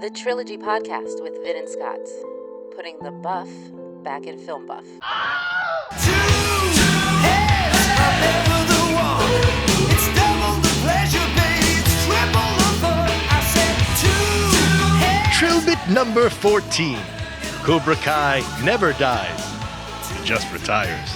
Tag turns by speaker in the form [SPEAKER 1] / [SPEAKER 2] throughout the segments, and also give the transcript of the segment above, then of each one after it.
[SPEAKER 1] The Trilogy Podcast with Vin and Scott, putting the buff back in film buff.
[SPEAKER 2] Trilbit number 14. Cobra Kai never dies, it just retires.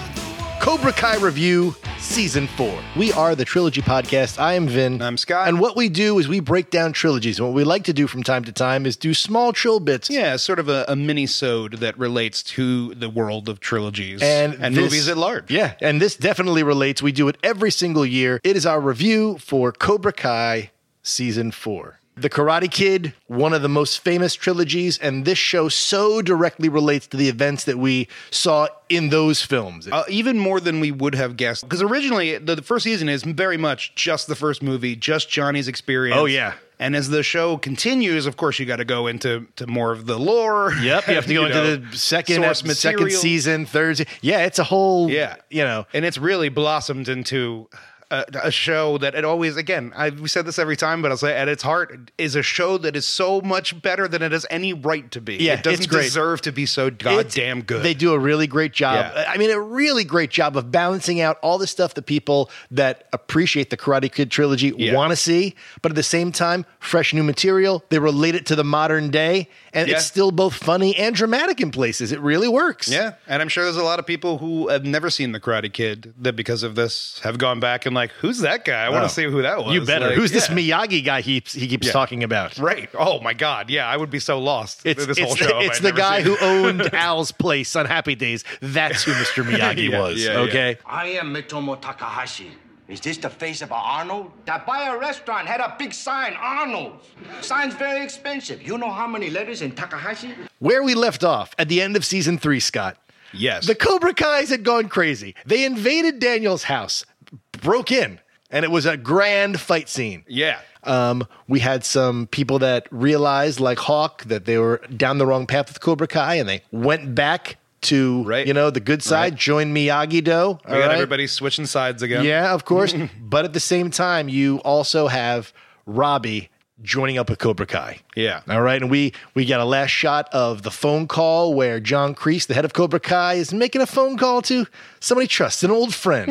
[SPEAKER 2] Cobra Kai Review Season 4. We are the Trilogy Podcast. I am Vin.
[SPEAKER 3] I'm Scott.
[SPEAKER 2] And what we do is we break down trilogies. And what we like to do from time to time is do small trill bits.
[SPEAKER 3] Yeah, sort of a, a mini-sode that relates to the world of trilogies
[SPEAKER 2] And, this-
[SPEAKER 3] movies at large.
[SPEAKER 2] Yeah. And this definitely relates. We do it every single year. It is our review for Cobra Kai Season 4. The Karate Kid, one of the most famous trilogies, and this show so directly relates to the events that we saw in those films.
[SPEAKER 3] Uh, even more than we would have guessed. Because originally, the, the first season is very much just the first movie, just Johnny's experience.
[SPEAKER 2] Oh, yeah.
[SPEAKER 3] And as the show continues, of course, you got to go into to more of the lore.
[SPEAKER 2] Yep, you have to go into
[SPEAKER 3] know,
[SPEAKER 2] the second
[SPEAKER 3] source
[SPEAKER 2] ep- second
[SPEAKER 3] material.
[SPEAKER 2] season, third. se- Yeah, it's a whole.
[SPEAKER 3] Yeah.
[SPEAKER 2] you know.
[SPEAKER 3] and it's really blossomed into a, a show that it always again I we said this every time but I'll say at its heart is a show that is so much better than it has any right to be
[SPEAKER 2] Yeah,
[SPEAKER 3] it doesn't
[SPEAKER 2] it's great.
[SPEAKER 3] deserve to be so
[SPEAKER 2] It's-
[SPEAKER 3] goddamn good
[SPEAKER 2] They do a really great job.
[SPEAKER 3] Yeah.
[SPEAKER 2] I mean, a really great job of balancing out all the stuff that people that appreciate the Karate Kid trilogy
[SPEAKER 3] Yeah.
[SPEAKER 2] want to see, but at the same time, fresh new material. They relate it to the modern day, and
[SPEAKER 3] Yeah.
[SPEAKER 2] it's still both funny and dramatic in places. It really works.
[SPEAKER 3] yeah and I'm sure there's a lot of people who have never seen the Karate Kid that because of this have gone back and like who's that guy I want
[SPEAKER 2] Oh.
[SPEAKER 3] to see who that was
[SPEAKER 2] You better.
[SPEAKER 3] Like,
[SPEAKER 2] Who's this
[SPEAKER 3] yeah.
[SPEAKER 2] Miyagi guy he, he keeps
[SPEAKER 3] Yeah.
[SPEAKER 2] talking about?
[SPEAKER 3] right oh my god yeah I would be so lost
[SPEAKER 2] It's,
[SPEAKER 3] this
[SPEAKER 2] it's
[SPEAKER 3] whole
[SPEAKER 2] the,
[SPEAKER 3] show if
[SPEAKER 2] it's
[SPEAKER 3] I'd
[SPEAKER 2] the
[SPEAKER 3] never
[SPEAKER 2] guy
[SPEAKER 3] seen
[SPEAKER 2] who
[SPEAKER 3] it.
[SPEAKER 2] owned Al's place on Happy Days. That's who Mr. Miyagi
[SPEAKER 3] Yeah,
[SPEAKER 2] was.
[SPEAKER 3] yeah, yeah.
[SPEAKER 2] okay.
[SPEAKER 4] I am Mitomo Takahashi. Is this the face of a Arnold? That by a restaurant had a big sign, Arnold. Sign's very expensive. You know how many letters in Takahashi?
[SPEAKER 2] Where we left off at the end of season three, Scott,
[SPEAKER 3] yes
[SPEAKER 2] the Cobra Kai's had gone crazy. They invaded Daniel's house, broke in, and it was a grand fight scene.
[SPEAKER 3] yeah
[SPEAKER 2] Um, we had some people that realized, like Hawk, that they were down the wrong path with Cobra Kai, and they went back to
[SPEAKER 3] Right.
[SPEAKER 2] you know the good side, joined Miyagi Do.
[SPEAKER 3] we got everybody switching sides again
[SPEAKER 2] Yeah, of course. but at the same time, you also have Robbie joining up with Cobra Kai.
[SPEAKER 3] Yeah.
[SPEAKER 2] All right. And we we got a last shot of the phone call where John Kreese, the head of Cobra Kai, is making a phone call to somebody he trusts, an old friend.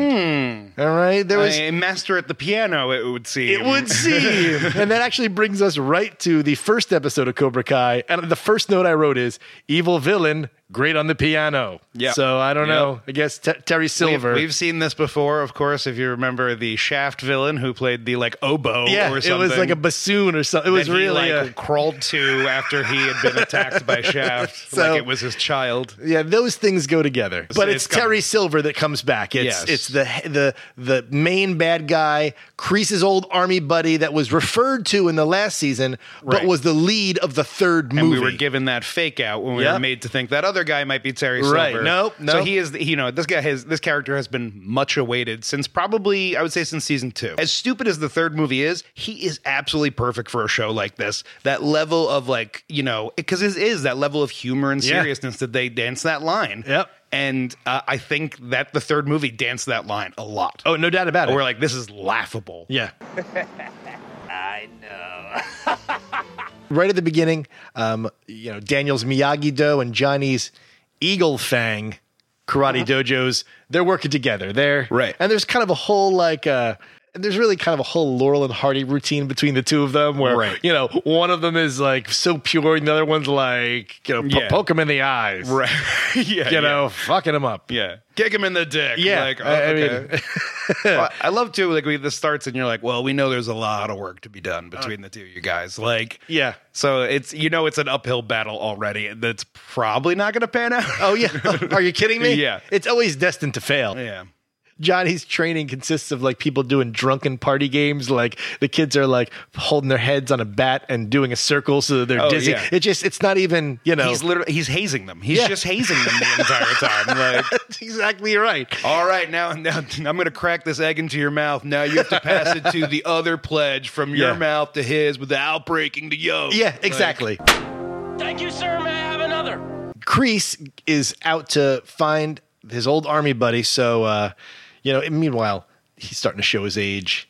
[SPEAKER 3] Hmm.
[SPEAKER 2] All right. There was
[SPEAKER 3] a master at the piano, it would seem.
[SPEAKER 2] it would seem. and that actually brings us right to the first episode of Cobra Kai. And the first note I wrote is evil villain, great on the piano.
[SPEAKER 3] Yeah.
[SPEAKER 2] So I don't
[SPEAKER 3] Yeah.
[SPEAKER 2] know. I guess Te- Terry
[SPEAKER 3] We've,
[SPEAKER 2] Silver.
[SPEAKER 3] we've seen this before, of course. If you remember the Shaft villain who played the like oboe,
[SPEAKER 2] yeah,
[SPEAKER 3] or something.
[SPEAKER 2] it was like a bassoon or something. It was
[SPEAKER 3] that he,
[SPEAKER 2] really
[SPEAKER 3] like
[SPEAKER 2] a,
[SPEAKER 3] crawled to after he had been attacked by Shaft,
[SPEAKER 2] So-
[SPEAKER 3] like it was his child.
[SPEAKER 2] Yeah, those things go together. But it's,
[SPEAKER 3] it's coming.
[SPEAKER 2] Terry Silver that comes back. It's
[SPEAKER 3] Yes.
[SPEAKER 2] it's the the the main bad guy, Crease's old army buddy that was referred to in the last season, but
[SPEAKER 3] Right.
[SPEAKER 2] was the lead of the third movie.
[SPEAKER 3] And we were given that fake out when we
[SPEAKER 2] Yep.
[SPEAKER 3] were made to think that other guy might be Terry
[SPEAKER 2] Right.
[SPEAKER 3] Silver.
[SPEAKER 2] Nope,
[SPEAKER 3] So
[SPEAKER 2] nope.
[SPEAKER 3] he is, you know, this guy has, this character has been much awaited since probably, I would say, since season two. As stupid as the third movie is, he is absolutely perfect for a show like this. That level of like, you know, because it is that level of humor and
[SPEAKER 2] Yeah.
[SPEAKER 3] seriousness that they dance that line.
[SPEAKER 2] Yep.
[SPEAKER 3] And uh, I think that the third movie danced that line a lot.
[SPEAKER 2] oh, no doubt about it.
[SPEAKER 3] We're like, this is laughable.
[SPEAKER 2] yeah. I know. right at the beginning, um, you know, Daniel's Miyagi Do and Johnny's Eagle Fang karate dojos, they're working together. They're
[SPEAKER 3] Right.
[SPEAKER 2] And there's kind of a whole like uh there's really kind of a whole Laurel and Hardy routine between the two of them where
[SPEAKER 3] Right.
[SPEAKER 2] you know, one of them is like so pure and the other one's like, you know, po-
[SPEAKER 3] Yeah.
[SPEAKER 2] poke him in the eyes.
[SPEAKER 3] Right. yeah.
[SPEAKER 2] You know, fucking him up.
[SPEAKER 3] Yeah. Kick him in the dick.
[SPEAKER 2] Yeah,
[SPEAKER 3] Like, oh,
[SPEAKER 2] I- I mean-
[SPEAKER 3] okay. Well, I love too, like, we, this starts and you're like, well, we know there's a lot of work to be done between the two of you guys. Like,
[SPEAKER 2] Yeah.
[SPEAKER 3] So it's, you know, it's an uphill battle already that's probably not going to pan out.
[SPEAKER 2] Oh yeah. Are you kidding me?
[SPEAKER 3] Yeah.
[SPEAKER 2] It's always destined to fail.
[SPEAKER 3] yeah.
[SPEAKER 2] Johnny's training consists of like people doing drunken party games. Like the kids are like holding their heads on a bat and doing a circle so that they're
[SPEAKER 3] Oh,
[SPEAKER 2] dizzy.
[SPEAKER 3] yeah.
[SPEAKER 2] It just, it's not even, you know,
[SPEAKER 3] He's literally, he's hazing them. He's
[SPEAKER 2] Yeah.
[SPEAKER 3] just hazing them the entire time. Like,
[SPEAKER 2] that's exactly right.
[SPEAKER 3] all right, now, now I'm going to crack this egg into your mouth. Now you have to pass it to the other pledge from your
[SPEAKER 2] Yeah.
[SPEAKER 3] mouth to his without breaking the yoke.
[SPEAKER 2] Yeah,
[SPEAKER 3] Like,
[SPEAKER 2] exactly.
[SPEAKER 5] Thank you, sir. May I have another?
[SPEAKER 2] Crease is out to find his old army buddy. So, uh, you know, meanwhile, he's starting to show his age.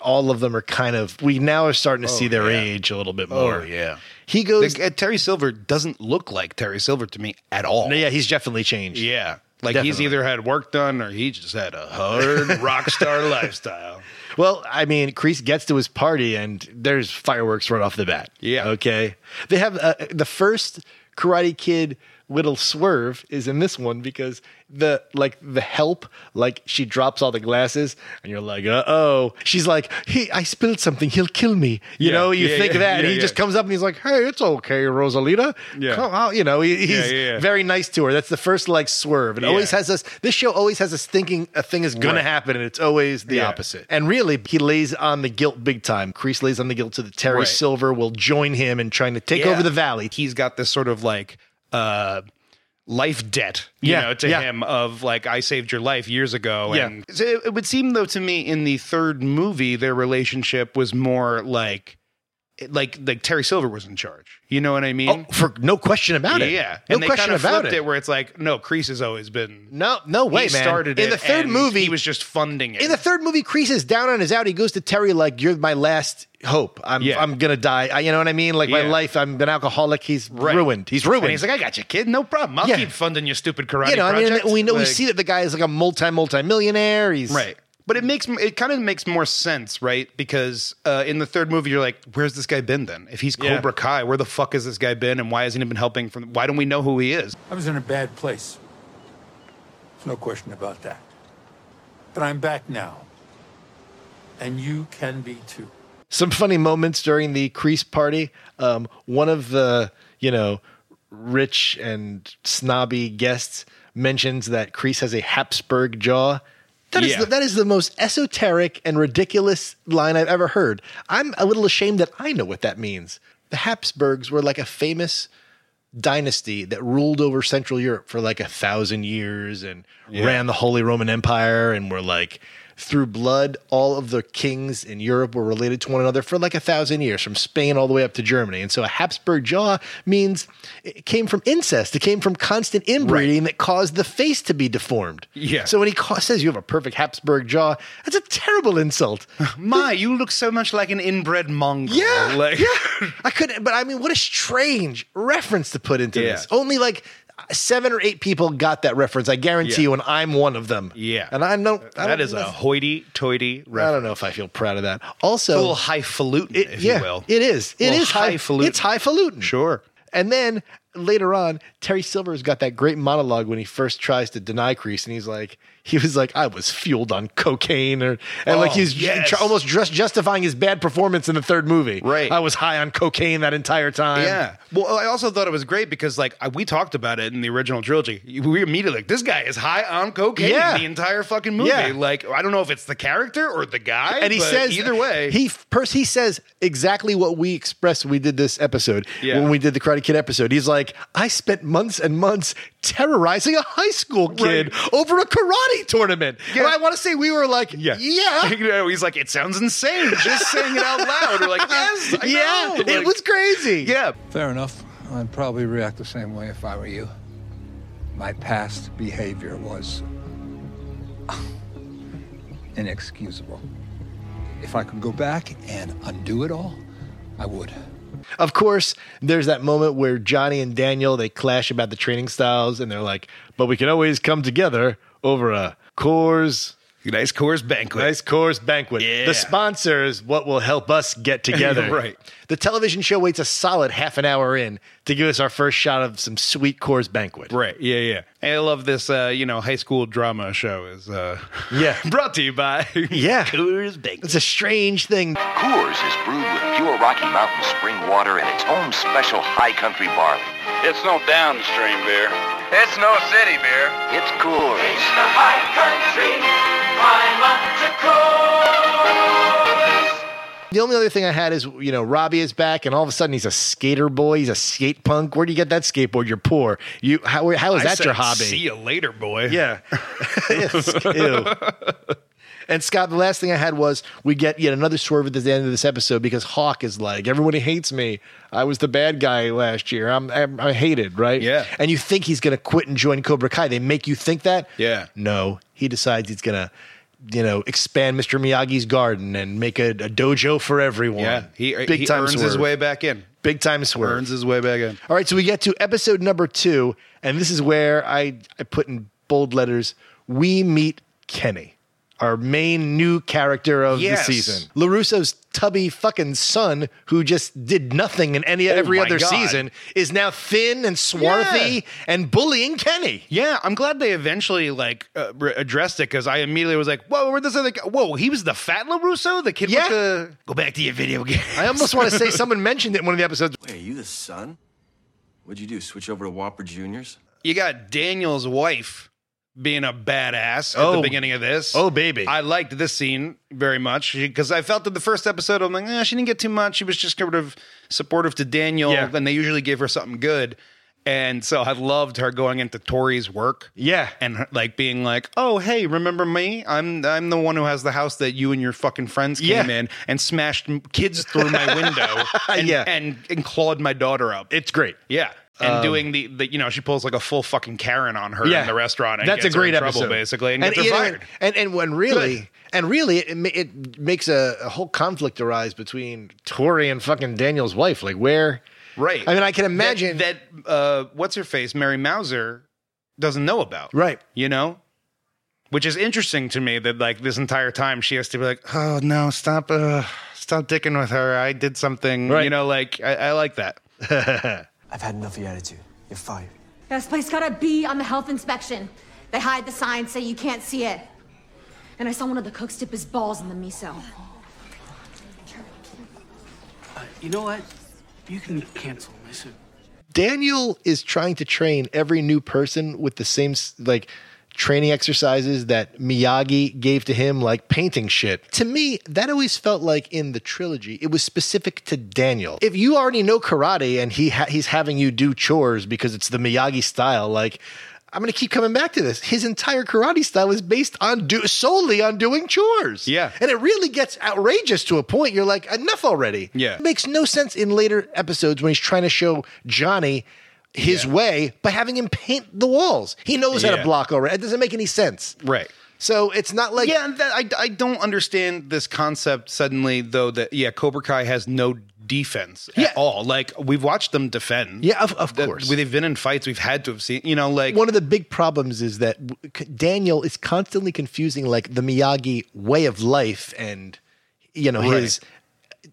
[SPEAKER 2] All of them are kind of, we now are starting to see their
[SPEAKER 3] Oh, yeah.
[SPEAKER 2] age a little bit
[SPEAKER 3] Oh,
[SPEAKER 2] more.
[SPEAKER 3] yeah.
[SPEAKER 2] He goes,
[SPEAKER 3] The- uh, Terry Silver doesn't look like Terry Silver to me at all.
[SPEAKER 2] yeah, he's definitely changed.
[SPEAKER 3] Yeah. Like he's
[SPEAKER 2] Definitely.
[SPEAKER 3] either had work done or he just had a hard rock star lifestyle.
[SPEAKER 2] Well, I mean, Kreese gets to his party and there's fireworks right off the bat.
[SPEAKER 3] Yeah.
[SPEAKER 2] Okay. They have uh, the first Karate Kid little swerve is in this one because the like the help like she drops all the glasses and you're like uh-oh she's like hey i spilled something he'll kill me you
[SPEAKER 3] Yeah.
[SPEAKER 2] know you
[SPEAKER 3] Yeah,
[SPEAKER 2] think
[SPEAKER 3] yeah,
[SPEAKER 2] that and
[SPEAKER 3] yeah,
[SPEAKER 2] he
[SPEAKER 3] yeah.
[SPEAKER 2] just comes up and he's like hey it's okay rosalita
[SPEAKER 3] Yeah.
[SPEAKER 2] Come out," you know he- he's
[SPEAKER 3] yeah, yeah.
[SPEAKER 2] very nice to her that's the first like swerve it always
[SPEAKER 3] Yeah.
[SPEAKER 2] has us this show always has us thinking a thing is gonna
[SPEAKER 3] Right.
[SPEAKER 2] happen and it's always the
[SPEAKER 3] Yeah.
[SPEAKER 2] opposite. And really, he lays on the guilt big time. Kreese lays on the guilt so that Terry
[SPEAKER 3] Right.
[SPEAKER 2] Silver will join him in trying to take
[SPEAKER 3] Yeah.
[SPEAKER 2] over the valley.
[SPEAKER 3] He's got this sort of like uh life debt, you
[SPEAKER 2] Yeah,
[SPEAKER 3] know, to
[SPEAKER 2] yeah.
[SPEAKER 3] him of like I saved your life years ago.
[SPEAKER 2] Yeah.
[SPEAKER 3] And so it, it would seem though to me in the third movie their relationship was more like like like Terry Silver was in charge. You know what I mean?
[SPEAKER 2] Oh, for no question about
[SPEAKER 3] yeah.
[SPEAKER 2] it.
[SPEAKER 3] yeah.
[SPEAKER 2] no
[SPEAKER 3] and they
[SPEAKER 2] question
[SPEAKER 3] kind of
[SPEAKER 2] about
[SPEAKER 3] flipped
[SPEAKER 2] it.
[SPEAKER 3] it. where it's like, no, Crease has always been
[SPEAKER 2] No, no way,
[SPEAKER 3] he
[SPEAKER 2] man.
[SPEAKER 3] started
[SPEAKER 2] in
[SPEAKER 3] it
[SPEAKER 2] the third
[SPEAKER 3] and
[SPEAKER 2] movie,
[SPEAKER 3] he was just funding it.
[SPEAKER 2] in the third movie, Kreese is down on his out. He goes to Terry like, "You're my last hope. I'm,
[SPEAKER 3] Yeah.
[SPEAKER 2] I'm gonna die. I, you know what I mean? Like my
[SPEAKER 3] Yeah.
[SPEAKER 2] life. I'm an alcoholic. He's
[SPEAKER 3] Right.
[SPEAKER 2] ruined. He's ruined.
[SPEAKER 3] And he's like, I got you, kid. No problem. I'll
[SPEAKER 2] Yeah.
[SPEAKER 3] keep funding your stupid karate.
[SPEAKER 2] you know, I mean,
[SPEAKER 3] project."
[SPEAKER 2] we know we
[SPEAKER 3] Like-
[SPEAKER 2] see that the guy is like a multi multi millionaire. He's
[SPEAKER 3] right, but it makes it kind of makes more sense, right? Because uh, in the third movie, you're like, where's this guy been then? If he's
[SPEAKER 2] Yeah.
[SPEAKER 3] Cobra Kai, where the fuck has this guy been, and why hasn't he been helping? From why don't we know who he is?
[SPEAKER 6] I was in a bad place. There's no question about that. But I'm back now. And you can be too.
[SPEAKER 2] some funny moments during the crease party. Um, one of the you know rich and snobby guests mentions that Crease has a Habsburg jaw. That is
[SPEAKER 3] Yeah.
[SPEAKER 2] the, that is the most esoteric and ridiculous line I've ever heard. I'm a little ashamed that I know what that means. The Habsburgs were like a famous dynasty that ruled over Central Europe for like a thousand years and ran the Holy Roman Empire and were like through blood, all of the kings in Europe were related to one another for like a thousand years, from Spain all the way up to Germany. And so a Habsburg jaw means it came from incest. It came from constant inbreeding that caused the face to be deformed.
[SPEAKER 3] Yeah.
[SPEAKER 2] So when he ca- says you have a perfect Habsburg jaw, that's a terrible insult.
[SPEAKER 3] My, you look so much like an inbred mongrel.
[SPEAKER 2] Yeah,
[SPEAKER 3] like,
[SPEAKER 2] yeah. I couldn't, but I mean, what a strange reference to put into
[SPEAKER 3] Yeah.
[SPEAKER 2] this. Only like seven or eight people got that reference. I guarantee
[SPEAKER 3] Yeah.
[SPEAKER 2] you, and I'm one of them.
[SPEAKER 3] Yeah.
[SPEAKER 2] and I don't. I
[SPEAKER 3] that
[SPEAKER 2] don't
[SPEAKER 3] is
[SPEAKER 2] know
[SPEAKER 3] a
[SPEAKER 2] if-
[SPEAKER 3] hoity-toity
[SPEAKER 2] I
[SPEAKER 3] reference.
[SPEAKER 2] don't know if I feel proud of that.
[SPEAKER 3] A
[SPEAKER 2] Also,
[SPEAKER 3] little highfalutin,
[SPEAKER 2] it-
[SPEAKER 3] if
[SPEAKER 2] yeah,
[SPEAKER 3] you will.
[SPEAKER 2] it is. It
[SPEAKER 3] Little
[SPEAKER 2] is high,
[SPEAKER 3] highfalutin.
[SPEAKER 2] It's highfalutin.
[SPEAKER 3] Sure.
[SPEAKER 2] And then later on, Terry Silver's got that great monologue when he first tries to deny Crease, and he's like, he was like, I was fueled on cocaine, or and like
[SPEAKER 3] Oh,
[SPEAKER 2] he's
[SPEAKER 3] yes.
[SPEAKER 2] tr- almost just justifying his bad performance in the third movie.
[SPEAKER 3] Right.
[SPEAKER 2] I was high on cocaine that entire time.
[SPEAKER 3] Yeah. Well, I also thought it was great because, like, I, we talked about it in the original trilogy. We immediately like this guy is high on cocaine
[SPEAKER 2] Yeah.
[SPEAKER 3] the entire fucking movie.
[SPEAKER 2] Yeah.
[SPEAKER 3] Like, I don't know if it's the character or the guy,
[SPEAKER 2] and he
[SPEAKER 3] but
[SPEAKER 2] says
[SPEAKER 3] either way.
[SPEAKER 2] he pers- he says exactly what we expressed when we did this episode
[SPEAKER 3] Yeah.
[SPEAKER 2] when we did the Karate Kid episode. He's like, I spent months and months terrorizing a high school kid
[SPEAKER 3] Right.
[SPEAKER 2] over a karate tournament,
[SPEAKER 3] Yeah.
[SPEAKER 2] and I want to say we were like, yeah, yeah.
[SPEAKER 3] You know, he's like, it sounds insane just saying it out loud. We're like, yes, I
[SPEAKER 2] Yeah,
[SPEAKER 3] know.
[SPEAKER 2] it
[SPEAKER 3] Like,
[SPEAKER 2] was crazy.
[SPEAKER 3] Yeah,
[SPEAKER 7] Fair enough. I'd probably react the same way if I were you. My past behavior was inexcusable. If I could go back and undo it all, I would.
[SPEAKER 2] Of course, there's that moment where Johnny and Daniel they clash about the training styles, and they're like, "But we can always come together over a Coors
[SPEAKER 3] nice Coors banquet.
[SPEAKER 2] Nice Coors Banquet.
[SPEAKER 3] Yeah.
[SPEAKER 2] The sponsor is what will help us get together.
[SPEAKER 3] Right.
[SPEAKER 2] The television show waits a solid half an hour in to give us our first shot of some sweet Coors Banquet.
[SPEAKER 3] Right. Yeah, yeah. And I love this, uh, you know, high school drama show is uh,
[SPEAKER 2] Yeah.
[SPEAKER 3] brought to you by
[SPEAKER 2] Yeah.
[SPEAKER 3] Coors Banquet.
[SPEAKER 2] It's a strange thing.
[SPEAKER 8] Coors is brewed with pure Rocky Mountain spring water and its own special high country barley. It's no downstream beer. It's no city beer. It's Coors.
[SPEAKER 9] the high country. Climb up to Coors.
[SPEAKER 2] The only other thing I had is, you know, Robbie is back, and all of a sudden he's a skater boy. He's a skate punk. Where do you get that skateboard? You're poor. You how how is
[SPEAKER 3] I
[SPEAKER 2] that
[SPEAKER 3] said,
[SPEAKER 2] your hobby?
[SPEAKER 3] See you later, boy.
[SPEAKER 2] Yeah. Yes. Ew. And Scott, the last thing I had was we get yet another swerve at the end of this episode because Hawk is like, everybody hates me. I was the bad guy last year. I'm, I'm, I'm hated, right?
[SPEAKER 3] Yeah.
[SPEAKER 2] And you think he's going to quit and join Cobra Kai. They make you think that.
[SPEAKER 3] Yeah.
[SPEAKER 2] No, he decides he's going to, you know, expand Mr. Miyagi's garden and make a, a dojo for everyone.
[SPEAKER 3] Yeah, he,
[SPEAKER 2] big
[SPEAKER 3] he
[SPEAKER 2] time
[SPEAKER 3] earns
[SPEAKER 2] swerve.
[SPEAKER 3] his way back in.
[SPEAKER 2] Big time swerve.
[SPEAKER 3] Burns his way back in.
[SPEAKER 2] All right, so we get to episode number two, and this is where I, I put in bold letters we meet Kenny, our main new character of
[SPEAKER 3] Yes.
[SPEAKER 2] the season. LaRusso's tubby fucking son, who just did nothing in any every
[SPEAKER 3] Oh my
[SPEAKER 2] other
[SPEAKER 3] God.
[SPEAKER 2] season, is now thin and swarthy
[SPEAKER 3] Yeah.
[SPEAKER 2] and bullying Kenny.
[SPEAKER 3] Yeah, I'm glad they eventually like uh, re- addressed it because I immediately was like, "Whoa, where this other guy? Whoa, he was the fat Larusso, the kid
[SPEAKER 2] Yeah.
[SPEAKER 3] with the go back to your video game."
[SPEAKER 2] I almost want to say someone mentioned it in one of the episodes.
[SPEAKER 9] Wait, are you the son? What'd you do? Switch over to Whopper Juniors?
[SPEAKER 3] you got Daniel's wife being a badass at
[SPEAKER 2] Oh.
[SPEAKER 3] the beginning of this.
[SPEAKER 2] Oh, baby.
[SPEAKER 3] I liked this scene very much because I felt that the first episode, I'm like, eh, she didn't get too much. She was just kind of supportive to Daniel,
[SPEAKER 2] Yeah.
[SPEAKER 3] and they usually give her something good. And so I loved her going into Tori's work.
[SPEAKER 2] Yeah.
[SPEAKER 3] and her, like being like, "Oh, hey, remember me? I'm I'm the one who has the house that you and your fucking friends came
[SPEAKER 2] Yeah.
[SPEAKER 3] in and smashed m- kids through my window, and,
[SPEAKER 2] Yeah.
[SPEAKER 3] and and clawed my daughter up.
[SPEAKER 2] It's great. Um,
[SPEAKER 3] yeah." And doing the, the, you know, she pulls like a full fucking Karen on her in the restaurant. And
[SPEAKER 2] That's
[SPEAKER 3] gets
[SPEAKER 2] a great
[SPEAKER 3] her in
[SPEAKER 2] episode,
[SPEAKER 3] trouble, basically, and, gets
[SPEAKER 2] you
[SPEAKER 3] her
[SPEAKER 2] know,
[SPEAKER 3] fired.
[SPEAKER 2] And and when really and really it ma- it makes a, a whole conflict arise between Tori and fucking Daniel's wife. Like where,
[SPEAKER 3] Right.
[SPEAKER 2] I mean, I can imagine
[SPEAKER 3] that, that, uh, what's her face, Mary Mauser, doesn't know about.
[SPEAKER 2] Right.
[SPEAKER 3] You know? Which is interesting to me that like this entire time she has to be like, oh no, stop, uh, stop dicking with her. I did something.
[SPEAKER 2] Right.
[SPEAKER 3] You know, like I, I like that.
[SPEAKER 9] I've had enough of your attitude. You're fired.
[SPEAKER 10] This place got a B on the health inspection. They hide the sign, say you can't see it. And I saw one of the cooks dip his balls in the miso.
[SPEAKER 9] You know what? You can cancel this.
[SPEAKER 2] Daniel is trying to train every new person with the same s- like training exercises that Miyagi gave to him, like painting shit. To me, that always felt like in the trilogy, it was specific to Daniel. If you already know karate and he ha- he's having you do chores because it's the Miyagi style, like. I'm gonna keep coming back to this. His entire karate style is based on do solely on doing chores.
[SPEAKER 3] Yeah.
[SPEAKER 2] and it really gets outrageous to a point. You're like, enough already.
[SPEAKER 3] Yeah.
[SPEAKER 2] It makes no sense in later episodes when he's trying to show Johnny his way by having him paint the walls. He knows how to
[SPEAKER 3] Yeah.
[SPEAKER 2] block already. It doesn't make any sense.
[SPEAKER 3] Right.
[SPEAKER 2] So it's not like
[SPEAKER 3] yeah, and that, I I don't understand this concept suddenly though that yeah, Cobra Kai has no defense
[SPEAKER 2] Yeah.
[SPEAKER 3] at all. Like we've watched them defend.
[SPEAKER 2] Yeah, of- of
[SPEAKER 3] That-
[SPEAKER 2] course.
[SPEAKER 3] They've been in fights we've had to have seen. You know, like
[SPEAKER 2] one of the big problems is that c- Daniel is constantly confusing like the Miyagi way of life and you know
[SPEAKER 3] Right.
[SPEAKER 2] his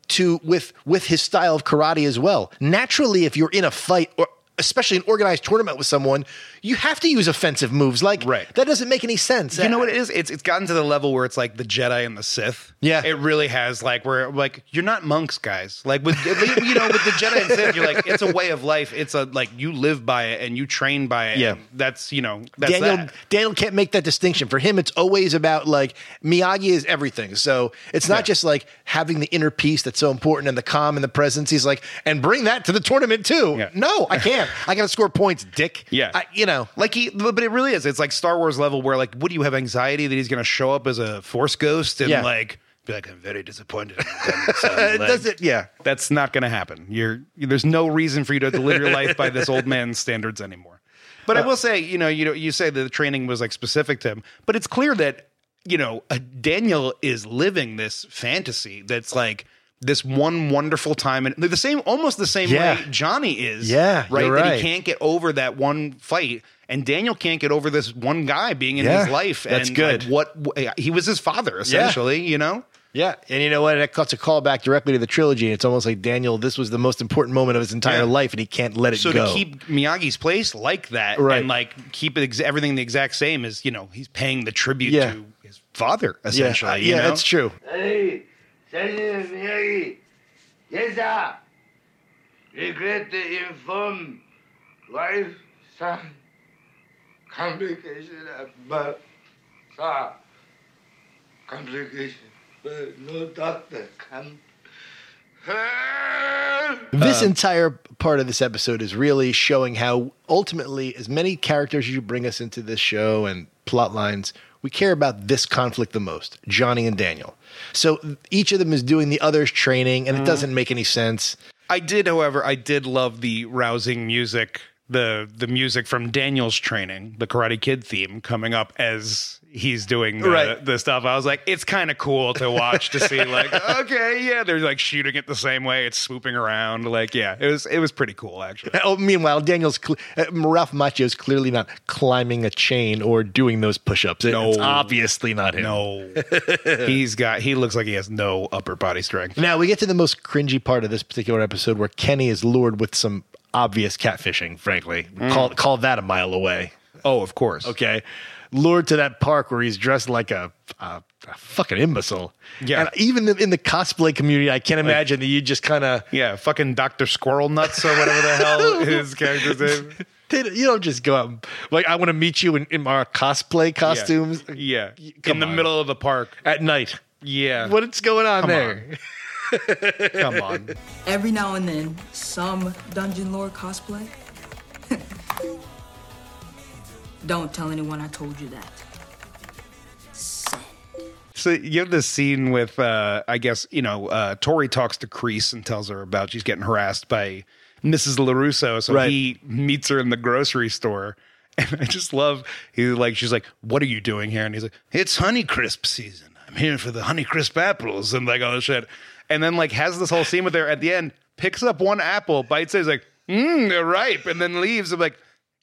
[SPEAKER 2] to with with his style of karate as well. Naturally, if you're in a fight or especially an organized tournament with someone, you have to use offensive moves. Like
[SPEAKER 3] Right.
[SPEAKER 2] that doesn't make any sense.
[SPEAKER 3] You know what it is? It's it's gotten to the level where it's like the Jedi and the Sith.
[SPEAKER 2] Yeah.
[SPEAKER 3] it really has. Like where like you're not monks, guys. Like with you know with the Jedi and Sith, you're like it's a way of life. It's a like you live by it and you train by it.
[SPEAKER 2] Yeah.
[SPEAKER 3] and that's you know that's
[SPEAKER 2] Daniel
[SPEAKER 3] that.
[SPEAKER 2] Daniel can't make that distinction. For him, it's always about like Miyagi is everything. So it's not
[SPEAKER 3] Yeah.
[SPEAKER 2] just like having the inner peace that's so important and the calm and the presence. He's like, and bring that to the tournament too.
[SPEAKER 3] Yeah.
[SPEAKER 2] No, I can't. I gotta score points, dick.
[SPEAKER 3] Yeah.
[SPEAKER 2] I, you know.
[SPEAKER 3] Like he, but but it really is. It's like Star Wars level where like, what do you have anxiety that he's going to show up as a Force ghost and
[SPEAKER 2] Yeah.
[SPEAKER 3] like be like, I'm very disappointed. in you, son."
[SPEAKER 2] uh, It
[SPEAKER 3] Like,
[SPEAKER 2] does it yeah.
[SPEAKER 3] That's not going to happen. You're there's no reason for you to live your life by this old man's standards anymore. But
[SPEAKER 2] Uh,
[SPEAKER 3] I will say, you know, you know, you say that the training was like specific to him, but it's clear that you know uh, Daniel is living this fantasy that's like this one wonderful time, and the same, almost the same
[SPEAKER 2] Yeah.
[SPEAKER 3] way Johnny is.
[SPEAKER 2] Yeah,
[SPEAKER 3] right.
[SPEAKER 2] you're
[SPEAKER 3] That
[SPEAKER 2] right.
[SPEAKER 3] he can't get over that one fight. And Daniel can't get over this one guy being in
[SPEAKER 2] Yeah,
[SPEAKER 3] his life.
[SPEAKER 2] that's
[SPEAKER 3] and
[SPEAKER 2] good.
[SPEAKER 3] Like what he was his father, essentially, you know?
[SPEAKER 2] Yeah. And you know what? That cuts a call back directly to the trilogy. It's almost like Daniel, this was the most important moment of his entire
[SPEAKER 3] Yeah.
[SPEAKER 2] life, and he can't let it
[SPEAKER 3] so
[SPEAKER 2] go.
[SPEAKER 3] to keep Miyagi's place like that
[SPEAKER 2] Right.
[SPEAKER 3] and like keep it ex- everything the exact same is you know he's paying the tribute
[SPEAKER 2] Yeah.
[SPEAKER 3] to his father
[SPEAKER 2] yeah,
[SPEAKER 3] essentially.
[SPEAKER 2] uh,
[SPEAKER 3] you
[SPEAKER 2] yeah,
[SPEAKER 3] know?
[SPEAKER 2] that's true.
[SPEAKER 4] Hey, Sergeant Miyagi. Yes, sir. Regret to inform wife, son, complication of birth, sir. Complication, but no doctor come. Help!
[SPEAKER 2] This
[SPEAKER 3] Um,
[SPEAKER 2] entire part of this episode is really showing how ultimately, as many characters as you bring us into this show and plot lines, we care about this conflict the most Johnny and Daniel. So each of them is doing the other's
[SPEAKER 3] Mm-hmm.
[SPEAKER 2] training, and it doesn't make any sense.
[SPEAKER 3] I did, however, I did love the rousing music the the music from Daniel's training, the Karate Kid theme coming up as he's doing the,
[SPEAKER 2] Right.
[SPEAKER 3] the stuff. I was like, it's kind of cool to watch to see like, okay, yeah, they're like shooting it the same way, it's swooping around, like yeah, it was it was pretty cool actually.
[SPEAKER 2] Oh, meanwhile, Daniel's cle uh, Ralph Macchio is clearly not climbing a chain or doing those push-ups. It-
[SPEAKER 3] No.
[SPEAKER 2] it's obviously not him.
[SPEAKER 3] No, he's got he looks like he has no upper body strength.
[SPEAKER 2] Now we get to the most cringy part of this particular episode, where Kenny is lured with some obvious catfishing. Frankly,
[SPEAKER 3] Mm.
[SPEAKER 2] call call that a mile away.
[SPEAKER 3] Oh, of course.
[SPEAKER 2] Okay, lured to that park where he's dressed like a, a, a fucking imbecile.
[SPEAKER 3] Yeah.
[SPEAKER 2] and even the, in the cosplay community, I can't imagine that you just kind of
[SPEAKER 3] Yeah, fucking Doctor Squirrel Nuts or whatever the hell his character's name.
[SPEAKER 2] They don't- you don't just go out and, like I want to meet you in, in our cosplay costumes
[SPEAKER 3] Yeah, in
[SPEAKER 2] come
[SPEAKER 3] the
[SPEAKER 2] on.
[SPEAKER 3] middle of the park.
[SPEAKER 2] at night.
[SPEAKER 3] Yeah,
[SPEAKER 2] What's going on
[SPEAKER 3] Come
[SPEAKER 2] there?
[SPEAKER 3] Come on.
[SPEAKER 11] Every now and then, some dungeon lore cosplay. Don't tell anyone I told you that.
[SPEAKER 3] So you have this scene with, uh, I guess you know, uh, Tori talks to Crease and tells her about she's getting harassed by Mrs. Larusso. So
[SPEAKER 2] Right.
[SPEAKER 3] he meets her in the grocery store, and I just love he like she's like, "What are you doing here?" And he's like, "It's Honeycrisp season. I'm here for the Honeycrisp apples and like all this shit." And then like has this whole scene with her at the end, picks up one apple, bites it, is like, "Mmm, they're ripe," and then leaves. I'm like,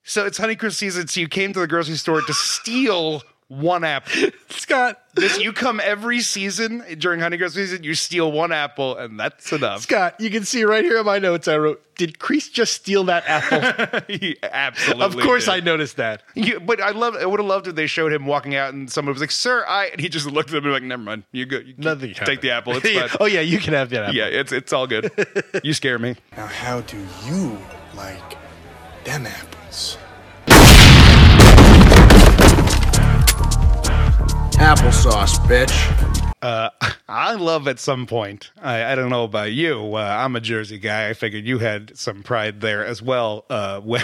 [SPEAKER 3] "So it's Honeycrisp season. So you came to the grocery store to steal." One apple.
[SPEAKER 2] Scott,
[SPEAKER 3] This, you come every season during honeycrisp season. You steal one apple, and that's enough.
[SPEAKER 2] Scott, you can see right here in my notes I wrote, did Crease just steal that apple?
[SPEAKER 3] He absolutely.
[SPEAKER 2] of course
[SPEAKER 3] did.
[SPEAKER 2] I noticed that.
[SPEAKER 3] You, but I love. I would have loved if they showed him walking out, and someone was like, "Sir, I." And he just looked at him and like, "Never mind. You go. You keep-
[SPEAKER 2] Nothing
[SPEAKER 3] Take
[SPEAKER 2] happened.
[SPEAKER 3] the apple. It's fine.
[SPEAKER 2] oh yeah, you can have that apple.
[SPEAKER 3] yeah, it's it's all good. you scare me.
[SPEAKER 12] Now, how do you like them apples? Applesauce, bitch.
[SPEAKER 3] I love at some point. I, I don't know about you. Uh, I'm a Jersey guy. I figured you had some pride there as well. Uh, when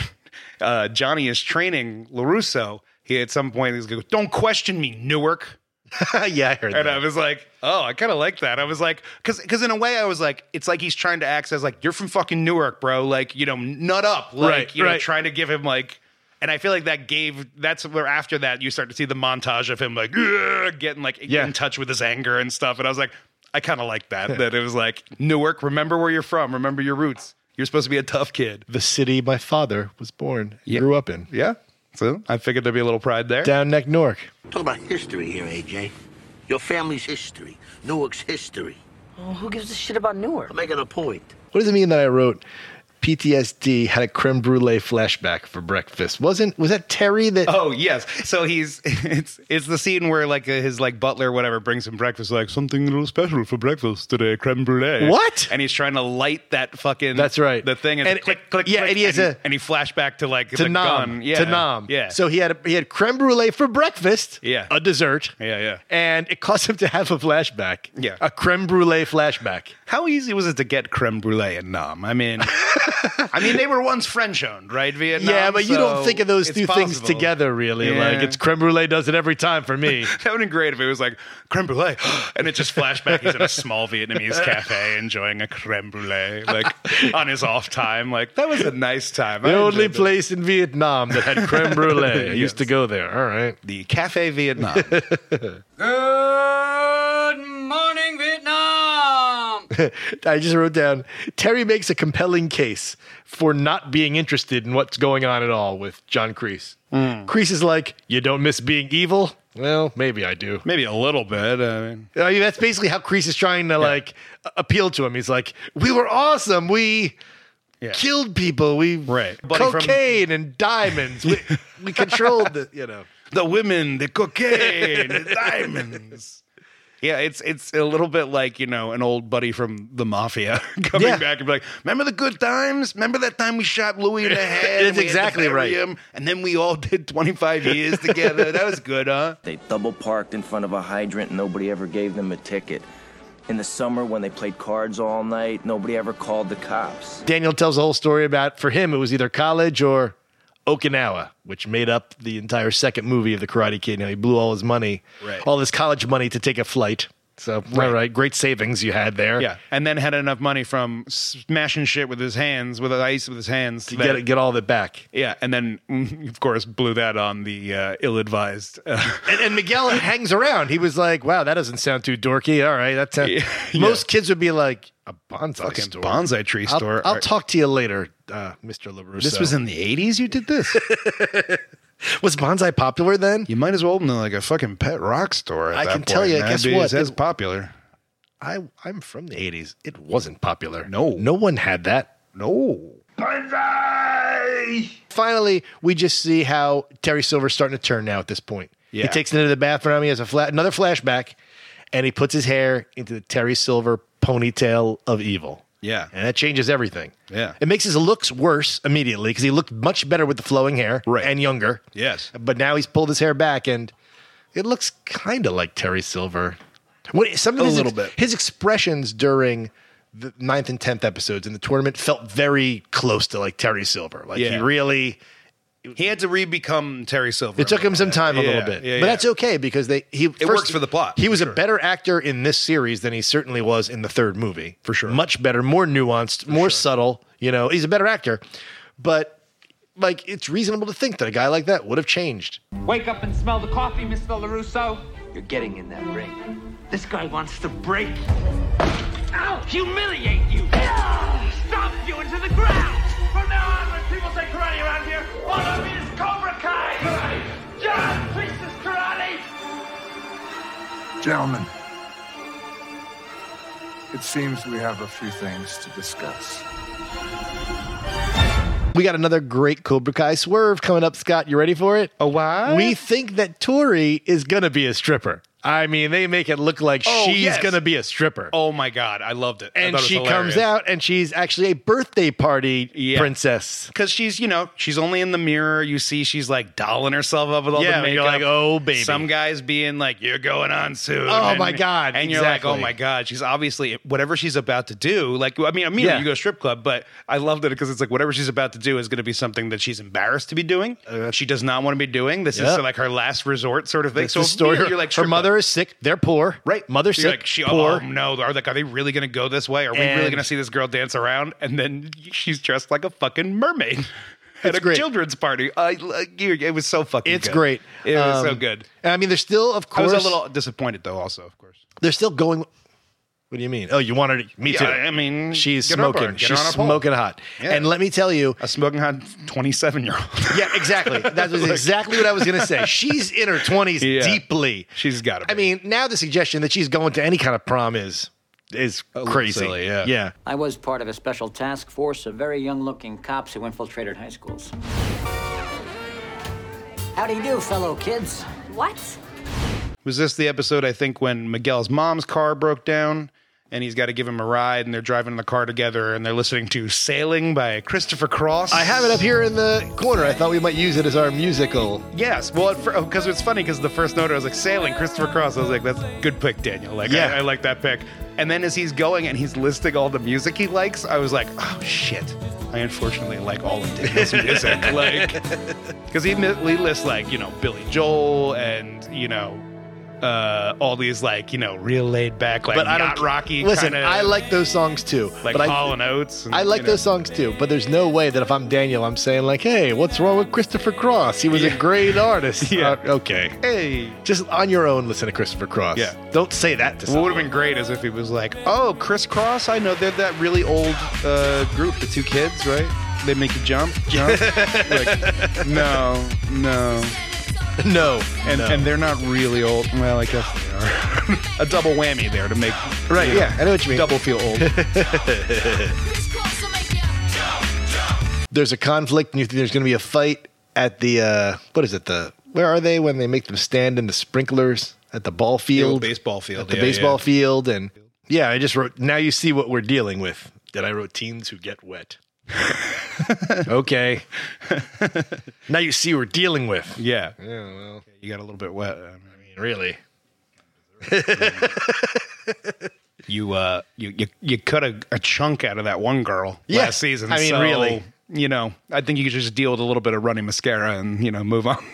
[SPEAKER 3] uh, Johnny is training Larusso, he at some point he's going, "Don't question me, Newark."
[SPEAKER 2] Yeah, I heard
[SPEAKER 3] And
[SPEAKER 2] that.
[SPEAKER 3] I was like, oh, I kind of like that. I was like, because because in a way, I was like, it's like he's trying to act as like you're from fucking Newark, bro. Like you know, nut up. Like
[SPEAKER 2] Right,
[SPEAKER 3] you know,
[SPEAKER 2] right.
[SPEAKER 3] trying to give him like. And I feel like that gave that's where after that you start to see the montage of him like "Ugh," getting like
[SPEAKER 2] Yeah.
[SPEAKER 3] in touch with his anger and stuff. And I was like, I kind of like that. that it was like Newark, remember where you're from, remember your roots. You're supposed to be a tough kid.
[SPEAKER 2] the city my father was born,
[SPEAKER 3] Yeah.
[SPEAKER 2] grew up in.
[SPEAKER 3] Yeah. So I figured there'd be a little pride there.
[SPEAKER 2] Down neck Newark.
[SPEAKER 13] Talk about history here, AJ. Your family's history, Newark's history.
[SPEAKER 14] Well, who gives a shit about Newark?
[SPEAKER 13] I'm making a point.
[SPEAKER 2] What does it mean that I wrote PTSD had a creme brulee flashback for breakfast? Wasn't was that Terry that
[SPEAKER 3] Oh yes. So he's it's it's the scene where like uh, his like butler or whatever brings him breakfast like something a little special for breakfast today creme brulee.
[SPEAKER 2] What?
[SPEAKER 3] And he's trying to light that fucking
[SPEAKER 2] That's right.
[SPEAKER 3] the thing and,
[SPEAKER 2] And-
[SPEAKER 3] click click
[SPEAKER 2] yeah,
[SPEAKER 3] click,
[SPEAKER 2] and he has a-
[SPEAKER 3] and he flashed back to like
[SPEAKER 2] to
[SPEAKER 3] the
[SPEAKER 2] Nam?
[SPEAKER 3] gun yeah
[SPEAKER 2] To Nam.
[SPEAKER 3] yeah
[SPEAKER 2] So he had a, he had creme brulee for breakfast.
[SPEAKER 3] Yeah.
[SPEAKER 2] A dessert.
[SPEAKER 3] yeah yeah.
[SPEAKER 2] And it caused him to have a flashback.
[SPEAKER 3] Yeah.
[SPEAKER 2] A creme brulee flashback.
[SPEAKER 3] How easy was it to get creme brulee in Nam? I mean, I mean they were once French owned, right? Vietnam.
[SPEAKER 2] yeah, but you don't
[SPEAKER 3] so
[SPEAKER 2] think of those
[SPEAKER 3] it's
[SPEAKER 2] two things
[SPEAKER 3] possible.
[SPEAKER 2] together, really.
[SPEAKER 3] Yeah.
[SPEAKER 2] Like it's creme brulee does it every time for me.
[SPEAKER 3] That would have been great if it was like creme brulee, and it just flashed back. He's in a small Vietnamese cafe enjoying a creme brulee, like on his off time. Like that was a nice time.
[SPEAKER 2] the
[SPEAKER 3] I
[SPEAKER 2] only
[SPEAKER 3] enjoyed that.
[SPEAKER 2] place in Vietnam that had creme brulee. I used to
[SPEAKER 3] Yes.
[SPEAKER 2] go there. All right.
[SPEAKER 3] the Cafe Vietnam.
[SPEAKER 15] Good morning, Vietnam!
[SPEAKER 2] I just wrote down Terry makes a compelling case for not being interested in what's going on at all with John Creese.
[SPEAKER 3] Hmm.
[SPEAKER 2] Creese is like, you don't miss being evil? Well, maybe I do.
[SPEAKER 3] Maybe a little bit. I mean,
[SPEAKER 2] I mean, that's basically how Crease is trying to like a- appeal to him. He's like, "We were awesome. We
[SPEAKER 3] Yeah.
[SPEAKER 2] killed people. We
[SPEAKER 3] Right. Buddy from-
[SPEAKER 2] cocaine and diamonds. We, we controlled the you know."
[SPEAKER 3] the women, the cocaine, the diamonds. Yeah, it's it's a little bit like you know an old buddy from the mafia coming
[SPEAKER 2] Yeah.
[SPEAKER 3] back and be like, "Remember the good times? Remember that time we shot Louis in the
[SPEAKER 2] That's
[SPEAKER 3] head? and we had to
[SPEAKER 2] exactly
[SPEAKER 3] bury
[SPEAKER 2] right.
[SPEAKER 3] him, and then we all did twenty five years together. That was good, huh?"
[SPEAKER 16] They double parked in front of a hydrant and nobody ever gave them a ticket. In the summer, when they played cards all night, nobody ever called the cops.
[SPEAKER 2] Daniel tells the whole story about for him it was either college or Okinawa, which made up the entire second movie of the Karate Kid. Now he blew all his money,
[SPEAKER 3] Right.
[SPEAKER 2] all his college money to take a flight. So, all right, great savings you had there.
[SPEAKER 3] Yeah, and then had enough money from smashing shit with his hands, with ice with his hands
[SPEAKER 2] To get, get all of it back.
[SPEAKER 3] Yeah, and then mm, of course blew that on the uh, ill-advised. Uh,
[SPEAKER 2] And, and Miguel hangs around. He was like, wow, that doesn't sound too dorky. All right. That's Most kids would be like, a bonsai
[SPEAKER 3] Fucking
[SPEAKER 2] store.
[SPEAKER 3] bonsai tree
[SPEAKER 2] I'll-
[SPEAKER 3] store.
[SPEAKER 2] I'll,
[SPEAKER 3] Right.
[SPEAKER 2] talk to you later, uh, Mr. LaRusso.
[SPEAKER 3] This was in the '80s. You did this.
[SPEAKER 2] was bonsai popular then?
[SPEAKER 3] You might as well open like a fucking pet rock store. At
[SPEAKER 2] I
[SPEAKER 3] that
[SPEAKER 2] can tell
[SPEAKER 3] point,
[SPEAKER 2] you,
[SPEAKER 3] man.
[SPEAKER 2] guess
[SPEAKER 3] It'd be
[SPEAKER 2] what?
[SPEAKER 3] As, as
[SPEAKER 2] It-
[SPEAKER 3] popular.
[SPEAKER 2] I, I'm from the 80s. It wasn't popular. No. No one had that.
[SPEAKER 3] No.
[SPEAKER 2] Finally, we just see how Terry Silver's starting to turn now at this point.
[SPEAKER 3] Yeah.
[SPEAKER 2] He takes it into the bathroom. He has a flat, another flashback, and he puts his hair into the Terry Silver ponytail of evil.
[SPEAKER 3] Yeah.
[SPEAKER 2] And that changes everything.
[SPEAKER 3] Yeah.
[SPEAKER 2] It makes his looks worse immediately because he looked much better with the flowing hair and younger.
[SPEAKER 3] Yes.
[SPEAKER 2] But now he's pulled his hair back and it looks kind of like Terry Silver. What, some of
[SPEAKER 3] A
[SPEAKER 2] his
[SPEAKER 3] little bit.
[SPEAKER 2] His expressions during the ninth and tenth episodes in the tournament felt very close to like Terry Silver. Like he
[SPEAKER 3] Yeah.
[SPEAKER 2] really,
[SPEAKER 3] He had to re-become Terry Silver.
[SPEAKER 2] it took him some time a little
[SPEAKER 3] Yeah,
[SPEAKER 2] bit,
[SPEAKER 3] yeah,
[SPEAKER 2] but
[SPEAKER 3] yeah.
[SPEAKER 2] that's okay because they he it
[SPEAKER 3] works for the plot,
[SPEAKER 2] He
[SPEAKER 3] for
[SPEAKER 2] was
[SPEAKER 3] sure.
[SPEAKER 2] a better actor in this series than he certainly was in the third movie, for sure. Much better, more nuanced, more subtle. You know, he's a better actor, but like it's reasonable to think that a guy like that would have changed.
[SPEAKER 17] Wake up and smell the coffee, Mr. LaRusso. You're getting in that ring. This guy wants to break. Ow! Humiliate you! Stomp you into the ground! From now on, when people say karate around here, all I mean is Cobra Kai! John Priestess Karate!
[SPEAKER 6] Gentlemen, it seems we have a few things to discuss.
[SPEAKER 2] We got another great Cobra Kai swerve coming up, Scott. You ready for it?
[SPEAKER 3] Oh, wow.
[SPEAKER 2] We think that Tori is going to be a stripper. I mean, they make it look like
[SPEAKER 3] Oh,
[SPEAKER 2] she's
[SPEAKER 3] yes.
[SPEAKER 2] going to be a stripper.
[SPEAKER 3] Oh my god, I loved it. I
[SPEAKER 2] and
[SPEAKER 3] thought it was
[SPEAKER 2] she
[SPEAKER 3] hilarious.
[SPEAKER 2] comes out and she's actually a birthday party
[SPEAKER 3] Yeah.
[SPEAKER 2] princess.
[SPEAKER 3] because she's you know she's only in the mirror. You see she's like dolling herself up with all
[SPEAKER 2] Yeah,
[SPEAKER 3] the makeup.
[SPEAKER 2] you're like, "Oh, baby."
[SPEAKER 3] Some guys being like, "You're going on soon."
[SPEAKER 2] Oh, my God,
[SPEAKER 3] And you're like,
[SPEAKER 2] exactly.
[SPEAKER 3] "Oh my god!" She's obviously whatever she's about to do. Like, I mean, immediately
[SPEAKER 2] Yeah.
[SPEAKER 3] you go strip club, but I loved it because it's like whatever she's about to do is going to be something that she's embarrassed to be doing.
[SPEAKER 2] Uh,
[SPEAKER 3] she does not want to be doing. This
[SPEAKER 2] Yeah.
[SPEAKER 3] is like her last resort sort of thing.
[SPEAKER 2] That's
[SPEAKER 3] so
[SPEAKER 2] the story.
[SPEAKER 3] immediately
[SPEAKER 2] Her,
[SPEAKER 3] you're like,
[SPEAKER 2] her
[SPEAKER 3] strip club.
[SPEAKER 2] mother is sick. They're poor. Right. Mother's
[SPEAKER 3] You're
[SPEAKER 2] sick.
[SPEAKER 3] like, she,
[SPEAKER 2] poor.
[SPEAKER 3] oh no, are like, are they really gonna go this way? Are we really
[SPEAKER 2] And-
[SPEAKER 3] gonna see this girl dance around? And then she's dressed like a fucking mermaid at
[SPEAKER 2] It's
[SPEAKER 3] a
[SPEAKER 2] great.
[SPEAKER 3] children's party. I, like, you- it was so fucking.
[SPEAKER 2] It's
[SPEAKER 3] good.
[SPEAKER 2] great.
[SPEAKER 3] It was so
[SPEAKER 2] Um,
[SPEAKER 3] good.
[SPEAKER 2] I mean, they're still, of
[SPEAKER 3] I
[SPEAKER 2] course,
[SPEAKER 3] was a little disappointed though. Also, of course.
[SPEAKER 2] they're still going. What do you mean? Oh, you wanted it. Me
[SPEAKER 3] Yeah,
[SPEAKER 2] too.
[SPEAKER 3] I mean,
[SPEAKER 2] she's
[SPEAKER 3] get her up
[SPEAKER 2] smoking.
[SPEAKER 3] on- get her
[SPEAKER 2] She's
[SPEAKER 3] on a pole.
[SPEAKER 2] smoking hot.
[SPEAKER 3] Yeah.
[SPEAKER 2] And let me tell you,
[SPEAKER 3] A smoking hot twenty-seven year old.
[SPEAKER 2] Yeah, exactly. That was
[SPEAKER 3] Like-
[SPEAKER 2] exactly what I was going to say. She's in her 20s
[SPEAKER 3] Yeah.
[SPEAKER 2] deeply.
[SPEAKER 3] She's got it.
[SPEAKER 2] I mean, now the suggestion that she's going to any kind of prom is is crazy.
[SPEAKER 3] silly, yeah.
[SPEAKER 2] Yeah.
[SPEAKER 18] I was part of a special task force of very young looking cops who infiltrated high schools. How do you do, fellow kids?
[SPEAKER 10] What?
[SPEAKER 3] Was this the episode I think when Miguel's mom's car broke down? And he's got to give him a ride, and they're driving in the car together, and they're listening to "Sailing" by Christopher Cross.
[SPEAKER 2] I have it up here in the corner. I thought we might use it as our musical.
[SPEAKER 3] Yes, well, because it's funny because the first note I was like sailing Christopher Cross. I was like, that's a good pick, Daniel. Like,
[SPEAKER 2] Yeah.
[SPEAKER 3] I, I like that pick. And then as he's going and he's listing all the music he likes, I was like, oh shit. I unfortunately like all of Daniel's music, like because he, mi- he lists like you know Billy Joel and you know uh, all these like you know real laid back like not rocky.
[SPEAKER 2] Listen,
[SPEAKER 3] kinda,
[SPEAKER 2] I like those songs too.
[SPEAKER 3] like
[SPEAKER 2] but I-
[SPEAKER 3] Hall and Oates. and,
[SPEAKER 2] I like
[SPEAKER 3] you know.
[SPEAKER 2] those songs too, but there's no way that if I'm Daniel, I'm saying like, "Hey, what's wrong with Christopher Cross? He was a great artist." yeah. okay.
[SPEAKER 3] Hey,
[SPEAKER 2] just on your own, listen to Christopher Cross.
[SPEAKER 3] Yeah.
[SPEAKER 2] Don't say that to
[SPEAKER 3] What
[SPEAKER 2] someone.
[SPEAKER 3] would have been great is if he was like, "Oh, crisscross. I know they're that really old uh, group, the two kids, right? They make you jump, jump. like, no, no,
[SPEAKER 2] no,
[SPEAKER 3] and
[SPEAKER 2] no.
[SPEAKER 3] and they're not really old. Well, I guess they are. a double whammy there to make
[SPEAKER 2] Right,
[SPEAKER 3] you know,
[SPEAKER 2] yeah, I know what you mean.
[SPEAKER 3] Double feel old.
[SPEAKER 2] there's a conflict and you think there's going to be a fight at the uh, what is it the where are they when they make them stand in the sprinklers at the ball
[SPEAKER 3] The old
[SPEAKER 2] field
[SPEAKER 3] baseball field,
[SPEAKER 2] at the
[SPEAKER 3] yeah,
[SPEAKER 2] baseball
[SPEAKER 3] yeah.
[SPEAKER 2] field and yeah I just wrote now you see what we're dealing with that I wrote teens who get wet okay now you see we're dealing with
[SPEAKER 3] Yeah,
[SPEAKER 2] yeah well
[SPEAKER 3] you got a little bit wet. I mean,
[SPEAKER 2] really
[SPEAKER 3] you uh, you you you cut a, a chunk out of that one girl
[SPEAKER 2] Yeah,
[SPEAKER 3] last season.
[SPEAKER 2] I mean,
[SPEAKER 3] so,
[SPEAKER 2] really.
[SPEAKER 3] You know, I think you could just deal with a little bit of running mascara and you know move on.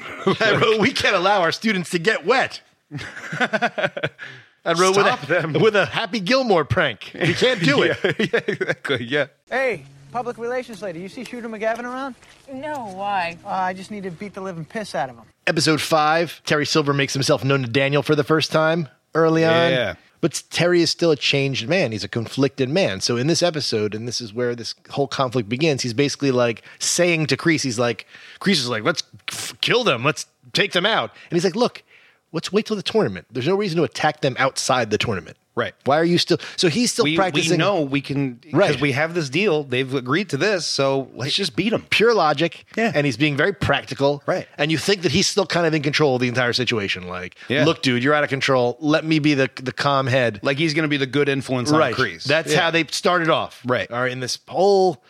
[SPEAKER 2] I wrote, we can't allow our students to get wet I wrote with
[SPEAKER 3] Stop
[SPEAKER 2] a,
[SPEAKER 3] them.
[SPEAKER 2] with a Happy Gilmore prank. You can't do it.
[SPEAKER 3] yeah, exactly. Yeah.
[SPEAKER 19] Hey, public relations lady, you see Shooter McGavin around? No, why? Uh, I just need to beat the living piss out of him.
[SPEAKER 2] Episode five, Terry Silver makes himself known to Daniel for the first time early on.
[SPEAKER 3] Yeah.
[SPEAKER 2] But Terry is still a changed man. He's a conflicted man. So in this episode, and this is where this whole conflict begins, he's basically like saying to Crease, he's like, Crease is like, let's f- kill them. Let's take them out. And he's like, look, let's wait till the tournament. There's no reason to attack them outside the tournament.
[SPEAKER 3] Right.
[SPEAKER 2] Why are you still? So he's still
[SPEAKER 3] we,
[SPEAKER 2] practicing.
[SPEAKER 3] We know we can because
[SPEAKER 2] Right.
[SPEAKER 3] we have this deal. They've agreed to this, so let's just beat them.
[SPEAKER 2] Pure logic. Yeah. And he's being very practical. Right. And you think that he's still kind of in control of the entire situation. Like,
[SPEAKER 3] Yeah.
[SPEAKER 2] look, dude, you're out of control. Let me be the, the calm head.
[SPEAKER 3] Like he's going to be the good influence
[SPEAKER 2] right.
[SPEAKER 3] on Crease.
[SPEAKER 2] That's
[SPEAKER 3] Yeah.
[SPEAKER 2] how they started off. Right. Are in this whole.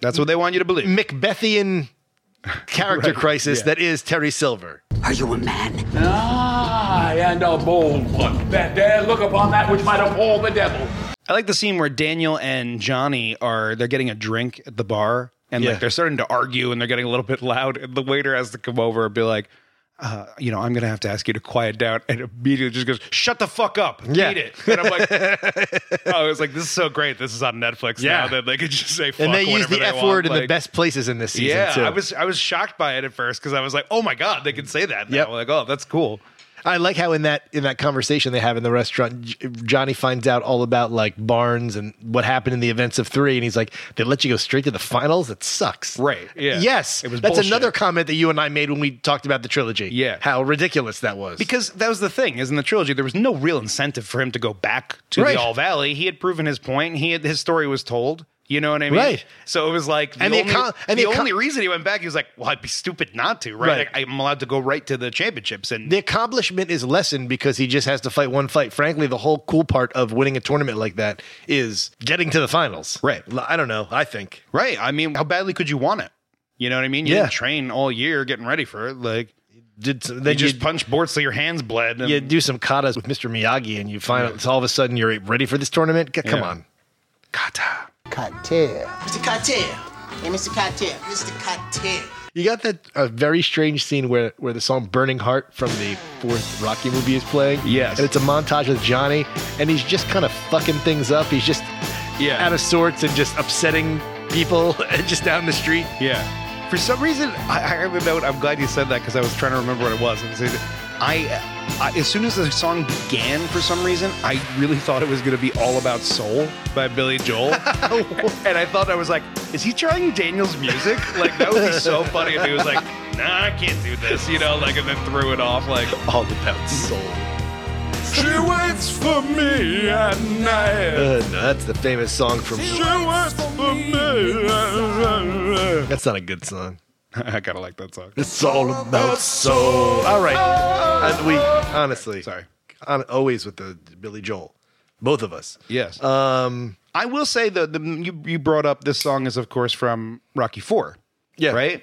[SPEAKER 3] That's what they want you to believe.
[SPEAKER 2] Macbethian character
[SPEAKER 3] Right.
[SPEAKER 2] crisis
[SPEAKER 3] Yeah.
[SPEAKER 2] that is Terry Silver.
[SPEAKER 13] Are you a man?
[SPEAKER 20] Ah, and a bold one that dare look upon that which might appall the devil.
[SPEAKER 3] I like the scene where Daniel and Johnny are they're getting a drink at the bar and
[SPEAKER 2] Yeah.
[SPEAKER 3] like they're starting to argue and they're getting a little bit loud and the waiter has to come over and be like uh, you know, I'm gonna have to ask you to quiet down, and immediately just goes, "Shut the fuck up,
[SPEAKER 2] Yeah.
[SPEAKER 3] eat it." And I'm like, I was like, "This is so great. This is on Netflix
[SPEAKER 2] Yeah.
[SPEAKER 3] now that they could just say fuck
[SPEAKER 2] and they use
[SPEAKER 3] whenever
[SPEAKER 2] the
[SPEAKER 3] they
[SPEAKER 2] F
[SPEAKER 3] want."
[SPEAKER 2] word in the
[SPEAKER 3] Like,
[SPEAKER 2] best places in this season,
[SPEAKER 3] Yeah,
[SPEAKER 2] too.
[SPEAKER 3] I was I was shocked by it at first because I was like, "Oh my god, they can say that." Yeah, like, "Oh, that's cool."
[SPEAKER 2] I like how in that in that conversation they have in the restaurant, J- Johnny finds out all about like Barnes and what happened in the events of three, and he's like, "They let you go straight to the finals. That sucks."
[SPEAKER 3] Right. Yeah.
[SPEAKER 2] Yes.
[SPEAKER 3] It was
[SPEAKER 2] That's
[SPEAKER 3] bullshit.
[SPEAKER 2] another comment that you and I made when we talked about the trilogy.
[SPEAKER 3] Yeah.
[SPEAKER 2] How ridiculous that was.
[SPEAKER 3] Because that was the thing, is in the trilogy, there was no real incentive for him to go back to
[SPEAKER 2] Right.
[SPEAKER 3] the All Valley. He had proven his point. He had, his story was told. You know what I mean?
[SPEAKER 2] Right.
[SPEAKER 3] So it was like the
[SPEAKER 2] And the
[SPEAKER 3] only,
[SPEAKER 2] econ- and
[SPEAKER 3] the
[SPEAKER 2] the econ-
[SPEAKER 3] only reason he went back, he was like, "Well, I'd be stupid not to, right?
[SPEAKER 2] Right.
[SPEAKER 3] Like, I'm allowed to go right to the championships." And
[SPEAKER 2] the accomplishment is lessened because he just has to fight one fight. Frankly, the whole cool part of winning a tournament like that is getting to the finals. Right. I don't know. I think.
[SPEAKER 3] right, I mean, how badly could you want it? You know what I mean? You
[SPEAKER 2] Yeah.
[SPEAKER 3] didn't train all year getting ready for it. Like,
[SPEAKER 2] did
[SPEAKER 3] they just punch boards so your hands bled? And,
[SPEAKER 2] You do some katas with Mr. Miyagi, and you find out all of a sudden you're ready for this tournament. C- Come
[SPEAKER 3] Yeah.
[SPEAKER 2] on.
[SPEAKER 21] Cocktail. Mr. Cocktail. Hey, Mr. Cocktail. Mr. Cocktail.
[SPEAKER 2] You got that a very strange scene where where the song "Burning Heart" from the fourth Rocky movie is playing.
[SPEAKER 3] Yes.
[SPEAKER 2] and it's a montage with Johnny, and he's just kind of fucking things up. He's just
[SPEAKER 3] Yeah.
[SPEAKER 2] out of sorts and just upsetting people just down the street.
[SPEAKER 3] Yeah. For some reason, I, I have a note. I'm glad you said that because I was trying to remember what it was. And so I, I, as soon as the song began, for some reason, I really thought it was going to be all about soul by Billy Joel, and I thought I was like, is he trying Daniel's music? Like that would be so funny if he was like, nah, I can't do this, you know, like and then threw it off like all about soul.
[SPEAKER 20] She waits for me at night.
[SPEAKER 2] Uh, no, that's the famous song from.
[SPEAKER 20] She waits for me at
[SPEAKER 2] That's not a good song.
[SPEAKER 3] I kind of like that song.
[SPEAKER 2] It's all about soul. All right, and we honestly,
[SPEAKER 3] sorry,
[SPEAKER 2] on, always with the Billy Joel, both of us.
[SPEAKER 3] Yes.
[SPEAKER 2] Um,
[SPEAKER 3] I will say the, the you you brought up this song is of course from Rocky Four.
[SPEAKER 2] Yeah.
[SPEAKER 3] Right.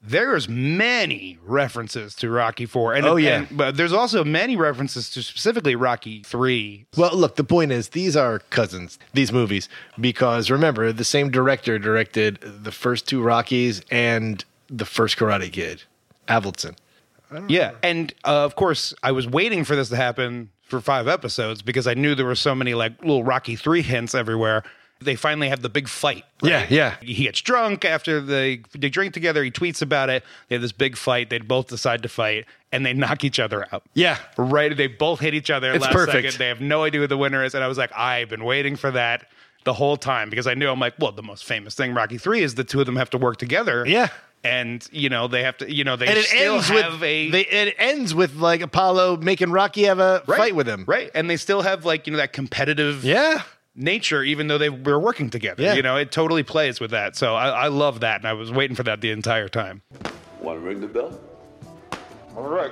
[SPEAKER 3] There's many references to Rocky Four, and
[SPEAKER 2] Oh, yeah.
[SPEAKER 3] and- but there's also many references to specifically Rocky Three.
[SPEAKER 2] Well, look, the point is these are cousins, these movies, because remember, the same director directed the first two Rockies and the first Karate Kid, Avildsen.
[SPEAKER 3] Yeah, and uh, of course I was waiting for this to happen for five episodes because I knew there were so many like little Rocky Three hints everywhere. They finally have the big fight.
[SPEAKER 2] Yeah,
[SPEAKER 3] He gets drunk after they they drink together. He tweets about it. They have this big fight. They both decide to fight, and they knock each other out.
[SPEAKER 2] yeah.
[SPEAKER 3] Right, they both hit each other
[SPEAKER 2] It's
[SPEAKER 3] last
[SPEAKER 2] perfect.
[SPEAKER 3] second. They have no idea who the winner is, and I was like, I've been waiting for that the whole time because I knew I'm like, well, the most famous thing Rocky Three is the two of them have to work together.
[SPEAKER 2] Yeah.
[SPEAKER 3] and you know they have to, you know they
[SPEAKER 2] And it
[SPEAKER 3] still
[SPEAKER 2] ends
[SPEAKER 3] have
[SPEAKER 2] with
[SPEAKER 3] a
[SPEAKER 2] they, it ends with like Apollo making Rocky have a fight with him.
[SPEAKER 3] right, and they still have like you know that competitive
[SPEAKER 2] Yeah.
[SPEAKER 3] nature, even though they were working together.
[SPEAKER 2] Yeah.
[SPEAKER 3] You know, it totally plays with that. So I, I love that, and I was waiting for that the entire time.
[SPEAKER 22] Want to ring the bell? All right.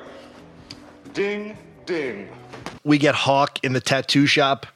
[SPEAKER 22] Ding, ding.
[SPEAKER 2] We get Hawk in the tattoo shop,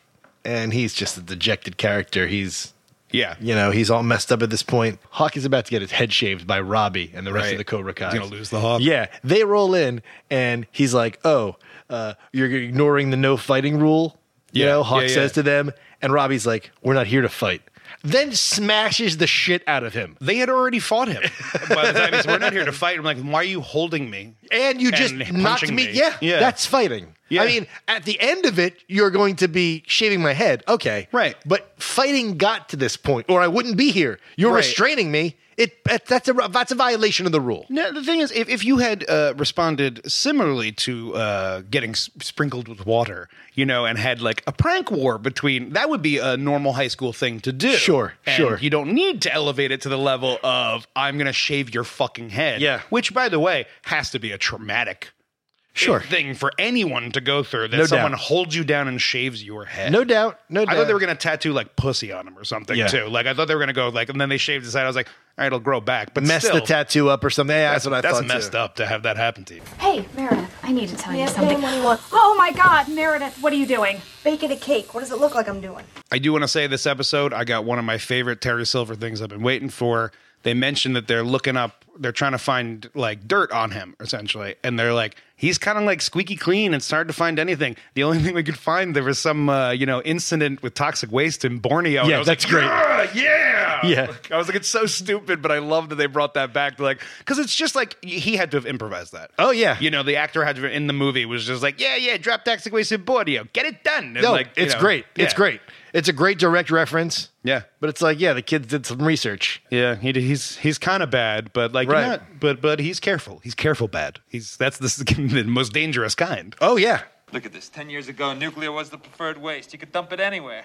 [SPEAKER 2] and he's just a dejected character. He's
[SPEAKER 3] Yeah.
[SPEAKER 2] you know, he's all messed up at this point. Hawk is about to get his head shaved by Robbie and the rest of the Cobra Kai.
[SPEAKER 3] He's gonna lose the Hawk.
[SPEAKER 2] Yeah, they roll in, and he's like, "Oh, uh, you're ignoring the no fighting rule." You
[SPEAKER 3] Yeah,
[SPEAKER 2] know, Hawk
[SPEAKER 3] yeah, yeah.
[SPEAKER 2] says to them, and Robbie's like, "We're not here to fight." Then smashes the shit out of him,
[SPEAKER 3] They had already fought him. By the time he said, "We're not here to fight," I'm like, "Why are you holding me?"
[SPEAKER 2] and you just
[SPEAKER 3] And
[SPEAKER 2] knocked
[SPEAKER 3] punching
[SPEAKER 2] me.
[SPEAKER 3] me.
[SPEAKER 2] Yeah,
[SPEAKER 3] Yeah.
[SPEAKER 2] that's fighting. I mean, at the end of it, you're going to be shaving my head. Okay. Right. But fighting got to this point, or I wouldn't be here. You're
[SPEAKER 3] Right.
[SPEAKER 2] restraining me. It that- that's a that's a violation of the rule.
[SPEAKER 3] No, the thing is, if, if you had uh, responded similarly to uh, getting s- sprinkled with water, you know, and had like a prank war between, that would be a normal high school thing to do.
[SPEAKER 2] Sure,
[SPEAKER 3] And
[SPEAKER 2] sure.
[SPEAKER 3] You don't need to elevate it to the level of I'm going to shave your fucking head.
[SPEAKER 2] Yeah.
[SPEAKER 3] which, by the way, has to be a traumatic. uh,
[SPEAKER 2] Sure.
[SPEAKER 3] Thing for anyone to go through that
[SPEAKER 2] No
[SPEAKER 3] someone
[SPEAKER 2] doubt.
[SPEAKER 3] holds you down and shaves your head.
[SPEAKER 2] No doubt. No
[SPEAKER 3] I
[SPEAKER 2] doubt.
[SPEAKER 3] thought they were going to tattoo like pussy on him or something
[SPEAKER 2] Yeah.
[SPEAKER 3] too. Like I thought they were going to go like, and then they shaved his head. I was like, all right, it'll grow back. But
[SPEAKER 2] mess the
[SPEAKER 3] still,
[SPEAKER 2] tattoo up or something. Yeah, that's, what I
[SPEAKER 3] that's
[SPEAKER 2] thought.
[SPEAKER 3] messed up to have that happen to you.
[SPEAKER 1] Hey, Meredith, I need to tell
[SPEAKER 5] Yes,
[SPEAKER 1] you something.
[SPEAKER 5] ma'am,
[SPEAKER 1] oh my God, Meredith, what are you doing?
[SPEAKER 5] Baking a cake. What does it look like I'm doing?
[SPEAKER 3] I do want to say this episode, I got one of my favorite Terry Silver things I've been waiting for. They mentioned that they're looking up, they're trying to find like dirt on him, essentially. And they're like, he's kind of like squeaky clean. It's hard to find anything. The only thing we could find, there was some, uh, you know, incident with toxic waste in Borneo. And
[SPEAKER 2] Yeah,
[SPEAKER 3] I was
[SPEAKER 2] that's
[SPEAKER 3] like,
[SPEAKER 2] great.
[SPEAKER 3] "Yeah, Yeah.
[SPEAKER 2] Yeah.
[SPEAKER 3] Like, I was like, it's so stupid, but I love that they brought that back. They're like, because it's just like, y- he had to have improvised that.
[SPEAKER 2] Oh yeah.
[SPEAKER 3] You know, the actor had to, in the movie was just like, yeah, yeah, drop toxic waste in Borneo. Get it done. And
[SPEAKER 2] No,
[SPEAKER 3] like, you
[SPEAKER 2] it's
[SPEAKER 3] know,
[SPEAKER 2] great. It's
[SPEAKER 3] yeah.
[SPEAKER 2] great. It's a great direct reference.
[SPEAKER 3] Yeah.
[SPEAKER 2] But it's like, yeah, the kids did some research.
[SPEAKER 3] Yeah, he, he's he's kind of bad, but like
[SPEAKER 2] Right.
[SPEAKER 3] you're not, but but he's careful. He's careful bad. He's that's the, the most dangerous kind.
[SPEAKER 2] Oh yeah.
[SPEAKER 23] Look at this. Ten years ago, nuclear was the preferred waste. You could dump it anywhere.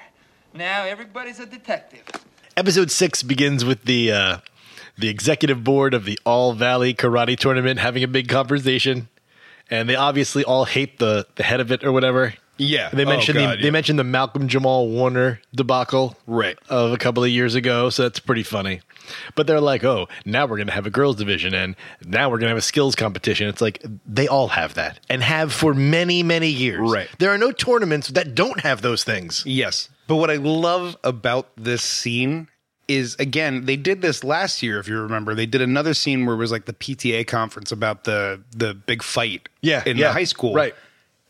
[SPEAKER 23] Now everybody's a detective.
[SPEAKER 2] Episode six begins with the uh, the executive board of the All Valley Karate Tournament having a big conversation, and they obviously all hate the the head of it or whatever.
[SPEAKER 3] Yeah.
[SPEAKER 2] They
[SPEAKER 3] Oh,
[SPEAKER 2] mentioned
[SPEAKER 3] God,
[SPEAKER 2] the,
[SPEAKER 3] yeah.
[SPEAKER 2] they mentioned the Malcolm Jamal Warner debacle
[SPEAKER 3] Right.
[SPEAKER 2] of a couple of years ago, so that's pretty funny. But they're like, oh, now we're gonna have a girls division, and now we're gonna have a skills competition. It's like they all have that and have for many many years. Right. There are no tournaments that don't have those things.
[SPEAKER 3] Yes. But what I love about this scene is again, they did this last year, if you remember. They did another scene where it was like the PTA conference about the the big fight
[SPEAKER 2] Yeah,
[SPEAKER 3] in
[SPEAKER 2] yeah,
[SPEAKER 3] the high school.
[SPEAKER 2] right.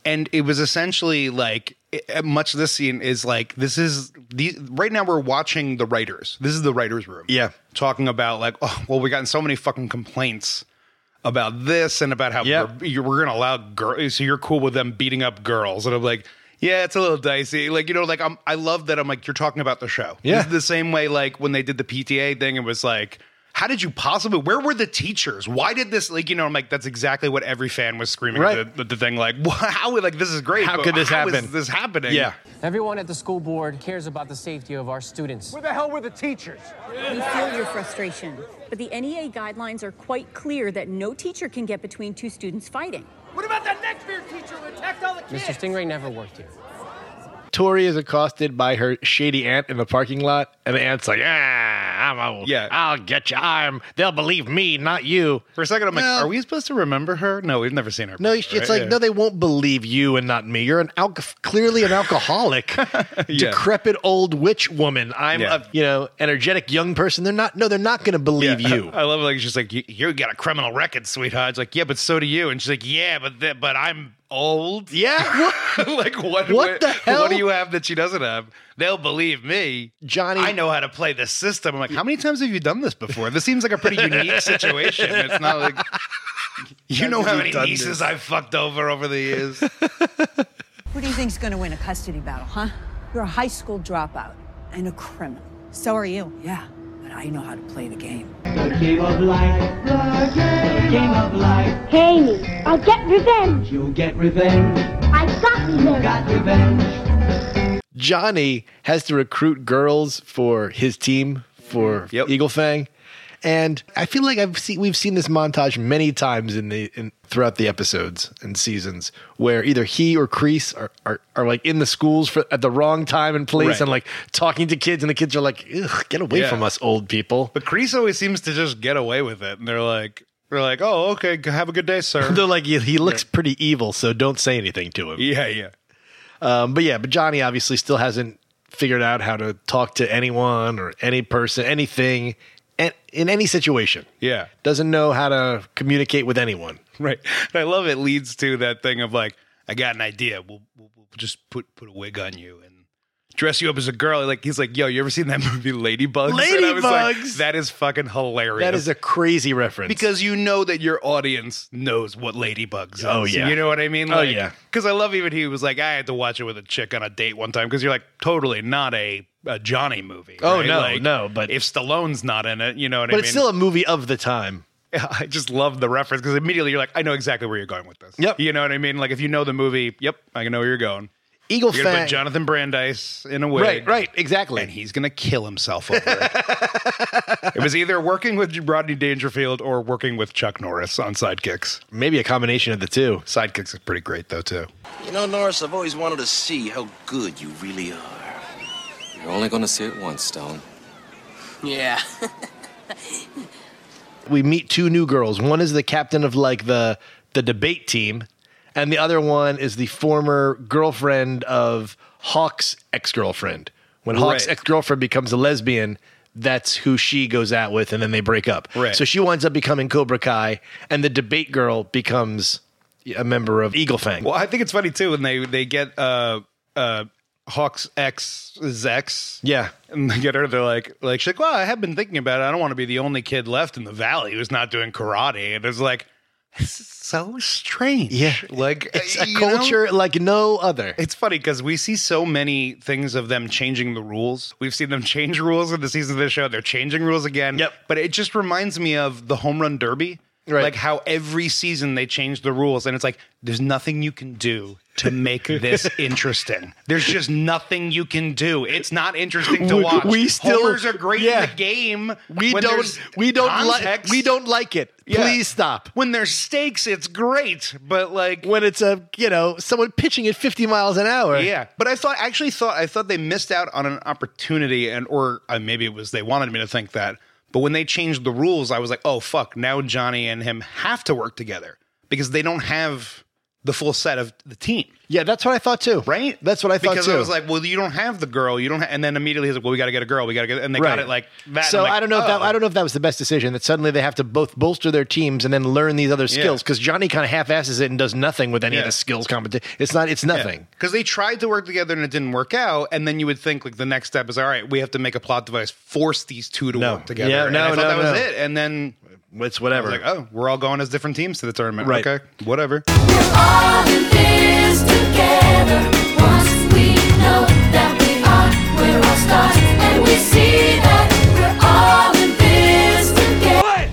[SPEAKER 3] And it was essentially like it- much of this scene is like this is the right now we're watching the writers. This is the writers' room.
[SPEAKER 2] Yeah.
[SPEAKER 3] Talking about like, oh well, we gotten so many fucking complaints about this and about how we're, you- we're gonna allow girls so you're cool with them beating up girls and i'm like yeah it's a little dicey like you know like i'm i love that i'm like you're talking about the show
[SPEAKER 2] Yeah.
[SPEAKER 3] This is the same way like when they did the pta thing it was like how did you possibly where were the teachers why did this like you know i'm like that's exactly what every fan was screaming at
[SPEAKER 2] Right.
[SPEAKER 3] the, the, the thing like how like this is great
[SPEAKER 2] How
[SPEAKER 3] but
[SPEAKER 2] could this
[SPEAKER 3] how is
[SPEAKER 2] happen?
[SPEAKER 3] this happening
[SPEAKER 2] Yeah.
[SPEAKER 24] Everyone at the school board cares about the safety of our students.
[SPEAKER 25] Where the hell were the teachers?
[SPEAKER 26] We feel your frustration, but the NEA guidelines are quite clear that no teacher can get between two students fighting.
[SPEAKER 25] What about that next beer teacher who attacked all the kids?
[SPEAKER 24] Mr. Stingray never worked here.
[SPEAKER 2] Tori is accosted by her shady aunt in the parking lot, and the aunt's like, "Ah, I'm a,
[SPEAKER 3] Yeah.
[SPEAKER 2] I'll get you. I'm. They'll believe me, not you."
[SPEAKER 3] for a second i'm like
[SPEAKER 2] No.
[SPEAKER 3] are we supposed to remember her no we've never seen her
[SPEAKER 2] No,
[SPEAKER 3] before,
[SPEAKER 2] it's
[SPEAKER 3] right?
[SPEAKER 2] like
[SPEAKER 3] Yeah.
[SPEAKER 2] no, they won't believe you and not me. You're an alco- clearly an alcoholic, decrepit old witch woman. I'm
[SPEAKER 3] Yeah.
[SPEAKER 2] a you know energetic young person. They're not. No, they're not going to believe
[SPEAKER 3] Yeah.
[SPEAKER 2] you.
[SPEAKER 3] I love it. Like she's like, you, you got a criminal record, sweetheart. It's like, yeah, but so do you. And she's like, yeah, but th- but I'm old.
[SPEAKER 2] Yeah.
[SPEAKER 3] like what?
[SPEAKER 2] What the hell?
[SPEAKER 3] What do you have that she doesn't have? They'll believe me,
[SPEAKER 2] Johnny.
[SPEAKER 3] I know how to play the system. I'm like, how many times have you done this before? This seems like a pretty unique situation. It's not like you know how many nieces I've fucked over over the years.
[SPEAKER 27] Who do you think's going to win a custody battle, huh? You're a high school dropout and a criminal. So are you. Yeah, but I know how to play the game.
[SPEAKER 28] The game of life. The game of life. Haney, I'll get revenge. You'll get revenge. I got revenge. Got revenge.
[SPEAKER 2] Johnny has to recruit girls for his team for
[SPEAKER 3] Mm-hmm.
[SPEAKER 2] Eagle Fang. And I feel like I've seen we've seen this montage many times in the in, throughout the episodes and seasons where either he or Crease are, are, are like in the schools for at the wrong time and place
[SPEAKER 3] Right.
[SPEAKER 2] and like talking to kids and the kids are like, Ugh, get away
[SPEAKER 3] Yeah.
[SPEAKER 2] from us, old people.
[SPEAKER 3] But Chris always seems to just get away with it, and they're like, they're like, oh, okay, have a good day, sir.
[SPEAKER 2] They're like, he, he looks pretty evil, so don't say anything to him.
[SPEAKER 3] Yeah, yeah.
[SPEAKER 2] Um, but yeah, but Johnny obviously still hasn't figured out how to talk to anyone or any person, anything, and in any situation.
[SPEAKER 3] Yeah.
[SPEAKER 2] Doesn't know how to communicate with anyone.
[SPEAKER 3] Right. And I love it leads to that thing of like, I got an idea. We'll, we'll, we'll just put put a wig on you and dress you up as a girl. Like he's like, yo, you ever seen that movie Ladybugs? And I was like,
[SPEAKER 2] Ladybugs!
[SPEAKER 3] that is fucking hilarious.
[SPEAKER 2] That is a crazy reference.
[SPEAKER 3] because you know that your audience knows what ladybugs is.
[SPEAKER 2] Oh, yeah.
[SPEAKER 3] you know what I mean.
[SPEAKER 2] Oh,
[SPEAKER 3] Like,
[SPEAKER 2] yeah.
[SPEAKER 3] because I love even he was like, I had to watch it with a chick on a date one time because you're like totally not a, a Johnny movie.
[SPEAKER 2] Oh,
[SPEAKER 3] right?
[SPEAKER 2] no,
[SPEAKER 3] Like,
[SPEAKER 2] no, but-
[SPEAKER 3] if Stallone's not in it, you know what
[SPEAKER 2] but
[SPEAKER 3] I mean.
[SPEAKER 2] it's still a movie of the time.
[SPEAKER 3] I just love the reference because immediately you're like, I know exactly where you're going with this. Yep. You know what I mean? Like if you know the movie, yep, I can know where you're going.
[SPEAKER 2] Eagle
[SPEAKER 3] You're gonna
[SPEAKER 2] Fang-
[SPEAKER 3] put Jonathan Brandeis in a wig.
[SPEAKER 2] Right, right, exactly.
[SPEAKER 3] And he's gonna kill himself over it. it was either working with Rodney Dangerfield or working with Chuck Norris on sidekicks.
[SPEAKER 2] Maybe a combination of the two.
[SPEAKER 3] Sidekicks is pretty great though too.
[SPEAKER 13] You know, Norris, I've always wanted to see how good you really are.
[SPEAKER 4] You're only gonna see it once, Stone.
[SPEAKER 21] Yeah.
[SPEAKER 2] We meet two new girls. One is the captain of like the the debate team, and the other one is the former girlfriend of Hawk's ex girlfriend. When Hawk's
[SPEAKER 3] Right.
[SPEAKER 2] ex girlfriend becomes a lesbian, that's who she goes out with, and then they break up.
[SPEAKER 3] Right.
[SPEAKER 2] So she winds up becoming Cobra Kai, and the debate girl becomes a member of Eagle Fang.
[SPEAKER 3] Well, I think it's funny too when they they get uh uh Hawk's ex is ex.
[SPEAKER 2] Yeah.
[SPEAKER 3] And they get her, they're like like she's like, Well, I have been thinking about it. I don't want to be the only kid left in the valley who's not doing karate. And it's like this is so strange.
[SPEAKER 2] Yeah.
[SPEAKER 3] Like
[SPEAKER 2] It's a
[SPEAKER 3] you know?
[SPEAKER 2] culture like no other.
[SPEAKER 3] It's funny because we see so many things of them changing the rules. We've seen them change rules in the season of the show. They're changing rules again. Yep. But it just reminds me of the home run derby. Right. Like how every season they change the rules, and it's like there's nothing you can do to make this interesting. There's just nothing you can do. It's not interesting to
[SPEAKER 2] We-
[SPEAKER 3] watch.
[SPEAKER 2] we still-
[SPEAKER 3] homers are great
[SPEAKER 2] yeah.
[SPEAKER 3] in the game.
[SPEAKER 2] We
[SPEAKER 3] When
[SPEAKER 2] don't
[SPEAKER 3] there's
[SPEAKER 2] we don't like
[SPEAKER 3] context-
[SPEAKER 2] we don't like it.
[SPEAKER 3] Yeah.
[SPEAKER 2] Please stop.
[SPEAKER 3] When there's stakes, it's great, but like
[SPEAKER 2] when it's a you know someone pitching at 50 miles an hour.
[SPEAKER 3] Yeah, but I thought actually thought I thought they missed out on an opportunity, and or uh, maybe it was they wanted me to think that. But when they changed the rules, I was like, oh fuck! Now Johnny and him have to work together because they don't have the full set of the team.
[SPEAKER 2] Yeah, that's what I thought too.
[SPEAKER 3] Right?
[SPEAKER 2] That's what I thought
[SPEAKER 3] because
[SPEAKER 2] too.
[SPEAKER 3] I was like, well, you don't have the girl, you don't, ha-. and then immediately he's like, well, we got to get a girl, we got to get, and they got
[SPEAKER 2] Right.
[SPEAKER 3] it like that.
[SPEAKER 2] so
[SPEAKER 3] I'm like,
[SPEAKER 2] I don't know if that
[SPEAKER 3] oh.
[SPEAKER 2] I don't know if that was the best decision that suddenly they have to both bolster their teams and then learn these other
[SPEAKER 3] Yeah.
[SPEAKER 2] skills because Johnny kind of half-asses it and does nothing with any of
[SPEAKER 3] Yeah.
[SPEAKER 2] the skills competition. It's not it's nothing.
[SPEAKER 3] Because they tried to work together and it didn't work out, and then you would think like the next step is all right, we have to make a plot device, force these two to work together.
[SPEAKER 2] Yeah,
[SPEAKER 3] and
[SPEAKER 2] no,
[SPEAKER 3] I thought
[SPEAKER 2] no,
[SPEAKER 3] that was
[SPEAKER 2] no.
[SPEAKER 3] it. And then
[SPEAKER 2] it's whatever.
[SPEAKER 3] like, oh, we're all going as different teams to the tournament.
[SPEAKER 2] Right.
[SPEAKER 3] Okay, whatever.
[SPEAKER 7] All in this together. Once we know that we are, we're all stars, and we see that we're all in this together.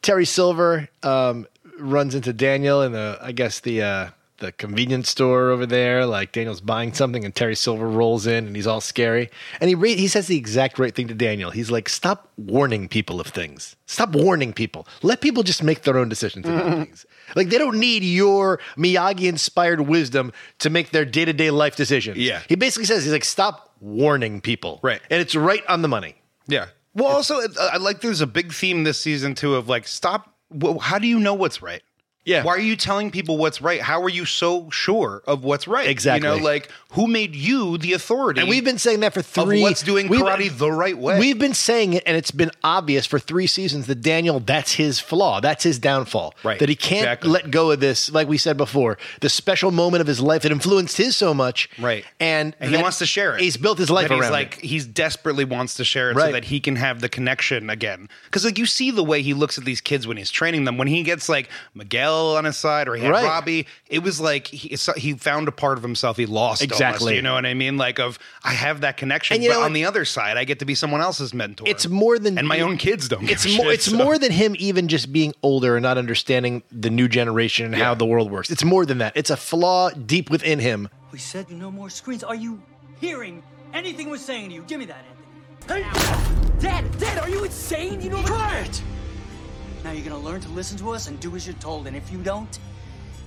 [SPEAKER 2] Terry Silver um, runs into Daniel in the I guess the uh, the convenience store over there. Like Daniel's buying something, and Terry Silver rolls in, and he's all scary. And he re- he says the exact right thing to Daniel. He's like, "Stop warning people of things. Stop warning people. Let people just make their own decisions about things. Like they don't need your Miyagi inspired wisdom to make their day to day life decisions."
[SPEAKER 3] Yeah.
[SPEAKER 2] He basically says he's like, "Stop warning people." Right. And it's right on the money.
[SPEAKER 3] Yeah. Well, also, it- I like there's a big theme this season too of like, stop. wh- How do you know what's right?
[SPEAKER 2] Yeah.
[SPEAKER 3] Why are you telling people what's right? How are you so sure of what's right?
[SPEAKER 2] Exactly.
[SPEAKER 3] You know, like who made you the authority?
[SPEAKER 2] And we've been saying that for three.
[SPEAKER 3] Of what's doing
[SPEAKER 2] we've-
[SPEAKER 3] karate the right way?
[SPEAKER 2] We've been saying it, and it's been obvious for three seasons that Daniel, that's his flaw, that's his downfall.
[SPEAKER 3] Right,
[SPEAKER 2] That he can't
[SPEAKER 3] exactly.
[SPEAKER 2] let go of this. Like we said before, the special moment of his life that influenced his so much.
[SPEAKER 3] Right.
[SPEAKER 2] And,
[SPEAKER 3] and he
[SPEAKER 2] that
[SPEAKER 3] wants to share it.
[SPEAKER 2] He's built his life
[SPEAKER 3] That
[SPEAKER 2] around.
[SPEAKER 3] He's
[SPEAKER 2] it.
[SPEAKER 3] like he's desperately wants to share it so
[SPEAKER 2] Right.
[SPEAKER 3] that he can have the connection again. Because like you see the way he looks at these kids when he's training them. When he gets like Miguel on his side or he had
[SPEAKER 2] Right.
[SPEAKER 3] Robbie, it was like he, so- he found a part of himself he lost. almost,
[SPEAKER 2] Exactly.
[SPEAKER 3] you know what I mean? Like of I have that connection,
[SPEAKER 2] And you
[SPEAKER 3] but
[SPEAKER 2] know
[SPEAKER 3] on
[SPEAKER 2] what?
[SPEAKER 3] the other side, I get to be someone else's mentor.
[SPEAKER 2] It's more than
[SPEAKER 3] and my own kids don't. give
[SPEAKER 2] It's
[SPEAKER 3] a
[SPEAKER 2] more.
[SPEAKER 3] shit,
[SPEAKER 2] it's
[SPEAKER 3] so.
[SPEAKER 2] more than him even just being older and not understanding the new generation and how the world works. It's more than that. It's a flaw deep within him.
[SPEAKER 8] We said no more screens. Are you hearing anything we're saying to you? Give me that, Anthony. Dad, Dad, are you insane? You know Quiet! Now you're gonna learn to listen to us and do as you're told, and if you don't,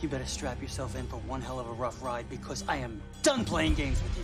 [SPEAKER 8] you better strap yourself in for one hell of a rough ride because I am done playing games with you.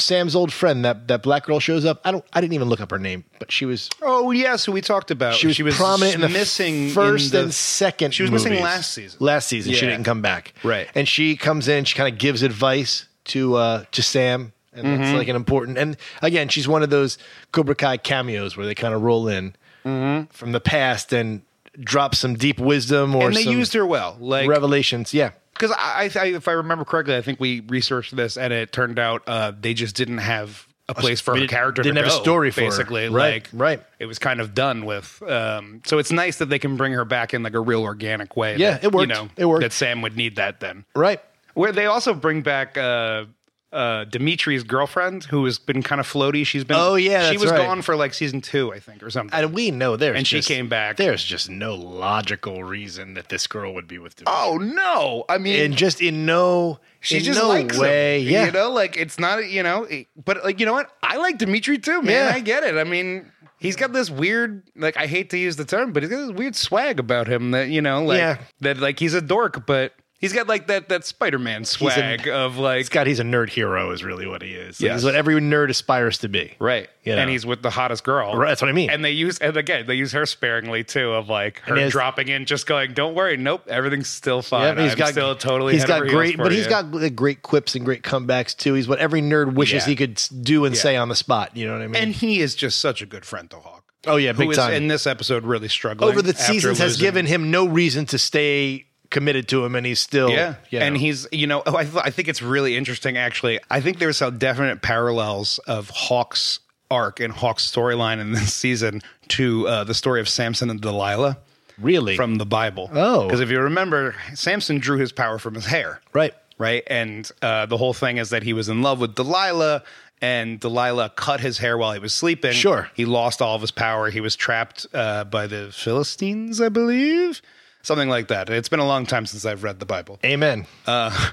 [SPEAKER 2] Sam's old friend, that that black girl shows up. I don't. I didn't even look up her name, but she was
[SPEAKER 3] Oh yes, who we talked about.
[SPEAKER 2] She was, prominent in the
[SPEAKER 3] Oh, missing
[SPEAKER 2] first
[SPEAKER 3] in the-
[SPEAKER 2] and second.
[SPEAKER 3] She was missing
[SPEAKER 2] movies.
[SPEAKER 3] last season.
[SPEAKER 2] Last season, she
[SPEAKER 3] Yeah.
[SPEAKER 2] didn't come back.
[SPEAKER 3] Right.
[SPEAKER 2] and she comes in. She kind of gives advice to uh, to Sam, and that's
[SPEAKER 3] Mhm.
[SPEAKER 2] like an important. And again, she's one of those Cobra Kai cameos where they kind of roll in
[SPEAKER 3] Mm-hmm.
[SPEAKER 2] from the past and drop some deep wisdom or
[SPEAKER 3] and they
[SPEAKER 2] some
[SPEAKER 3] used her well. Like
[SPEAKER 2] revelations. Yeah,
[SPEAKER 3] Because I, I, if I remember correctly, I think we researched this, and it turned out uh, they just didn't have a place for
[SPEAKER 2] We
[SPEAKER 3] her
[SPEAKER 2] didn't-
[SPEAKER 3] character.
[SPEAKER 2] didn't
[SPEAKER 3] to
[SPEAKER 2] have a
[SPEAKER 3] go,
[SPEAKER 2] story for her.
[SPEAKER 3] basically.
[SPEAKER 2] Right,
[SPEAKER 3] Like, It was kind of done with. Um, so it's nice that they can bring her back in like a real organic way.
[SPEAKER 2] Yeah,
[SPEAKER 3] that,
[SPEAKER 2] it worked.
[SPEAKER 3] You know,
[SPEAKER 2] It worked.
[SPEAKER 3] That Sam would need that then.
[SPEAKER 2] Right.
[SPEAKER 3] Where they also bring back uh, uh, Dimitri's girlfriend, who has been kind of floaty. She's been.
[SPEAKER 2] Oh, yeah,
[SPEAKER 3] she
[SPEAKER 2] that's
[SPEAKER 3] was
[SPEAKER 2] right.
[SPEAKER 3] gone for like season two, I think, or something.
[SPEAKER 2] And we know there's
[SPEAKER 3] And she
[SPEAKER 2] just-
[SPEAKER 3] came back.
[SPEAKER 2] There's just no logical reason that this girl would be with. Dimitri's.
[SPEAKER 3] Oh no! I mean,
[SPEAKER 2] and just in no,
[SPEAKER 3] she
[SPEAKER 2] in
[SPEAKER 3] just
[SPEAKER 2] no
[SPEAKER 3] likes
[SPEAKER 2] way.
[SPEAKER 3] him.
[SPEAKER 2] Yeah,
[SPEAKER 3] you know, like it's not, you know, it- but like you know what? I like Dimitri too, man.
[SPEAKER 2] Yeah.
[SPEAKER 3] I get it. I mean, he's got this weird, like I hate to use the term, but he's got this weird swag about him that you know, like
[SPEAKER 2] Yeah.
[SPEAKER 3] that, like he's a dork, but he's got like that that Spider Man
[SPEAKER 2] He's a-
[SPEAKER 3] swag of like
[SPEAKER 2] Scott, he's a nerd hero, is really what he is.
[SPEAKER 3] Yes.
[SPEAKER 2] He's what every nerd aspires to be.
[SPEAKER 3] right,
[SPEAKER 2] You know.
[SPEAKER 3] and he's with the hottest girl.
[SPEAKER 2] Right, that's what I mean.
[SPEAKER 3] And they use, and again, they use her sparingly too, of like
[SPEAKER 2] And he
[SPEAKER 3] her
[SPEAKER 2] has-
[SPEAKER 3] dropping in, just going, "Don't worry, nope, everything's still
[SPEAKER 2] Yeah,
[SPEAKER 3] fine.
[SPEAKER 2] he's
[SPEAKER 3] I'm still totally."
[SPEAKER 2] He's
[SPEAKER 3] head
[SPEAKER 2] got
[SPEAKER 3] over heels
[SPEAKER 2] great,
[SPEAKER 3] for
[SPEAKER 2] but he's
[SPEAKER 3] you."
[SPEAKER 2] got g- great quips and great comebacks too. He's what every nerd wishes
[SPEAKER 3] Yeah.
[SPEAKER 2] he could s- do and
[SPEAKER 3] Yeah.
[SPEAKER 2] say on the spot. You know what I mean?
[SPEAKER 3] and he is just such a good friend to Hawk.
[SPEAKER 2] Oh, yeah, big
[SPEAKER 3] who is
[SPEAKER 2] time.
[SPEAKER 3] in this episode really struggling
[SPEAKER 2] Over the
[SPEAKER 3] after
[SPEAKER 2] seasons, has
[SPEAKER 3] losing-
[SPEAKER 2] given him no reason to stay committed to him, and he's still
[SPEAKER 3] yeah,
[SPEAKER 2] you
[SPEAKER 3] and
[SPEAKER 2] know.
[SPEAKER 3] he's you know oh, I th- I think it's really interesting actually. I think there's some definite parallels of Hawk's arc and Hawk's storyline in this season to uh, the story of Samson and Delilah.
[SPEAKER 2] Really,
[SPEAKER 3] from the Bible.
[SPEAKER 2] Oh.
[SPEAKER 3] because if you remember, Samson drew his power from his hair.
[SPEAKER 2] Right.
[SPEAKER 3] Right. And uh, the whole thing is that he was in love with Delilah, and Delilah cut his hair while he was sleeping.
[SPEAKER 2] Sure.
[SPEAKER 3] He lost all of his power. He was trapped uh, by the Philistines, I believe. Something like that. It's been a long time since I've read the Bible.
[SPEAKER 2] Amen.
[SPEAKER 3] Uh,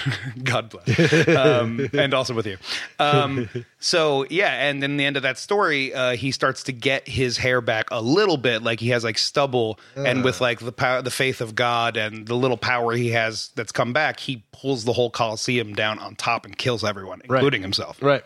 [SPEAKER 3] God bless. Um, and also with you. Um, so, yeah. And in the end of that story, uh, he starts to get his hair back a little bit. Like he has like stubble. And with like the power, the faith of God and the little power he has that's come back, he pulls the whole Colosseum down on top and kills everyone, including himself.
[SPEAKER 2] Right.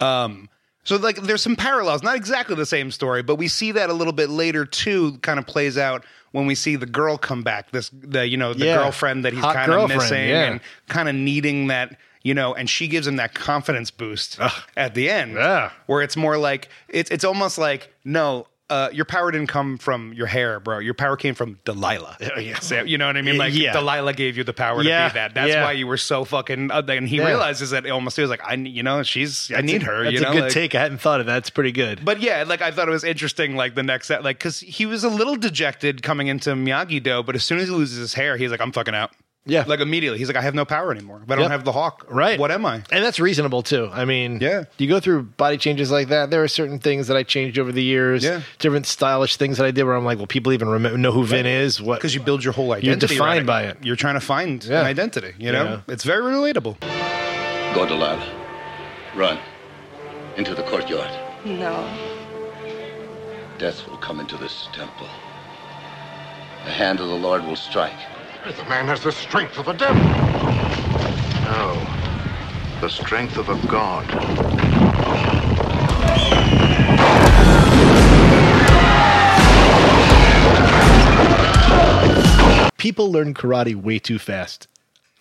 [SPEAKER 3] Um, so like there's some parallels, not exactly the same story, but we see that a little bit later too. Kind of plays out when we see the girl come back. This the you know the
[SPEAKER 2] Yeah.
[SPEAKER 3] girlfriend that he's
[SPEAKER 2] Hot
[SPEAKER 3] kind of
[SPEAKER 2] girlfriend,
[SPEAKER 3] missing
[SPEAKER 2] yeah.
[SPEAKER 3] and kind of needing that you know, and she gives him that confidence boost at the end. Yeah, where it's more like it's it's almost like no. Uh, your power didn't come from your hair, bro. Your power came from Delilah.
[SPEAKER 2] yeah.
[SPEAKER 3] So, you know what I mean? Like
[SPEAKER 2] Yeah.
[SPEAKER 3] Delilah gave you the power
[SPEAKER 2] Yeah,
[SPEAKER 3] to be that. That's
[SPEAKER 2] yeah.
[SPEAKER 3] why you were so fucking. Uh, and he
[SPEAKER 2] Yeah.
[SPEAKER 3] realizes that almost. He was like, I, ne- you know, she's. I
[SPEAKER 2] That's
[SPEAKER 3] need
[SPEAKER 2] a-
[SPEAKER 3] her.
[SPEAKER 2] That's
[SPEAKER 3] you know,
[SPEAKER 2] a good
[SPEAKER 3] like-
[SPEAKER 2] take. I hadn't thought of that. It's pretty good.
[SPEAKER 3] But yeah, like I thought it was interesting. Like the next, set, like because he was a little dejected coming into Miyagi Do, but as soon as he loses his hair, he's like, I'm fucking out.
[SPEAKER 2] Yeah.
[SPEAKER 3] like immediately, he's like, I have no power anymore. If I don't
[SPEAKER 2] Yep.
[SPEAKER 3] have the hawk.
[SPEAKER 2] Right.
[SPEAKER 3] What am I?
[SPEAKER 2] And that's reasonable too. I mean,
[SPEAKER 3] Yeah.
[SPEAKER 2] You go through body changes like that. There are certain things that I changed over the years.
[SPEAKER 3] Yeah.
[SPEAKER 2] Different stylish things that I did where I'm like, well, people even remember, know who Vin is. What?
[SPEAKER 3] Because you build your whole identity.
[SPEAKER 2] You're defined by
[SPEAKER 3] around
[SPEAKER 2] it.
[SPEAKER 3] You're trying to find
[SPEAKER 2] Yeah.
[SPEAKER 3] an identity. You know,
[SPEAKER 2] Yeah.
[SPEAKER 3] it's very relatable.
[SPEAKER 13] Go, Delilah. Run. Into the courtyard.
[SPEAKER 6] No.
[SPEAKER 13] Death will come into this temple. The hand of the Lord will strike.
[SPEAKER 9] The man has the strength of a devil.
[SPEAKER 13] No. The strength of a god.
[SPEAKER 2] People learn karate way too fast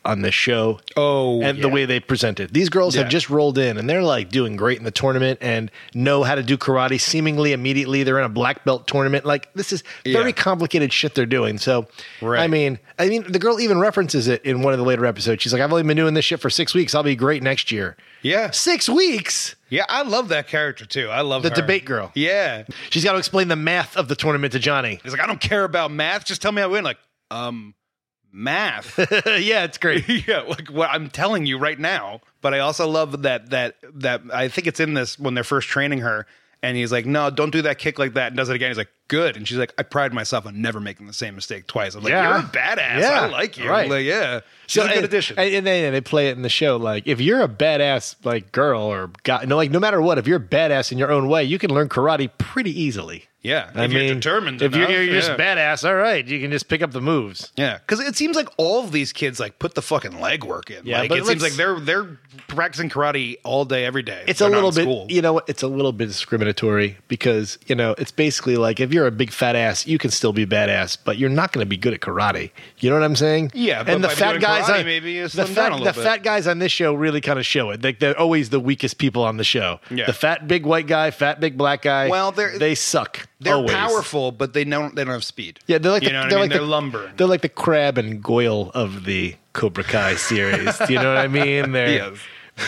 [SPEAKER 2] on this show.
[SPEAKER 3] Oh,
[SPEAKER 2] and the way they present it. These girls
[SPEAKER 3] Yeah.
[SPEAKER 2] have just rolled in and they're like doing great in the tournament and know how to do karate seemingly immediately. They're in a black belt tournament. Like this is very
[SPEAKER 3] Yeah.
[SPEAKER 2] complicated shit they're doing. So I mean, I mean, the girl even references it in one of the later episodes. She's like, "I've only been doing this shit for six weeks. I'll be great next year."
[SPEAKER 3] Yeah.
[SPEAKER 2] Six weeks.
[SPEAKER 3] Yeah, I love that character too. I love
[SPEAKER 2] The
[SPEAKER 3] her.
[SPEAKER 2] debate girl.
[SPEAKER 3] Yeah.
[SPEAKER 2] She's got to explain the math of the tournament to Johnny.
[SPEAKER 3] He's like, I don't care about math. Just tell me I win. Like, um, math.
[SPEAKER 2] yeah, it's great.
[SPEAKER 3] yeah, like what I'm telling you right now. But I also love that that that I think it's in this when they're first training her, and he's like, "No, don't do that kick like that," and does it again. He's like, "Good," and she's like, "I pride myself on never making the same mistake twice." I'm like,
[SPEAKER 2] Yeah.
[SPEAKER 3] "You're a badass.
[SPEAKER 2] Yeah.
[SPEAKER 3] I like you.
[SPEAKER 2] Right.
[SPEAKER 3] Like, yeah, she's a good
[SPEAKER 2] and,
[SPEAKER 3] addition."
[SPEAKER 2] And, and then they play it in the show like if you're a badass like girl or guy, no, like no matter what, if you're a badass in your own way, you can learn karate pretty easily.
[SPEAKER 3] yeah,
[SPEAKER 2] I
[SPEAKER 3] if
[SPEAKER 2] mean,
[SPEAKER 3] you're determined,
[SPEAKER 2] if you're,
[SPEAKER 3] enough,
[SPEAKER 2] you're just
[SPEAKER 3] yeah.
[SPEAKER 2] badass, all right, you can just pick up the moves.
[SPEAKER 3] Yeah, because it seems like all of these kids like put the fucking legwork in.
[SPEAKER 2] Yeah,
[SPEAKER 3] like,
[SPEAKER 2] but
[SPEAKER 3] it seems
[SPEAKER 2] let's-
[SPEAKER 3] like they're they're practicing karate all day, every day.
[SPEAKER 2] It's
[SPEAKER 3] They're
[SPEAKER 2] a
[SPEAKER 3] not
[SPEAKER 2] little
[SPEAKER 3] in
[SPEAKER 2] bit,
[SPEAKER 3] school.
[SPEAKER 2] you know, what, it's a little bit discriminatory because you know it's basically like if you're a big fat ass, you can still be badass, but you're not going to be good at karate. You know what I'm saying?
[SPEAKER 3] Yeah, but
[SPEAKER 2] and the
[SPEAKER 3] by
[SPEAKER 2] fat
[SPEAKER 3] doing
[SPEAKER 2] guys,
[SPEAKER 3] karate,
[SPEAKER 2] on,
[SPEAKER 3] maybe you
[SPEAKER 2] the
[SPEAKER 3] slim down a
[SPEAKER 2] fat
[SPEAKER 3] little
[SPEAKER 2] the
[SPEAKER 3] bit.
[SPEAKER 2] fat guys on this show really kind of show it. Like they're always the weakest people on the show.
[SPEAKER 3] Yeah.
[SPEAKER 2] the fat big white guy, fat big black guy.
[SPEAKER 3] Well, they're-
[SPEAKER 2] they suck.
[SPEAKER 3] They're
[SPEAKER 2] Always.
[SPEAKER 3] powerful, but they don't they don't have speed.
[SPEAKER 2] Yeah, they're like
[SPEAKER 3] you
[SPEAKER 2] the,
[SPEAKER 3] know what
[SPEAKER 2] they're
[SPEAKER 3] I mean?
[SPEAKER 2] like
[SPEAKER 3] they're
[SPEAKER 2] the,
[SPEAKER 3] lumber.
[SPEAKER 2] They're like the crab and goyle of the Cobra Kai series. Do you know what I mean? They're
[SPEAKER 3] Yes.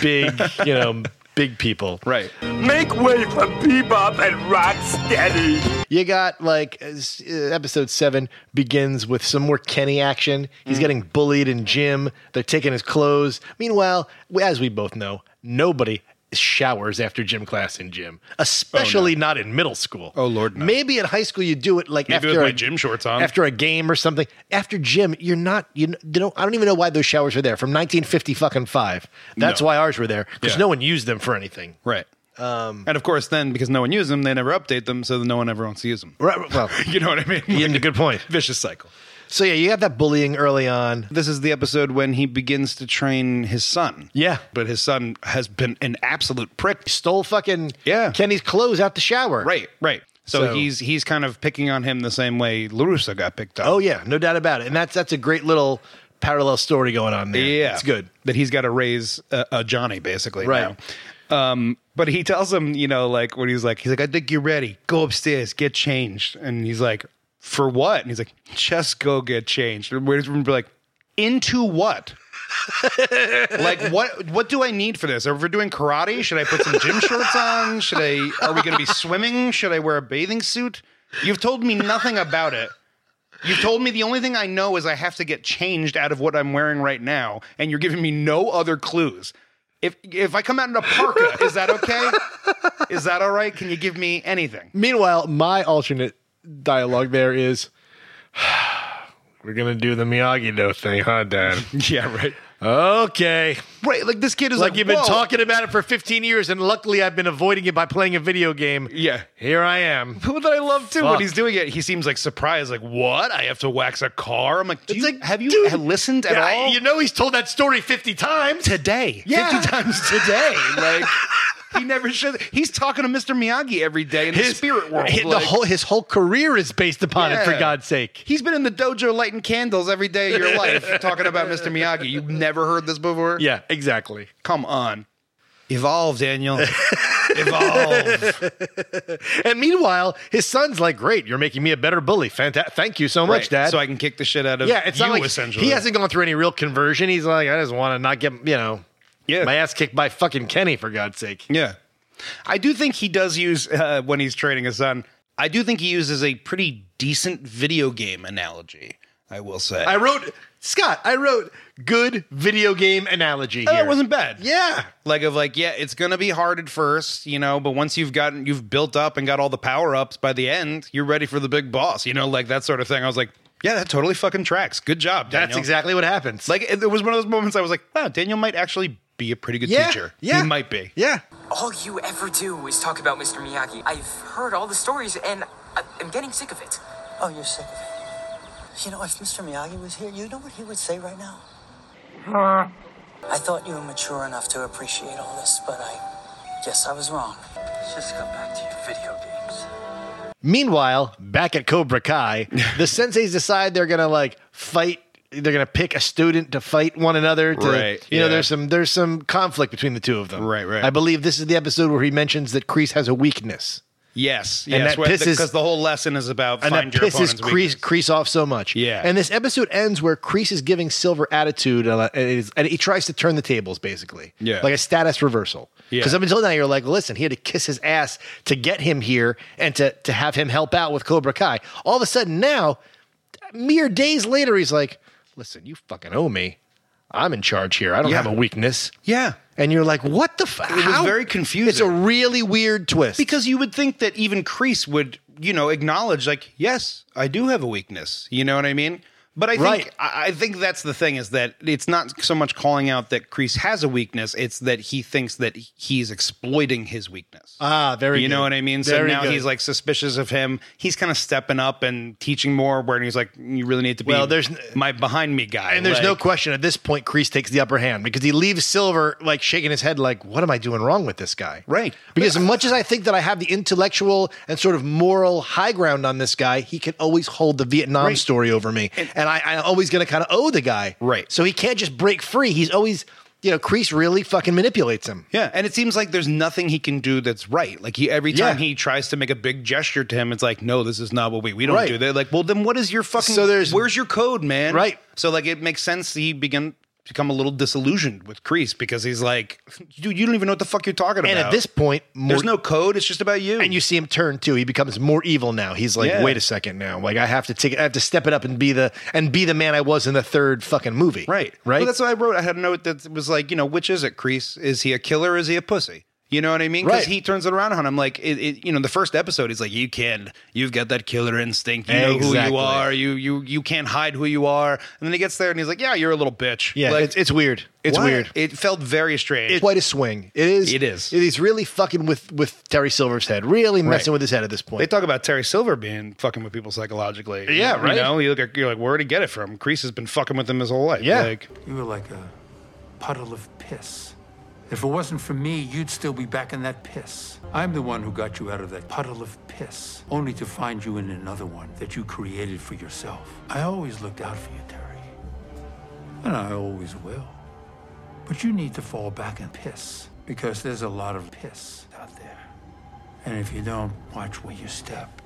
[SPEAKER 2] big, you know, big people. Right.
[SPEAKER 6] Make way for bebop and rocksteady.
[SPEAKER 2] You got like uh, s- uh, episode seven begins with some more Kenny action.
[SPEAKER 3] Mm.
[SPEAKER 2] He's getting bullied in gym. They're taking his clothes. Meanwhile, w- as we both know, nobody showers after gym class in gym,
[SPEAKER 3] Oh,
[SPEAKER 2] especially not in middle school. Oh lord, maybe in high school you do it like
[SPEAKER 3] Maybe
[SPEAKER 2] after
[SPEAKER 3] with my
[SPEAKER 2] a-
[SPEAKER 3] gym shorts on.
[SPEAKER 2] after a game or something. After gym, you're not you know, you know I don't even know why those showers are there from 1950 fucking five. That's
[SPEAKER 3] No.
[SPEAKER 2] why ours were there because
[SPEAKER 3] Yeah.
[SPEAKER 2] no one used them for anything.
[SPEAKER 3] Right.
[SPEAKER 2] Um,
[SPEAKER 3] and of course, then because no one uses them, they never update them, so then no one ever wants to use them.
[SPEAKER 2] Right. Well,
[SPEAKER 3] you know what I mean.
[SPEAKER 2] You a good point.
[SPEAKER 3] Vicious cycle.
[SPEAKER 2] So yeah, you got that bullying early on.
[SPEAKER 3] This is the episode when he begins to train his son.
[SPEAKER 2] Yeah,
[SPEAKER 3] but his son has been an absolute prick.
[SPEAKER 2] Stole fucking
[SPEAKER 3] yeah
[SPEAKER 2] Kenny's clothes out the shower.
[SPEAKER 3] Right. Right. So,
[SPEAKER 2] So-
[SPEAKER 3] he's he's kind of picking on him the same way Larusa got picked on.
[SPEAKER 2] Oh yeah, no doubt about it. And that's that's a great little parallel story going on there.
[SPEAKER 3] Yeah,
[SPEAKER 2] it's good.
[SPEAKER 3] that he's got to raise a, a Johnny basically.
[SPEAKER 2] Right.
[SPEAKER 3] Now. Um, but he tells him, you know, like when he's like, he's like, I think you're ready. Go upstairs, get changed, and he's like, for what? And he's like, just go get changed. And we're just we're like, into what? like what? What do I need for this? Are we doing karate? Should I put some gym shorts on? Should I? Are we going to be swimming? Should I wear a bathing suit? You've told me nothing about it. You've told me the only thing I know is I have to get changed out of what I'm wearing right now, and you're giving me no other clues. If if I come out in a parka, is that okay? Is that all right? Can you give me anything?
[SPEAKER 2] Meanwhile, my alternate dialogue there is we're gonna do the Miyagi Do thing, huh, Dad?
[SPEAKER 3] yeah, right.
[SPEAKER 2] Okay.
[SPEAKER 3] Right, like this kid is
[SPEAKER 2] like,
[SPEAKER 3] like,
[SPEAKER 2] you've been
[SPEAKER 3] "Whoa."
[SPEAKER 2] talking about it for 15 years, and luckily I've been avoiding it by playing a video game.
[SPEAKER 3] Yeah.
[SPEAKER 2] Here I am.
[SPEAKER 3] But what I love too
[SPEAKER 2] Fuck.
[SPEAKER 3] when he's doing it, he seems like surprised, like what? I have to wax a car. I'm like, do you, have you listened at
[SPEAKER 2] Yeah, I-
[SPEAKER 3] all?
[SPEAKER 2] you know he's told that story 50 times.
[SPEAKER 3] today,
[SPEAKER 2] Yeah.
[SPEAKER 3] fifty times today. Like he never should. He's talking to Mr. Miyagi every day in the spirit world.
[SPEAKER 2] his,
[SPEAKER 3] like-
[SPEAKER 2] the whole, his whole career is based upon it, for
[SPEAKER 3] Yeah.
[SPEAKER 2] God's sake.
[SPEAKER 3] He's been in the dojo lighting candles every day of your life talking about Mr. Miyagi. You've never heard this before?
[SPEAKER 2] Yeah, exactly.
[SPEAKER 3] Come on. Evolve, Daniel. Evolve.
[SPEAKER 2] And meanwhile, his son's like, "Great, you're making me a better bully. Fanta- thank you so much,
[SPEAKER 3] Right,
[SPEAKER 2] Dad."
[SPEAKER 3] So I can kick the shit out of
[SPEAKER 2] yeah, it's
[SPEAKER 3] you,
[SPEAKER 2] not like
[SPEAKER 3] essentially.
[SPEAKER 2] he hasn't gone through any real conversion. He's like, "I just want to not get you know,
[SPEAKER 3] Yeah.
[SPEAKER 2] my ass kicked by fucking Kenny for God's sake."
[SPEAKER 3] Yeah. I do think he does use, uh, when he's training his son, I do think he uses a pretty decent video game analogy, I will say.
[SPEAKER 2] I wrote Scott. I wrote good video game analogy. Here.
[SPEAKER 3] Oh, that wasn't bad.
[SPEAKER 2] Yeah.
[SPEAKER 3] Like of like, yeah, it's gonna be hard at first, you know, but once you've gotten you've built up and got all the power ups by the end, you're ready for the big boss, you know, like that sort of thing. I was like, yeah, that totally fucking tracks. Good job, Daniel.
[SPEAKER 2] That's exactly what happens.
[SPEAKER 3] like it, it was one of those moments I was like, wow, Daniel might actually be a pretty good
[SPEAKER 2] Yeah,
[SPEAKER 3] teacher.
[SPEAKER 2] yeah.
[SPEAKER 3] He might be.
[SPEAKER 2] yeah.
[SPEAKER 11] All you ever do is talk about Mr. Miyagi. I've heard all the stories and I- I'm getting sick of it.
[SPEAKER 12] Oh, you're sick of it. You know, if Mr. Miyagi was here, you know what he would say right now? I thought you were mature enough to appreciate all this, but I guess I was wrong. Just go back to your video games.
[SPEAKER 2] Meanwhile, back at Cobra Kai, the senseis decide they're gonna like fight. They're gonna pick a student to fight one another. To,
[SPEAKER 3] Right,
[SPEAKER 2] You know,
[SPEAKER 3] yeah.
[SPEAKER 2] there's some there's some conflict between the two of them. Right. Right. I believe this is the episode where he mentions that Kreese has a weakness,
[SPEAKER 3] Yes.
[SPEAKER 2] And
[SPEAKER 3] Yes.
[SPEAKER 2] that pisses-
[SPEAKER 3] Because the whole lesson is about
[SPEAKER 2] and
[SPEAKER 3] find
[SPEAKER 2] that
[SPEAKER 3] your
[SPEAKER 2] pisses
[SPEAKER 3] opponent's
[SPEAKER 2] Kreese,
[SPEAKER 3] weakness.
[SPEAKER 2] Kreese off so much.
[SPEAKER 3] Yeah.
[SPEAKER 2] And this episode ends where Kreese is giving Silver attitude, uh, and, it is, and he tries to turn the tables basically.
[SPEAKER 3] Yeah.
[SPEAKER 2] Like a status reversal.
[SPEAKER 3] Yeah.
[SPEAKER 2] Because up until now you're like, listen, he had to kiss his ass to get him here and to to have him help out with Cobra Kai. All of a sudden now, mere days later, he's like, listen, you fucking owe me. I'm in charge here. I don't
[SPEAKER 3] Yeah.
[SPEAKER 2] have a weakness.
[SPEAKER 3] Yeah.
[SPEAKER 2] And you're like, what the fuck?
[SPEAKER 3] It was very confusing.
[SPEAKER 2] It's a really weird twist.
[SPEAKER 3] Because you would think that even Crease would, you know, acknowledge like, yes, I do have a weakness. You know what I mean? But I
[SPEAKER 2] Right.
[SPEAKER 3] think I I think that's the thing is that it's not so much calling out that Crease has a weakness; it's that he thinks that he's exploiting his weakness.
[SPEAKER 2] Ah, very
[SPEAKER 3] you know
[SPEAKER 2] good.
[SPEAKER 3] what I mean? So
[SPEAKER 2] Very
[SPEAKER 3] now
[SPEAKER 2] good.
[SPEAKER 3] he's like suspicious of him. He's kind of stepping up and teaching more. Where he's like, you really need to be
[SPEAKER 2] Well, there's-
[SPEAKER 3] my behind me guy.
[SPEAKER 2] And there's no
[SPEAKER 3] Like,
[SPEAKER 2] question at this point, Kreese takes the upper hand because he leaves Silver like shaking his head, like, what am I doing wrong with this guy?
[SPEAKER 3] Right.
[SPEAKER 2] Because as much as I think that I have the intellectual and sort of moral high ground on this guy, he can always hold the Vietnam
[SPEAKER 3] Right.
[SPEAKER 2] story over me. And, I, I'm always going to kind of owe the guy.
[SPEAKER 3] Right.
[SPEAKER 2] So he can't just break free. He's always you know, Crease really fucking manipulates him.
[SPEAKER 3] Yeah, and it seems like there's nothing he can do that's right. Like he every time he tries to make a big gesture to him, it's like, no, this is not what we we don't
[SPEAKER 2] Right.
[SPEAKER 3] do that. Like, well, then what is your fucking?
[SPEAKER 2] So there's-
[SPEAKER 3] where's your code, man?
[SPEAKER 2] Right.
[SPEAKER 3] So like, it makes sense he begin become a little disillusioned with Crease because he's like, dude, you don't even know what the fuck you're talking about.
[SPEAKER 2] And at this point,
[SPEAKER 3] there's no code. It's just about you.
[SPEAKER 2] And you see him turn too. He becomes more evil now. He's like,
[SPEAKER 3] Yeah.
[SPEAKER 2] wait a second now. Like I have to take, I have to step it up and be the and be the man I was in the third fucking movie.
[SPEAKER 3] Right.
[SPEAKER 2] Right.
[SPEAKER 3] Well, that's what I wrote. I had a note that was like, you know, which is it, Crease? Is he a killer? Or is he a pussy? You know what I mean?
[SPEAKER 2] Right.
[SPEAKER 3] he turns it around on him. Like, it, it, you know, the first episode, he's like, you can, you've got that killer instinct. You know who
[SPEAKER 2] Exactly.
[SPEAKER 3] you are. You, you, you can't hide who you are. And then he gets there and he's like, yeah, you're a little bitch.
[SPEAKER 2] yeah.
[SPEAKER 3] Like,
[SPEAKER 2] it's, it's weird. It's
[SPEAKER 3] what?
[SPEAKER 2] weird.
[SPEAKER 3] It felt very strange.
[SPEAKER 2] It's quite a swing. It is.
[SPEAKER 3] It is.
[SPEAKER 2] It is really fucking with with Terry Silver's head. Really messing
[SPEAKER 3] Right.
[SPEAKER 2] with his head at this point.
[SPEAKER 3] They talk about Terry Silver being fucking with people psychologically.
[SPEAKER 2] Yeah, right.
[SPEAKER 3] You know, you look at, you're like, where'd he get it from? Crease has been fucking with him his whole life.
[SPEAKER 10] Yeah.
[SPEAKER 3] Like,
[SPEAKER 10] You were like a puddle of piss. If it wasn't for me, you'd still be back in that piss. I'm the one who got you out of that puddle of piss, only to find you in another one that you created for yourself. I always looked out for you, Terry. And I always will. But you need to fall back in piss, because there's a lot of piss out there. And if you don't watch where you step,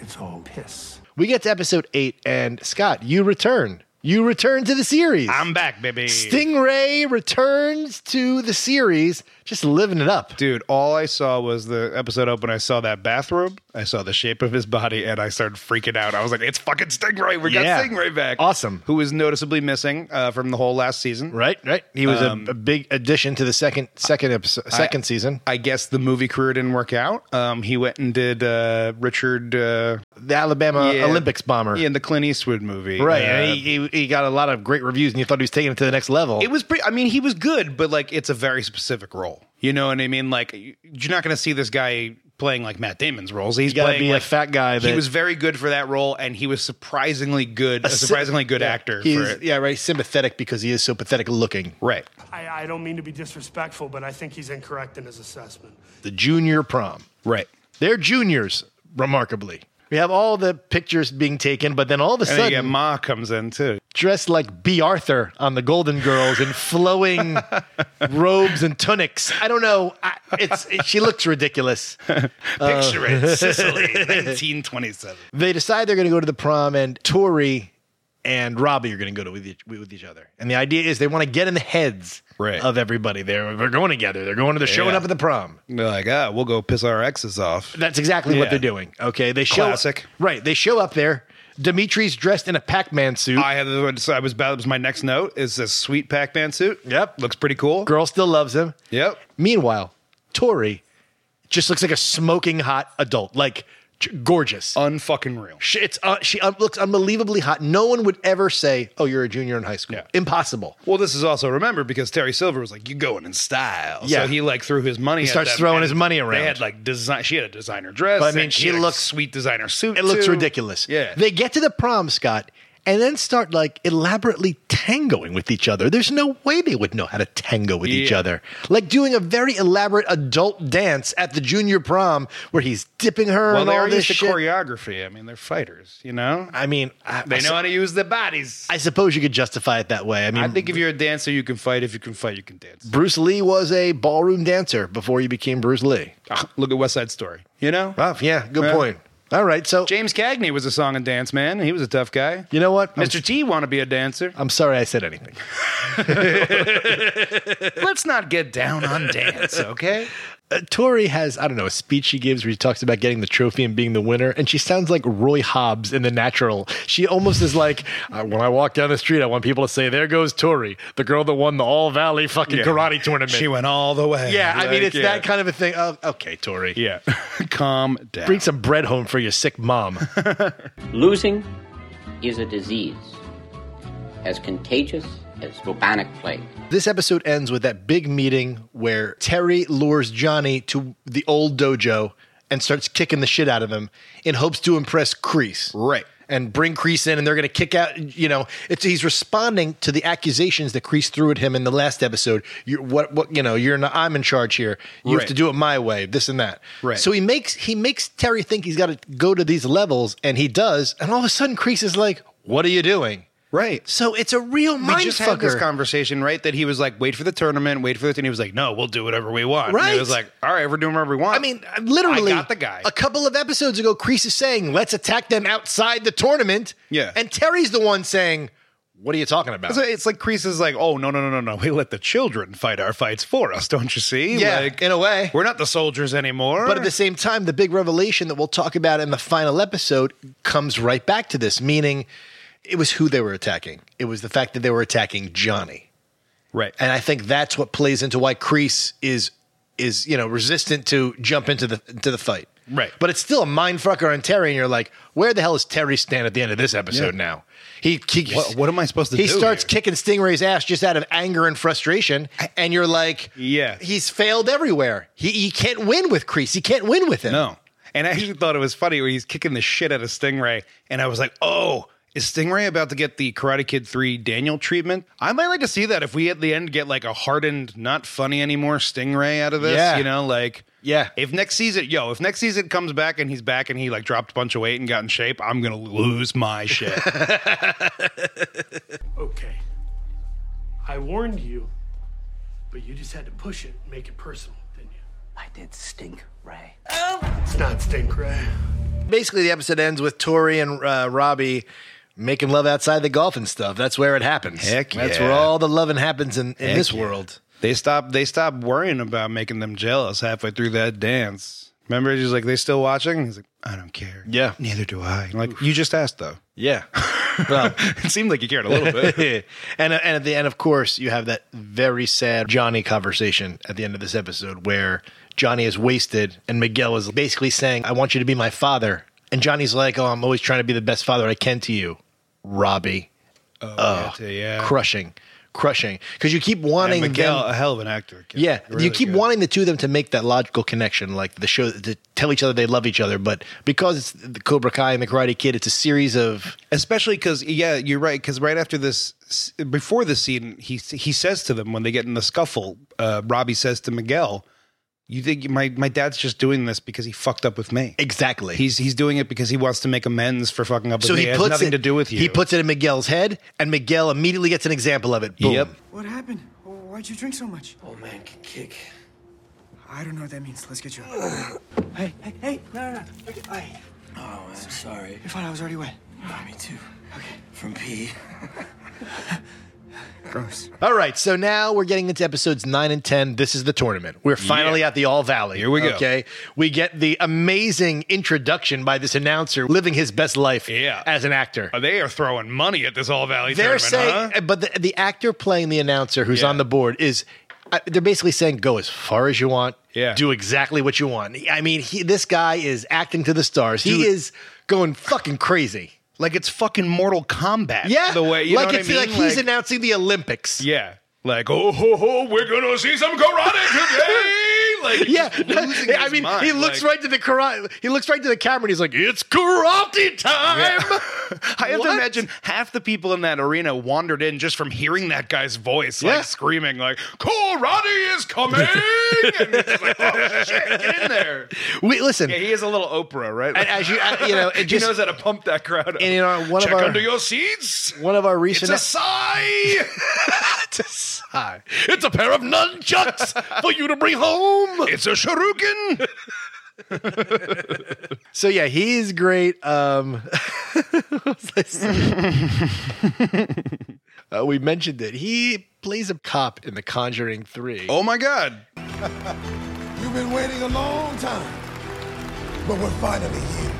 [SPEAKER 10] it's all piss.
[SPEAKER 2] We get to episode eight, and Scott, you return. You return to the series.
[SPEAKER 3] I'm back, baby.
[SPEAKER 2] Stingray returns to the series, just living it up.
[SPEAKER 3] Dude, all I saw was the episode open. I saw that bathrobe. I saw the shape of his body, and I started freaking out. I was like, "It's fucking Stingray! We
[SPEAKER 2] Yeah.
[SPEAKER 3] got Stingray back!"
[SPEAKER 2] Awesome.
[SPEAKER 3] Who was noticeably missing uh, from the whole last season?
[SPEAKER 2] Right, right. He was a-
[SPEAKER 3] Um,
[SPEAKER 2] a, big addition to the second second episode, second season.
[SPEAKER 3] I guess the movie career didn't work out. Um, he went and did uh, Richard, uh,
[SPEAKER 2] the Alabama
[SPEAKER 3] yeah.
[SPEAKER 2] Olympics bomber.
[SPEAKER 3] yeah, in the Clint Eastwood movie,
[SPEAKER 2] Right,
[SPEAKER 3] Uh,
[SPEAKER 2] and he, he, he got a lot of great reviews, and you thought he was taking it to the next level.
[SPEAKER 3] it was pretty. I mean, he was good, but like, it's a very specific role. You know what I mean? Like, you're not going to see this guy playing like Matt Damon's roles. He's
[SPEAKER 2] you got to
[SPEAKER 3] playing
[SPEAKER 2] be
[SPEAKER 3] like
[SPEAKER 2] a fat guy. That
[SPEAKER 3] he was very good for that role, and he was surprisingly good, a
[SPEAKER 2] sy-
[SPEAKER 3] surprisingly good
[SPEAKER 2] yeah,
[SPEAKER 3] actor for
[SPEAKER 2] he's-
[SPEAKER 3] it.
[SPEAKER 2] Yeah, right. Sympathetic because he is so pathetic looking.
[SPEAKER 3] Right.
[SPEAKER 14] I, I don't mean to be disrespectful, but I think he's incorrect in his assessment.
[SPEAKER 2] The junior prom.
[SPEAKER 3] Right.
[SPEAKER 2] They're juniors, remarkably. We have all the pictures being taken, but then all of a
[SPEAKER 3] And then you get
[SPEAKER 2] sudden,
[SPEAKER 3] Ma comes in too.
[SPEAKER 2] dressed like B. Arthur on the Golden Girls in flowing robes and tunics. I don't know. I, it's it, she looks ridiculous. Picture
[SPEAKER 3] Picture it, Sicily, 1927.
[SPEAKER 2] They decide they're going to go to the prom, and Tori and Robbie are going to go to with each, with each other. And the idea is they want to get in the heads of everybody. They're they're going together. They're going to they're showing
[SPEAKER 3] Yeah.
[SPEAKER 2] up at the prom.
[SPEAKER 3] They're like, ah, we'll go piss our exes off.
[SPEAKER 2] That's exactly what
[SPEAKER 3] Yeah.
[SPEAKER 2] they're doing. Okay, they show
[SPEAKER 3] Classic.
[SPEAKER 2] Right, they show up there. Dimitri's dressed in a Pac-Man suit.
[SPEAKER 3] I had I was that was my next note is this sweet Pac-Man suit. Yep, looks pretty cool.
[SPEAKER 2] Girl still loves him.
[SPEAKER 3] Yep.
[SPEAKER 2] Meanwhile, Tori just looks like a smoking hot adult, like j- gorgeous,
[SPEAKER 3] Oh. unfucking real.
[SPEAKER 2] She, it's uh, she uh, looks unbelievably hot. No one would ever say, "Oh, you're a junior in high school." Impossible.
[SPEAKER 3] Well, this is also remember because Terry Silver was like, "You going in style."
[SPEAKER 2] Yeah.
[SPEAKER 3] So he like threw his money.
[SPEAKER 2] He
[SPEAKER 3] at
[SPEAKER 2] starts
[SPEAKER 3] them,
[SPEAKER 2] throwing
[SPEAKER 3] and
[SPEAKER 2] his money
[SPEAKER 3] They
[SPEAKER 2] around.
[SPEAKER 3] had like design. She had a designer dress.
[SPEAKER 2] But, I mean,
[SPEAKER 3] and
[SPEAKER 2] she
[SPEAKER 3] had a
[SPEAKER 2] looks-
[SPEAKER 3] sweet designer suit.
[SPEAKER 2] It looks
[SPEAKER 3] too.
[SPEAKER 2] ridiculous.
[SPEAKER 3] Yeah.
[SPEAKER 2] They get to the prom, Scott, and then start like elaborately tangoing with each other. There's no way they would know how to tango with each
[SPEAKER 3] Yeah.
[SPEAKER 2] other. Like doing a very elaborate adult dance at the junior prom where he's dipping her
[SPEAKER 3] well,
[SPEAKER 2] and
[SPEAKER 3] they
[SPEAKER 2] all
[SPEAKER 3] are
[SPEAKER 2] this
[SPEAKER 3] used to
[SPEAKER 2] shit.
[SPEAKER 3] choreography. I mean, they're fighters. You know.
[SPEAKER 2] I mean, I,
[SPEAKER 3] They
[SPEAKER 2] I
[SPEAKER 3] know
[SPEAKER 2] su-
[SPEAKER 3] how to use their bodies.
[SPEAKER 2] I suppose you could justify it that way. I mean,
[SPEAKER 3] I think if you're a dancer, you can fight. If you can fight, you can dance.
[SPEAKER 2] Bruce Lee was a ballroom dancer before he became Bruce Lee.
[SPEAKER 3] Ah, Look at West Side Story. You know?
[SPEAKER 2] Wow, Oh, yeah, good point. All right, so
[SPEAKER 3] James Cagney was a song and dance man. He was a tough guy.
[SPEAKER 2] You know what?
[SPEAKER 3] mister T want to be a dancer.
[SPEAKER 2] I'm sorry I said anything.
[SPEAKER 3] Let's not get down on dance, okay?
[SPEAKER 2] Uh, Tori has, I don't know, a speech she gives where she talks about getting the trophy and being the winner, and she sounds like Roy Hobbs in The Natural. She almost is like, uh, when I walk down the street, I want people to say, there goes Tori, the girl that won the All Valley fucking
[SPEAKER 3] Yeah.
[SPEAKER 2] karate tournament.
[SPEAKER 3] She went all the way.
[SPEAKER 2] Yeah, I mean,
[SPEAKER 3] Like,
[SPEAKER 2] it's
[SPEAKER 3] yeah.
[SPEAKER 2] that kind of a thing. Oh, okay, Tori.
[SPEAKER 3] Yeah. Calm down.
[SPEAKER 2] Bring some bread home for your sick mom.
[SPEAKER 15] Losing is a disease as contagious as bubonic plague.
[SPEAKER 2] This episode ends with that big meeting where Terry lures Johnny to the old dojo and starts kicking the shit out of him in hopes to impress Crease.
[SPEAKER 3] Right.
[SPEAKER 2] And bring Crease in, and they're going to kick out. You know, it's he's responding to the accusations that Crease threw at him in the last episode. You're what, what, you know, you're not. I'm in charge here. You have
[SPEAKER 3] Right.
[SPEAKER 2] to do it my way. This and that.
[SPEAKER 3] Right.
[SPEAKER 2] So he makes he makes Terry think he's got to go to these levels, and he does. And all of a sudden, Crease is like, "What are you doing?"
[SPEAKER 3] Right.
[SPEAKER 2] So it's a real
[SPEAKER 3] We just had this
[SPEAKER 2] mindfucker.
[SPEAKER 3] conversation, right? That he was like, wait for the tournament, wait for the. And he was like, no, we'll do whatever we want. And
[SPEAKER 2] Right.
[SPEAKER 3] he was like, all right, we're doing whatever we want.
[SPEAKER 2] I mean, literally,
[SPEAKER 3] I got the guy.
[SPEAKER 2] A couple of episodes ago, Crease is saying, "Let's attack them outside the tournament."
[SPEAKER 3] Yeah.
[SPEAKER 2] and Terry's the one saying, "What are you talking about?"
[SPEAKER 3] So it's like Kreese is like, oh, no, no, no, no, no. We let the children fight our fights for us, don't you see?
[SPEAKER 2] Yeah,
[SPEAKER 3] Like,
[SPEAKER 2] in a way.
[SPEAKER 3] We're not the soldiers anymore.
[SPEAKER 2] But at the same time, the big revelation that we'll talk about in the final episode comes right back to this, meaning it was who they were attacking. It was the fact that they were attacking Johnny.
[SPEAKER 3] Right.
[SPEAKER 2] And I think that's what plays into why Crease is is, you know, resistant to jump into the into the fight.
[SPEAKER 3] Right.
[SPEAKER 2] But it's still a mindfucker on Terry, and you're like, where the hell is Terry stand at the end of this episode
[SPEAKER 3] Yeah.
[SPEAKER 2] now? He, he
[SPEAKER 3] What- what am I supposed to
[SPEAKER 2] he
[SPEAKER 3] do
[SPEAKER 2] starts kicking Stingray's ass just out of anger and frustration, and you're like,
[SPEAKER 3] Yeah.
[SPEAKER 2] he's failed everywhere. He, he can't win with Crease. He can't win with him.
[SPEAKER 3] No. Oh. And I actually thought it was funny when he's kicking the shit out of Stingray. And I was like, oh, is Stingray about to get the Karate Kid 3 Daniel treatment? I might like to see that if we at the end get like a hardened, not funny anymore Stingray out of this.
[SPEAKER 2] Yeah.
[SPEAKER 3] You know, like.
[SPEAKER 2] Yeah.
[SPEAKER 3] If next season, yo, if next season comes back and he's back and he like dropped a bunch of weight and got in shape, I'm going to lose my shit.
[SPEAKER 14] Okay. I warned you, but you just had to push it, and make it personal, didn't you? I did stink, Ray. Oh! It's not stink, Ray.
[SPEAKER 2] Basically, the episode ends with Tori and uh, Robbie making love outside the golf and stuff. That's where it happens.
[SPEAKER 3] Heck
[SPEAKER 2] That's
[SPEAKER 3] yeah.
[SPEAKER 2] where all the loving happens in, in
[SPEAKER 3] Heck
[SPEAKER 2] this
[SPEAKER 3] yeah.
[SPEAKER 2] world.
[SPEAKER 3] They stopped. They stopped worrying about making them jealous halfway through that dance. Remember, she's like, "They still watching?" And he's like, "I don't care."
[SPEAKER 2] Yeah.
[SPEAKER 3] neither do I. I'm like you just asked though.
[SPEAKER 2] Yeah. Well,
[SPEAKER 3] It seemed like you cared a little bit.
[SPEAKER 2] and and at the end, of course, you have that very sad Johnny conversation at the end of this episode where Johnny is wasted and Miguel is basically saying, "I want you to be my father," and Johnny's like, "Oh, I'm always trying to be the best father I can to you, Robbie." Oh,
[SPEAKER 3] yeah, yeah.
[SPEAKER 2] crushing, crushing, because you keep wanting
[SPEAKER 3] and Miguel,
[SPEAKER 2] them-
[SPEAKER 3] a hell of an actor. kid.
[SPEAKER 2] yeah,
[SPEAKER 3] Really
[SPEAKER 2] you keep
[SPEAKER 3] good.
[SPEAKER 2] wanting the two of them to make that logical connection, like the show to tell each other they love each other, but because it's the Cobra Kai and the Karate Kid, it's a series of
[SPEAKER 3] especially because yeah, you're right. Because right after this, before the scene, he he says to them when they get in the scuffle, uh, Robbie says to Miguel, "You think my my dad's just doing this because he fucked up with me?
[SPEAKER 2] exactly
[SPEAKER 3] He's he's doing it because he wants to make amends for fucking up with me. It has nothing
[SPEAKER 2] it,
[SPEAKER 3] to do with you.
[SPEAKER 2] He puts it in Miguel's head, and Miguel immediately gets an example of it. Boom.
[SPEAKER 3] Yep.
[SPEAKER 1] What happened? Why'd you drink so much? Old man can kick. I don't know what that means. Let's get you. up. hey, hey, hey! No, no, no! Okay, I.
[SPEAKER 12] Oh, I'm sorry.
[SPEAKER 1] You're fine. I was already wet.
[SPEAKER 12] Me too. Okay. From pee.
[SPEAKER 1] Gross.
[SPEAKER 2] All right, so now we're getting into episodes nine and ten. This is the tournament. We're finally at the All Valley. Here
[SPEAKER 3] we go.
[SPEAKER 2] Okay, we get the amazing introduction by this announcer living his best life
[SPEAKER 3] Yeah.
[SPEAKER 2] as an actor.
[SPEAKER 3] Uh, They are throwing money at this All Valley
[SPEAKER 2] They're
[SPEAKER 3] tournament.
[SPEAKER 2] saying, uh,
[SPEAKER 3] huh?
[SPEAKER 2] but the, the actor playing the announcer who's on the board is. I- They're basically saying, "Go as far as you want.
[SPEAKER 3] Yeah.
[SPEAKER 2] Do exactly what you want." I mean, he, this guy is acting to the stars. He
[SPEAKER 3] Dude.
[SPEAKER 2] is going fucking crazy.
[SPEAKER 3] like it's fucking Mortal Kombat.
[SPEAKER 2] Yeah,
[SPEAKER 3] the way you
[SPEAKER 2] like
[SPEAKER 3] know what
[SPEAKER 2] it's
[SPEAKER 3] I mean?
[SPEAKER 2] like he's announcing the Olympics.
[SPEAKER 3] yeah, like oh ho ho, we're gonna see some karate today. like he's
[SPEAKER 2] Yeah,
[SPEAKER 3] just losing
[SPEAKER 2] I
[SPEAKER 3] his
[SPEAKER 2] mean,
[SPEAKER 3] mind,
[SPEAKER 2] he looks
[SPEAKER 3] like-
[SPEAKER 2] right to the karate. He looks right to the camera, and he's like, "It's karate time."
[SPEAKER 3] Yeah. I have
[SPEAKER 2] What?
[SPEAKER 3] to imagine half the people in that arena wandered in just from hearing that guy's voice,
[SPEAKER 2] Yeah.
[SPEAKER 3] like screaming, like "Karate is coming!" and it's just like, oh shit, get in there.
[SPEAKER 2] We listen,
[SPEAKER 3] Yeah, he is a little Oprah, right?
[SPEAKER 2] and as you, uh, you know, it just,
[SPEAKER 3] he knows how to pump that crowd. Up.
[SPEAKER 2] And, you know, one of
[SPEAKER 3] Check
[SPEAKER 2] our-
[SPEAKER 3] under your seats.
[SPEAKER 2] one of our
[SPEAKER 3] It's
[SPEAKER 2] recent
[SPEAKER 3] a sigh.
[SPEAKER 2] it's a sigh. It's a pair of nunchucks for you to bring home.
[SPEAKER 3] it's a shuriken.
[SPEAKER 2] So yeah, he's great. Um, what was I saying? uh, we mentioned it. He plays a cop in The Conjuring Three.
[SPEAKER 3] Oh my god.
[SPEAKER 5] You've been waiting a long time, but we're finally here.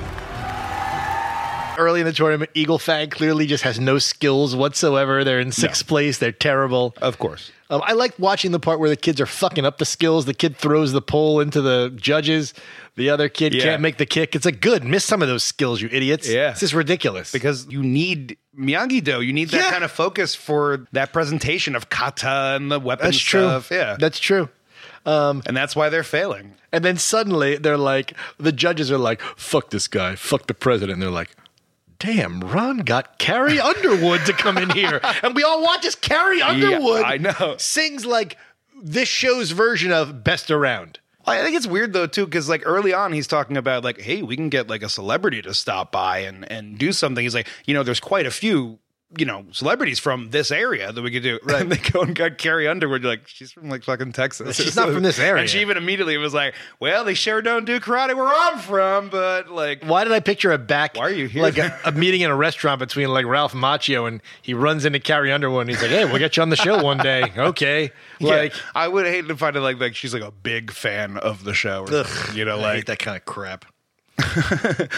[SPEAKER 2] Early in the tournament, Eagle Fang clearly just has no skills whatsoever. They're in sixth place. They're terrible.
[SPEAKER 3] Of course.
[SPEAKER 2] Um, I like watching the part where the kids are fucking up the skills. The kid throws the pole into the judges. The other kid
[SPEAKER 3] Yeah.
[SPEAKER 2] can't make the kick. It's like, good, miss some of those skills, you idiots.
[SPEAKER 3] Yeah.
[SPEAKER 2] This is ridiculous.
[SPEAKER 3] Because you need Miyagi Do. You need that
[SPEAKER 2] Yeah.
[SPEAKER 3] kind of focus for that presentation of kata and the weapon
[SPEAKER 2] that's true.
[SPEAKER 3] stuff. Yeah.
[SPEAKER 2] That's true. Um,
[SPEAKER 3] and that's why they're failing.
[SPEAKER 2] and then suddenly they're like, the judges are like, fuck this guy, fuck the president. And they're like, damn, Ron got Carrie Underwood to come in here. And we all watch as Carrie Underwood
[SPEAKER 3] I know.
[SPEAKER 2] sings like this show's version of Best Around.
[SPEAKER 3] I think it's weird though too, because like early on he's talking about like, hey, we can get like a celebrity to stop by and and do something. He's like, you know, there's quite a few you know, celebrities from this area that we could do. Right. And they go and got Carrie Underwood. You're like, she's from like fucking Texas.
[SPEAKER 2] She's not from this area.
[SPEAKER 3] And she even immediately was like, well, they sure don't do karate where I'm from, but like.
[SPEAKER 2] Why did I picture a back? Why
[SPEAKER 3] are you here?
[SPEAKER 2] Like a, a meeting in a restaurant between like Ralph Macchio and he runs into Carrie Underwood and he's like, hey, we'll get you on the show one day. Okay. Like,
[SPEAKER 3] like, I would hate to find it like, like she's like a big fan of the show. Or, something, you know,
[SPEAKER 2] I
[SPEAKER 3] like.
[SPEAKER 2] hate that kind of crap.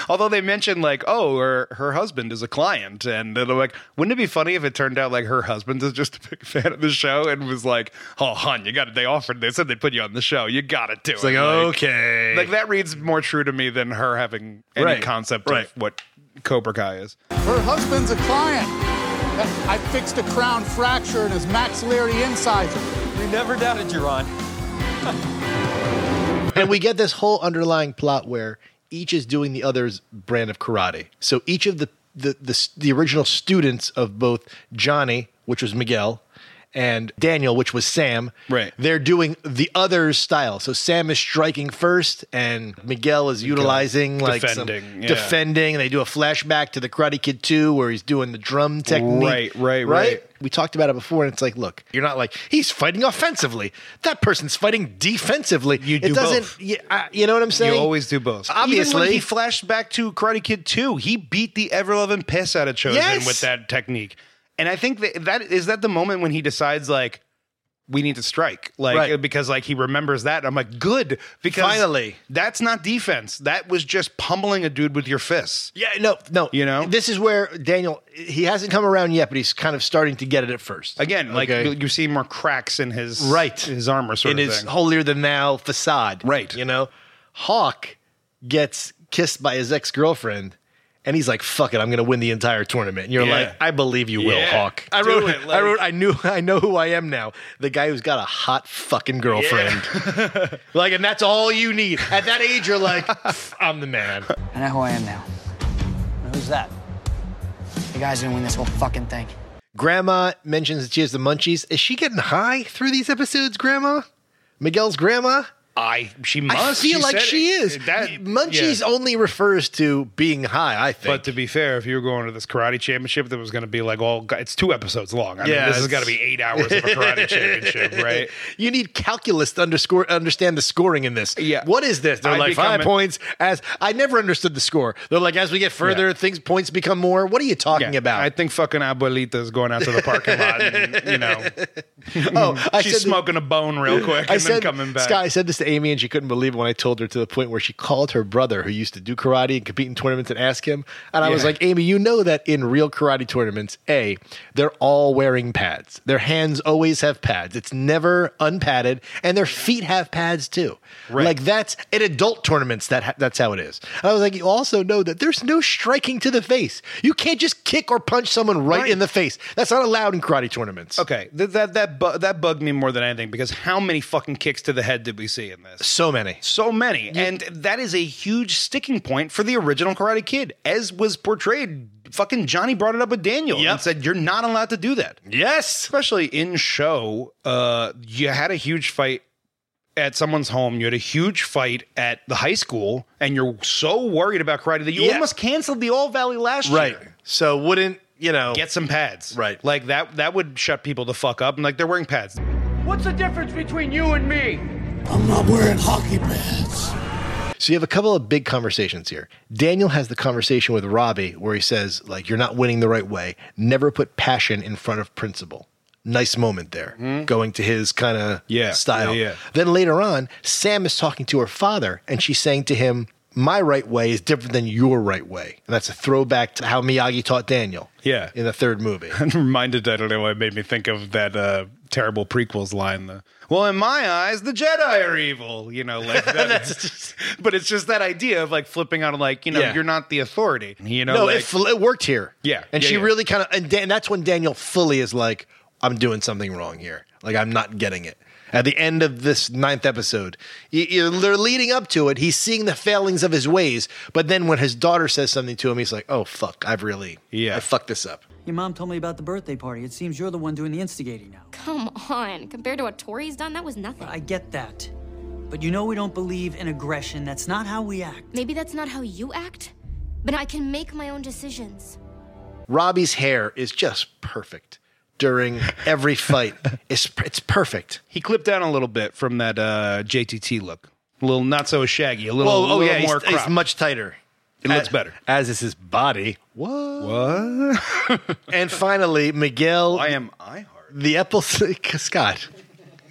[SPEAKER 3] Although they mentioned like, oh, her her husband is a client, and they're like, wouldn't it be funny if it turned out like her husband is just a big fan of the show and was like, oh, hon, you got it. They offered, they said they put you on the show, you got to do
[SPEAKER 2] It's
[SPEAKER 3] it.
[SPEAKER 2] like, okay.
[SPEAKER 3] like that reads more true to me than her having any
[SPEAKER 2] Right,
[SPEAKER 3] concept
[SPEAKER 2] right.
[SPEAKER 3] of what Cobra Kai is.
[SPEAKER 16] Her husband's a client. I fixed a crown fracture in his maxillary incisor. We never doubted you, Ron.
[SPEAKER 2] and we get this whole underlying plot where each is doing the other's brand of karate. So each of the the the, s- the original students of both Johnny, which was Miguel, and Daniel, which was Sam, right? They're doing the other's style. So Sam is striking first, and Miguel is utilizing like some-
[SPEAKER 3] Defending, yeah.
[SPEAKER 2] defending. And they do a flashback to the Karate Kid Two, where he's doing the drum technique.
[SPEAKER 3] Right, right, right.
[SPEAKER 2] We talked about it before, and it's like, look, you're not like he's fighting offensively. That person's fighting defensively. You
[SPEAKER 3] do
[SPEAKER 2] it doesn't,
[SPEAKER 3] both.
[SPEAKER 2] Yeah, I- you know what I'm saying.
[SPEAKER 3] You always do both. Even when he
[SPEAKER 2] Obviously,
[SPEAKER 3] flashed back to Karate Kid 2, he beat the ever loving piss out of Chosen
[SPEAKER 2] Yes!
[SPEAKER 3] with that technique. And I think that, that is that the moment when he decides like we need to strike, like
[SPEAKER 2] Right.
[SPEAKER 3] because like he remembers that. I'm like, good because
[SPEAKER 2] Finally.
[SPEAKER 3] that's not defense. That was just pummeling a dude with your fists.
[SPEAKER 2] yeah, no, no. You know, this is where Daniel he hasn't come around yet, but he's kind of starting to get it at first.
[SPEAKER 3] Again, like
[SPEAKER 2] Okay.
[SPEAKER 3] you- you see more cracks in his
[SPEAKER 2] right
[SPEAKER 3] his armor sort
[SPEAKER 2] in
[SPEAKER 3] of
[SPEAKER 2] his
[SPEAKER 3] thing.
[SPEAKER 2] holier than thou facade. Right, you know, Hawk gets kissed by his ex girlfriend. And he's like, "Fuck it, I'm going to win the entire tournament." And you're
[SPEAKER 3] Yeah.
[SPEAKER 2] like, "I believe you will,
[SPEAKER 3] Yeah.
[SPEAKER 2] Hawk." I
[SPEAKER 3] Do
[SPEAKER 2] wrote,
[SPEAKER 3] it,
[SPEAKER 2] I
[SPEAKER 3] like-
[SPEAKER 2] wrote, I knew, I know who I am now. The guy who's got a hot fucking girlfriend. like, and that's all you need at that age. You're like, "Pff, I'm the man.
[SPEAKER 17] I know who I am now. And who's that? The guy's gonna win this whole fucking thing.
[SPEAKER 2] Grandma mentions that she has the munchies. Is she getting high through these episodes, Grandma? Miguel's grandma?
[SPEAKER 3] I she must
[SPEAKER 2] I feel like
[SPEAKER 3] said
[SPEAKER 2] she
[SPEAKER 3] it.
[SPEAKER 2] is.
[SPEAKER 3] That-
[SPEAKER 2] munchies
[SPEAKER 3] yeah.
[SPEAKER 2] only refers to being high, I think.
[SPEAKER 3] But to be fair, if you were going to this karate championship, that was going to be like all it's two episodes long. I mean, this has
[SPEAKER 2] it's-
[SPEAKER 3] got to be eight hours of a karate championship, right?
[SPEAKER 2] You need calculus to underscore understand the scoring in this. Yeah. What is this? They're
[SPEAKER 3] I
[SPEAKER 2] like
[SPEAKER 3] become
[SPEAKER 2] five
[SPEAKER 3] a-
[SPEAKER 2] points as I never understood the score. They're like as we get further, things points become more. What are you talking about?
[SPEAKER 3] I think fucking abuelita is going out to the parking lot, and, you know.
[SPEAKER 2] oh, I
[SPEAKER 3] she's
[SPEAKER 2] said that-
[SPEAKER 3] smoking a bone real quick, and
[SPEAKER 2] I
[SPEAKER 3] then
[SPEAKER 2] said,
[SPEAKER 3] coming back.
[SPEAKER 2] Sky, I said this to Amy, and she couldn't believe it when I told her to the point where she called her brother, who used to do karate and compete in tournaments, and asked him. And I was
[SPEAKER 3] Yeah.
[SPEAKER 2] like, Amy, you know that in real karate tournaments, A, they're all wearing pads. Their hands always have pads. It's never unpadded, and their feet have pads too.
[SPEAKER 3] Right.
[SPEAKER 2] Like that's in adult tournaments. That ha- that's how it is. And I was like, you also know that there's no striking to the face. You can't just kick or punch someone right, in the face. That's not allowed in karate tournaments.
[SPEAKER 3] Okay, th- that that bu- that bugged me more than anything because how many fucking kicks to the head did we see in this?
[SPEAKER 2] So many.
[SPEAKER 3] So many, and that is a huge sticking point for the original Karate Kid, as was portrayed. Fucking Johnny brought it up with Daniel and said, "You're not allowed to do that."
[SPEAKER 2] Yes,
[SPEAKER 3] especially in show. Uh, you had a huge fight at someone's home. You had a huge fight at the high school, and you're so worried about karate that you
[SPEAKER 2] Yeah.
[SPEAKER 3] almost canceled the All Valley last
[SPEAKER 2] Right.
[SPEAKER 3] year.
[SPEAKER 2] So wouldn't you know?
[SPEAKER 3] Get some pads,
[SPEAKER 2] Right.
[SPEAKER 3] Like that. That would shut people the fuck up. And like they're wearing pads.
[SPEAKER 25] What's the difference between you and me?
[SPEAKER 5] I'm not wearing hockey pads.
[SPEAKER 2] So you have a couple of big conversations here. Daniel has the conversation with Robbie where he says, like, you're not winning the right way. Never put passion in front of principle. Nice moment there, going to his kind of
[SPEAKER 3] Mm-hmm. Yeah,
[SPEAKER 2] style.
[SPEAKER 3] yeah, yeah.
[SPEAKER 2] Then later on, Sam is talking to her father and she's saying to him, My right way is different than your right way. And that's a throwback to how Miyagi taught Daniel
[SPEAKER 3] Yeah.
[SPEAKER 2] in the third movie.
[SPEAKER 3] I'm reminded. I don't know. It made me think of that uh, terrible prequels line. The well, in my eyes, the Jedi are evil. You know, like that. but it's just that idea of like flipping on, like you know,
[SPEAKER 2] Yeah.
[SPEAKER 3] you're not the authority. You know,
[SPEAKER 2] no,
[SPEAKER 3] like,
[SPEAKER 2] it, fl- it worked here.
[SPEAKER 3] Yeah,
[SPEAKER 2] And
[SPEAKER 3] yeah,
[SPEAKER 2] she
[SPEAKER 3] yeah.
[SPEAKER 2] really kind of, and Dan, that's when Daniel fully is like, I'm doing something wrong here. Like, I'm not getting it. At the end of this ninth episode, y- y- they're leading up to it. He's seeing the failings of his ways. But then when his daughter says something to him, he's like, oh, fuck, I've really, yeah. I fucked this up.
[SPEAKER 8] Your mom told me about the birthday party. It seems you're the one doing the instigating now.
[SPEAKER 18] Come on. Compared to what Tori's done, that was nothing.
[SPEAKER 8] I get that. But you know we don't believe in aggression. That's not how we act.
[SPEAKER 18] Maybe that's not how you act, but I can make my own decisions.
[SPEAKER 2] Robbie's hair is just perfect during every fight. it's it's perfect.
[SPEAKER 3] He clipped down a little bit from that uh, JTT look. A little not so shaggy. A little.
[SPEAKER 2] Well, oh,
[SPEAKER 3] little
[SPEAKER 2] yeah, he's-
[SPEAKER 3] more
[SPEAKER 2] he's much tighter.
[SPEAKER 3] It looks better.
[SPEAKER 2] As is his body. What? What? and finally, Miguel. I am I heart. The episode Scott.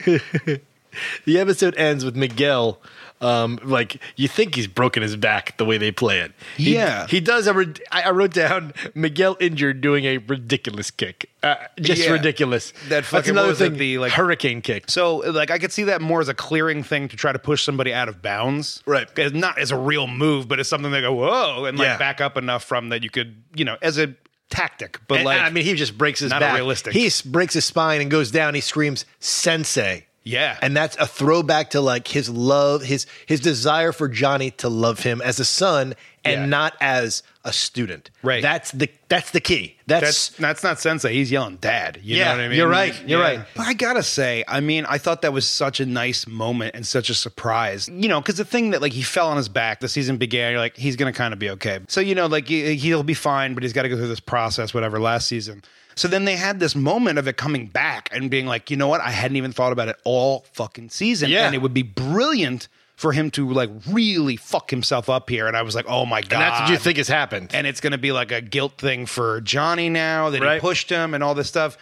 [SPEAKER 2] the episode ends with Miguel. Um, like you think he's broken his back the way they play it. He-
[SPEAKER 3] Yeah.
[SPEAKER 2] he does. A rid- I I wrote down Miguel injured doing a ridiculous kick. Uh, just
[SPEAKER 3] Yeah.
[SPEAKER 2] ridiculous.
[SPEAKER 3] That fucking
[SPEAKER 2] That's another
[SPEAKER 3] what was
[SPEAKER 2] thing.
[SPEAKER 3] It, the like
[SPEAKER 2] hurricane kick.
[SPEAKER 3] So like I could see that more as a clearing thing to try to push somebody out of bounds. Right. not as a real move, but it's something they go whoa and like
[SPEAKER 2] Yeah.
[SPEAKER 3] back up enough from that you could you know as a tactic. But
[SPEAKER 2] And-
[SPEAKER 3] like
[SPEAKER 2] and I mean, he just breaks his
[SPEAKER 3] not
[SPEAKER 2] back.
[SPEAKER 3] a realistic.
[SPEAKER 2] He s- breaks his spine and goes down. He screams "Sensei."
[SPEAKER 3] Yeah.
[SPEAKER 2] and that's a throwback to like his love, his his desire for Johnny to love him as a son and
[SPEAKER 3] Yeah.
[SPEAKER 2] not as a student.
[SPEAKER 3] Right.
[SPEAKER 2] That's the that's the key. That's,
[SPEAKER 3] that's that's not sensei. He's yelling dad. You
[SPEAKER 2] Yeah,
[SPEAKER 3] know what I mean?
[SPEAKER 2] you're right, you're right.
[SPEAKER 3] But I gotta say, I mean, I thought that was such a nice moment and such a surprise. You know, because the thing that like he fell on his back, the season began. You're like, he's gonna kind of be okay. So you know, like he- he'll be fine, but he's got to go through this process, whatever. Last season. So then they had this moment of it coming back and being like, you know what? I hadn't even thought about it all fucking season,
[SPEAKER 2] Yeah.
[SPEAKER 3] and it would be brilliant for him to like really fuck himself up here. And I was like, oh my god,
[SPEAKER 2] and that's what you think has happened.
[SPEAKER 3] and it's going to be like a guilt thing for Johnny now that he
[SPEAKER 2] Right.
[SPEAKER 3] pushed him and all this stuff.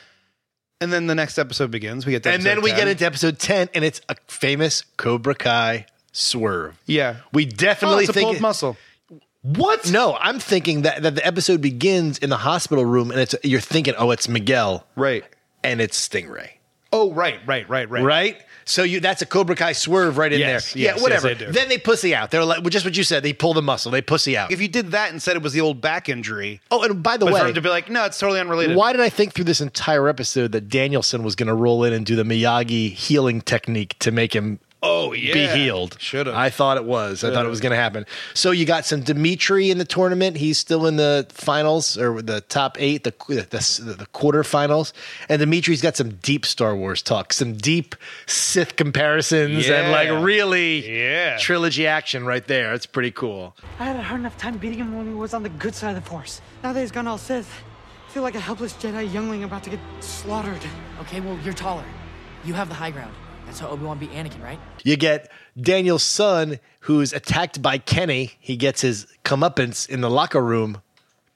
[SPEAKER 3] And then the next episode begins. We get to
[SPEAKER 2] And then
[SPEAKER 3] episode
[SPEAKER 2] we
[SPEAKER 3] 10.
[SPEAKER 2] get into episode ten, and it's a famous Cobra Kai swerve.
[SPEAKER 3] yeah.
[SPEAKER 2] We definitely
[SPEAKER 3] Oh, it's a
[SPEAKER 2] think
[SPEAKER 3] pulled muscle.
[SPEAKER 2] What? No, I'm thinking that, that the episode begins in the hospital room, and it's you're thinking, oh, it's Miguel,
[SPEAKER 3] right?
[SPEAKER 2] And it's Stingray,
[SPEAKER 3] Oh, right, right, right, right,
[SPEAKER 2] right? So you that's a Cobra Kai swerve right in
[SPEAKER 3] Yes,
[SPEAKER 2] there.
[SPEAKER 3] yes, yes,
[SPEAKER 2] yeah, whatever.
[SPEAKER 3] they do.
[SPEAKER 2] then they pussy out. They're like, well, just what you said. They pull the muscle. They pussy out.
[SPEAKER 3] If you did that and said it was the old back injury,
[SPEAKER 2] oh, and by the
[SPEAKER 3] but
[SPEAKER 2] way-
[SPEAKER 3] for him to be like, no, it's totally unrelated.
[SPEAKER 2] Why did I think through this entire episode that Danielson was going to roll in and do the Miyagi healing technique to make him
[SPEAKER 3] Oh, yeah.
[SPEAKER 2] be healed?
[SPEAKER 3] Should have.
[SPEAKER 2] I thought it was. I thought it was going to happen. So you got some Dimitri in the tournament. He's still in the finals or the top eight, the the, the, the quarterfinals. And Dimitri's got some deep Star Wars talk, some deep Sith comparisons, and
[SPEAKER 3] Yeah.
[SPEAKER 2] like really
[SPEAKER 3] Yeah.
[SPEAKER 2] trilogy action right there. It's pretty cool.
[SPEAKER 19] I had a hard enough time beating him when he was on the good side of the force. Now that he's gone all Sith, I feel like a helpless Jedi youngling about to get slaughtered.
[SPEAKER 20] Okay, well, you're taller. You have the high ground. That's how Obi-Wan beat Anakin, right?
[SPEAKER 2] You get Daniel's son, who's attacked by Kenny. He gets his comeuppance in the locker room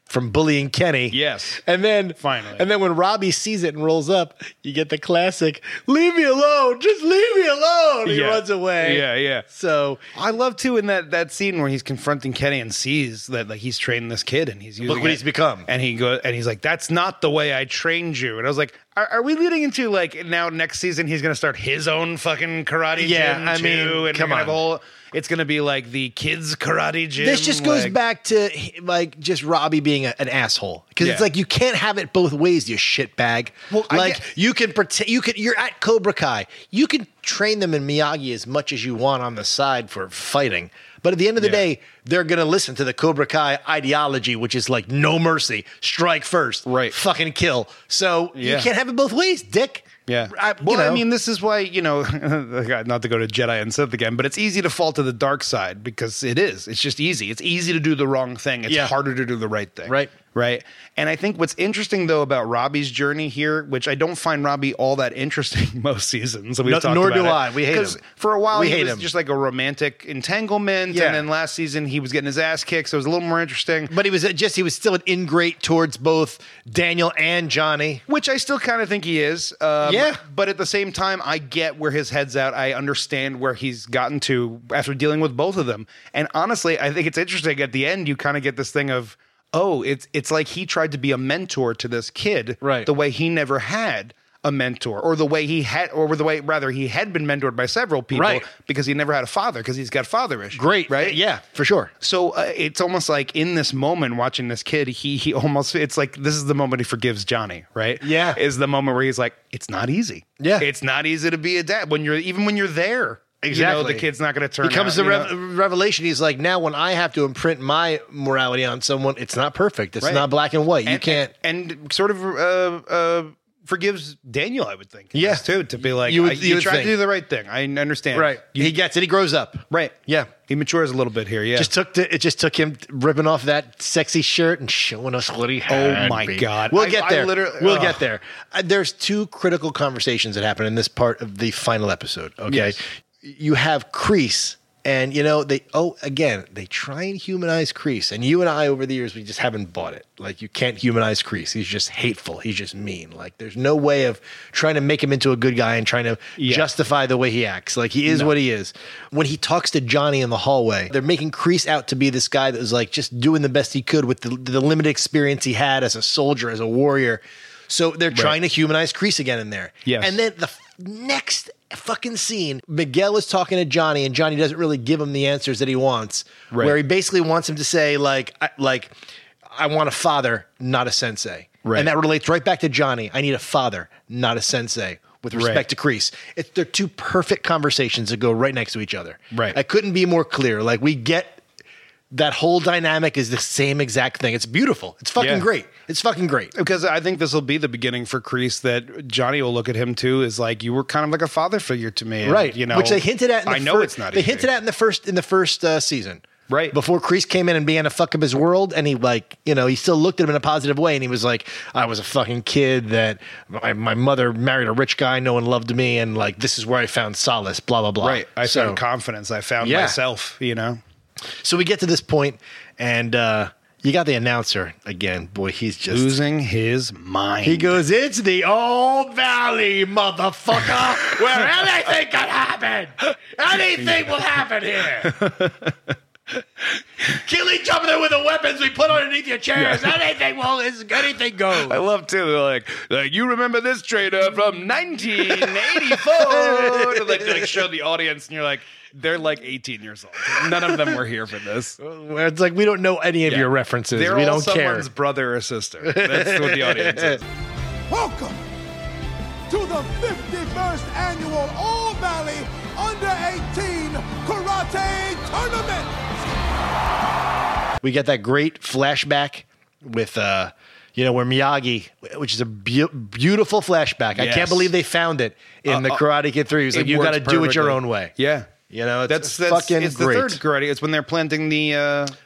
[SPEAKER 2] from bullying Kenny.
[SPEAKER 3] Yes.
[SPEAKER 2] And then
[SPEAKER 3] Finally.
[SPEAKER 2] and then when Robbie sees it and rolls up, you get the classic, leave me alone, just leave me alone. He
[SPEAKER 3] Yeah.
[SPEAKER 2] runs away.
[SPEAKER 3] Yeah, yeah.
[SPEAKER 2] So
[SPEAKER 3] I love too in that that scene where he's confronting Kenny and sees that like he's training this kid and he's using
[SPEAKER 2] Look what
[SPEAKER 3] it.
[SPEAKER 2] he's become.
[SPEAKER 3] And he goes and he's like, "That's not the way I trained you." And I was like, "Are, are we leading into like now next season he's going to start his own fucking karate
[SPEAKER 2] Yeah,
[SPEAKER 3] gym
[SPEAKER 2] I
[SPEAKER 3] too?"
[SPEAKER 2] mean,
[SPEAKER 3] and we're
[SPEAKER 2] come
[SPEAKER 3] gonna have
[SPEAKER 2] on.
[SPEAKER 3] a whole- it's going to be like the kids karate gym.
[SPEAKER 2] This just goes
[SPEAKER 3] like-
[SPEAKER 2] back to like just Robbie being a, an asshole because it's
[SPEAKER 3] Yeah.
[SPEAKER 2] like you can't have it both ways, you shitbag. Well,
[SPEAKER 3] I
[SPEAKER 2] like
[SPEAKER 3] get-
[SPEAKER 2] you can pretend you can you're at Cobra Kai, you can train them in Miyagi as much as you want on the side for fighting, but at the end of the day, they're gonna listen to the Cobra Kai ideology, which is like no mercy, strike first, right, fucking kill. So you
[SPEAKER 3] Yeah.
[SPEAKER 2] can't have it both ways, Dick.
[SPEAKER 3] Yeah.
[SPEAKER 2] I-
[SPEAKER 3] well,
[SPEAKER 2] you know.
[SPEAKER 3] I mean, this is why, you know, not to go to Jedi and Sith again, but it's easy to fall to the dark side because it is. It's just easy. It's easy to do the wrong thing. It's
[SPEAKER 2] Yeah.
[SPEAKER 3] harder to do the right thing. Right. Right. And I think what's interesting, though, about Robbie's journey here, which I don't find Robbie all that interesting most seasons. So we've
[SPEAKER 2] No-
[SPEAKER 3] talked
[SPEAKER 2] nor
[SPEAKER 3] about
[SPEAKER 2] do
[SPEAKER 3] it.
[SPEAKER 2] I. We hate
[SPEAKER 3] 'Cause
[SPEAKER 2] him.
[SPEAKER 3] For a while,
[SPEAKER 2] We
[SPEAKER 3] he
[SPEAKER 2] hate
[SPEAKER 3] was
[SPEAKER 2] him.
[SPEAKER 3] just like a romantic entanglement.
[SPEAKER 2] Yeah.
[SPEAKER 3] And then last season, he was getting his ass kicked. So it was a little more interesting.
[SPEAKER 2] but he was just he was still an ingrate towards both Daniel and Johnny.
[SPEAKER 3] which I still kind of think he is. Um,
[SPEAKER 2] Yeah.
[SPEAKER 3] But at the same time, I get where his head's at. I understand where he's gotten to after dealing with both of them. And honestly, I think it's interesting. At the end, you kind of get this thing of, oh, it's it's like he tried to be a mentor to this kid, right? The way he never had a mentor, or the way he had, or the way rather he had been mentored by several people,
[SPEAKER 2] Right.
[SPEAKER 3] Because he never had a father, because he's got father issues.
[SPEAKER 2] Great,
[SPEAKER 3] right?
[SPEAKER 2] Yeah, for sure.
[SPEAKER 3] So uh, it's almost like in this moment, watching this kid, he he almost it's like this is the moment he forgives Johnny, right? Yeah, is the moment where he's like, it's not easy.
[SPEAKER 2] Yeah.
[SPEAKER 3] it's not easy to be a dad when you're even when you're there. you know, the kid's not going to turn.
[SPEAKER 2] Becomes the
[SPEAKER 3] out, you
[SPEAKER 2] rev-
[SPEAKER 3] know?
[SPEAKER 2] revelation. He's like, now when I have to imprint my morality on someone, it's not perfect. It's
[SPEAKER 3] Right.
[SPEAKER 2] not black and white. You
[SPEAKER 3] And-
[SPEAKER 2] can't.
[SPEAKER 3] and, and sort of uh, uh, forgives Daniel, I would think. Yeah. Too, to be like,
[SPEAKER 2] You
[SPEAKER 3] you,
[SPEAKER 2] would-
[SPEAKER 3] I,
[SPEAKER 2] you
[SPEAKER 3] you
[SPEAKER 2] would
[SPEAKER 3] tried
[SPEAKER 2] think.
[SPEAKER 3] to do the right thing. I understand.
[SPEAKER 2] Right.
[SPEAKER 3] You-
[SPEAKER 2] he gets it. He grows up.
[SPEAKER 3] Right.
[SPEAKER 2] Yeah.
[SPEAKER 3] He matures a little bit here. Yeah.
[SPEAKER 2] Just took to, it. Just took him ripping off that sexy shirt and showing us what he had.
[SPEAKER 3] Oh my
[SPEAKER 2] baby.
[SPEAKER 3] God.
[SPEAKER 2] We'll
[SPEAKER 3] I-
[SPEAKER 2] get
[SPEAKER 3] I
[SPEAKER 2] there.
[SPEAKER 3] literally-
[SPEAKER 2] we'll
[SPEAKER 3] ugh.
[SPEAKER 2] get there. Uh, there's two critical conversations that happen in this part of the final episode. Okay, you have Crease. And you know they oh again they try and humanize Crease and you and I over the years we just haven't bought it like you can't humanize Crease he's just hateful he's just mean like there's no way of trying to make him into a good guy and trying to justify the way he acts like he is
[SPEAKER 3] No.
[SPEAKER 2] what he is when he talks to Johnny in the hallway they're making Crease out to be this guy that was like just doing the best he could with the, the limited experience he had as a soldier as a warrior so they're trying to humanize Crease again in there
[SPEAKER 3] Yes.
[SPEAKER 2] and then the f- next fucking scene, Miguel is talking to Johnny, and Johnny doesn't really give him the answers that he wants.
[SPEAKER 3] Right.
[SPEAKER 2] Where he basically wants him to say like, I, like, I want a father, not a sensei.
[SPEAKER 3] Right.
[SPEAKER 2] And that relates right back to Johnny. I need a father, not a sensei. With respect
[SPEAKER 3] Right.
[SPEAKER 2] to Crease, it's they're two perfect conversations that go right next to each other.
[SPEAKER 3] Right.
[SPEAKER 2] I couldn't be more clear. Like we get that whole dynamic is the same exact thing. It's beautiful. It's fucking
[SPEAKER 3] Yeah.
[SPEAKER 2] great. It's fucking great.
[SPEAKER 3] Because I think this will be the beginning for Crease that Johnny will look at him too is like you were kind of like a father figure to me, and,
[SPEAKER 2] right?
[SPEAKER 3] You know,
[SPEAKER 2] which they hinted at. In the
[SPEAKER 3] I know
[SPEAKER 2] fir-
[SPEAKER 3] it's not.
[SPEAKER 2] They
[SPEAKER 3] easy.
[SPEAKER 2] hinted at in the first in the first uh, season, right? Before Kreese came in and began to fuck up his world, and he like you know he still looked at him in a positive way, and he was like, "I was a fucking kid that my, my mother married a rich guy, no one loved me, and like this is where I found solace." Blah blah blah.
[SPEAKER 3] Right. I
[SPEAKER 2] so,
[SPEAKER 3] found confidence. I found
[SPEAKER 2] Yeah.
[SPEAKER 3] myself. You know.
[SPEAKER 2] So we get to this point, and uh, you got the announcer again. Boy, he's just
[SPEAKER 3] losing his mind.
[SPEAKER 2] He goes, "It's the old valley, motherfucker, where anything can happen. Anything will happen here. Kill each other with the weapons we put underneath your chairs.
[SPEAKER 3] Yeah.
[SPEAKER 2] Anything will, is anything goes."
[SPEAKER 3] I love too. They're like, like you remember this trader from 1984? and like, like show the audience, and you're like, they're like 18 years old. None of them were here for this.
[SPEAKER 2] Where it's like we don't know any of your references.
[SPEAKER 3] They're
[SPEAKER 2] we
[SPEAKER 3] all
[SPEAKER 2] don't care.
[SPEAKER 3] someone's brother or sister. That's what the audience is.
[SPEAKER 5] Welcome to the 51st annual All Valley Under 18 Karate Tournament.
[SPEAKER 2] We get that great flashback with, uh, you know, where Miyagi, which is a beau- beautiful flashback. I
[SPEAKER 3] Yes.
[SPEAKER 2] can't believe they found it in the
[SPEAKER 3] Uh, uh,
[SPEAKER 2] Karate Kid Three. He's like,
[SPEAKER 3] it
[SPEAKER 2] "You
[SPEAKER 3] works
[SPEAKER 2] got to do it your
[SPEAKER 3] perfectly.
[SPEAKER 2] own way."
[SPEAKER 3] Yeah.
[SPEAKER 2] You know, it's
[SPEAKER 3] that's,
[SPEAKER 2] that's,
[SPEAKER 3] that's
[SPEAKER 2] fucking
[SPEAKER 3] it's
[SPEAKER 2] great.
[SPEAKER 3] the third karate. It's when they're planting the uh,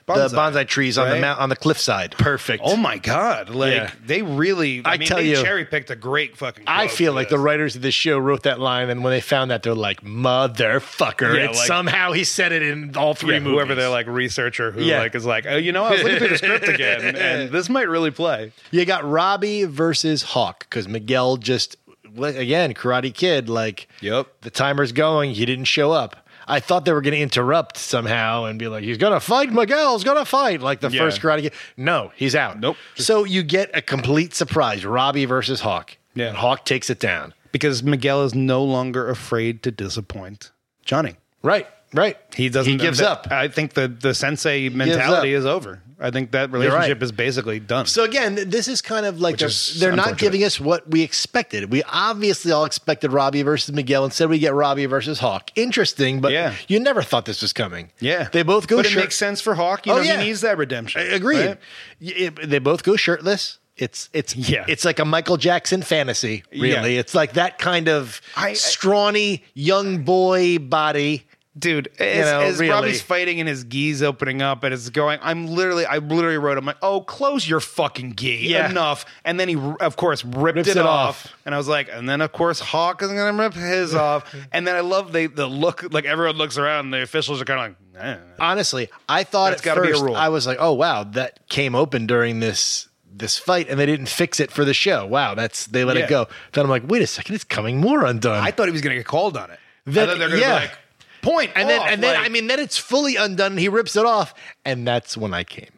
[SPEAKER 3] bonsai,
[SPEAKER 2] the bonsai trees on the
[SPEAKER 3] right?
[SPEAKER 2] mount on the cliffside. Perfect.
[SPEAKER 3] Oh my god! Like
[SPEAKER 2] Yeah.
[SPEAKER 3] they really. I,
[SPEAKER 2] I
[SPEAKER 3] mean,
[SPEAKER 2] tell
[SPEAKER 3] they
[SPEAKER 2] you-
[SPEAKER 3] cherry picked a great fucking.
[SPEAKER 2] I
[SPEAKER 3] quote
[SPEAKER 2] feel
[SPEAKER 3] for
[SPEAKER 2] like
[SPEAKER 3] this.
[SPEAKER 2] the writers of this show wrote that line, and when they found that, they're like, "Motherfucker!"
[SPEAKER 3] Yeah,
[SPEAKER 2] it's
[SPEAKER 3] like-
[SPEAKER 2] somehow he said it in all three
[SPEAKER 3] Yeah,
[SPEAKER 2] movies.
[SPEAKER 3] whoever their like researcher who
[SPEAKER 2] Yeah.
[SPEAKER 3] like is like, oh, you know, I was looking through the script again, and this might really play.
[SPEAKER 2] You got Robbie versus Hawk because Miguel just like, again Karate Kid. Like,
[SPEAKER 3] yep,
[SPEAKER 2] the timer's going. He didn't show up. I thought they were going to interrupt somehow and be like, "He's going to fight. Miguel's going to fight." Like the
[SPEAKER 3] Yeah.
[SPEAKER 2] first Karate Kid. No, he's out. Nope. So you get a complete surprise: Robbie versus Hawk. Yeah, and Hawk takes it down.
[SPEAKER 3] Because Miguel is no longer afraid to disappoint Johnny.
[SPEAKER 2] Right, right.
[SPEAKER 3] He doesn't.
[SPEAKER 2] He gives
[SPEAKER 3] that-
[SPEAKER 2] up.
[SPEAKER 3] I think the the sensei mentality is over. I think that
[SPEAKER 2] right.
[SPEAKER 3] relationship is basically done.
[SPEAKER 2] So again, th- this is kind of like
[SPEAKER 3] Which
[SPEAKER 2] they're,
[SPEAKER 3] is
[SPEAKER 2] they're not
[SPEAKER 3] unfortunate.
[SPEAKER 2] giving us what we expected. We obviously all expected Robbie versus Miguel. Instead, we get Robbie versus Hawk. Interesting, but you never thought this was coming.
[SPEAKER 3] Yeah,
[SPEAKER 2] They both go
[SPEAKER 3] But it
[SPEAKER 2] shirt-
[SPEAKER 3] makes sense for Hawk. You
[SPEAKER 2] Oh,
[SPEAKER 3] know,
[SPEAKER 2] yeah.
[SPEAKER 3] he needs that redemption.
[SPEAKER 2] Agreed.
[SPEAKER 3] right?
[SPEAKER 2] Y- it- they both go shirtless. It's it's yeah. It's like a Michael Jackson fantasy. Really,
[SPEAKER 3] Yeah.
[SPEAKER 2] it's like that kind of scrawny young boy body.
[SPEAKER 3] Dude, As, as Robbie's fighting and his gi's opening up and it's going, I'm literally, I literally wrote, I'm like, oh, close your fucking gi.
[SPEAKER 2] Yeah.
[SPEAKER 3] Enough. And then he, of course, ripped
[SPEAKER 2] Rips
[SPEAKER 3] it,
[SPEAKER 2] it
[SPEAKER 3] off.
[SPEAKER 2] off.
[SPEAKER 3] And I was like, and then, of course, Hawk is going to rip his off. And then I love the, the look, like everyone looks around and the officials are kind of like, eh.
[SPEAKER 2] Honestly, I thought
[SPEAKER 3] That's
[SPEAKER 2] at
[SPEAKER 3] gotta be a
[SPEAKER 2] first
[SPEAKER 3] rule.
[SPEAKER 2] I was like, "Oh wow, that came open during this this fight, and they didn't fix it for the show. Wow, that's they let
[SPEAKER 3] Yeah.
[SPEAKER 2] it go." Then I'm like, "Wait a second, it's coming more undone."
[SPEAKER 3] I thought he was going to get called on it. I
[SPEAKER 2] Then-
[SPEAKER 3] thought they were going to
[SPEAKER 2] yeah.
[SPEAKER 3] be like, point.
[SPEAKER 2] and then
[SPEAKER 3] off,
[SPEAKER 2] and then
[SPEAKER 3] like-
[SPEAKER 2] I mean, then it's fully undone. And he rips it off, and that's when I came.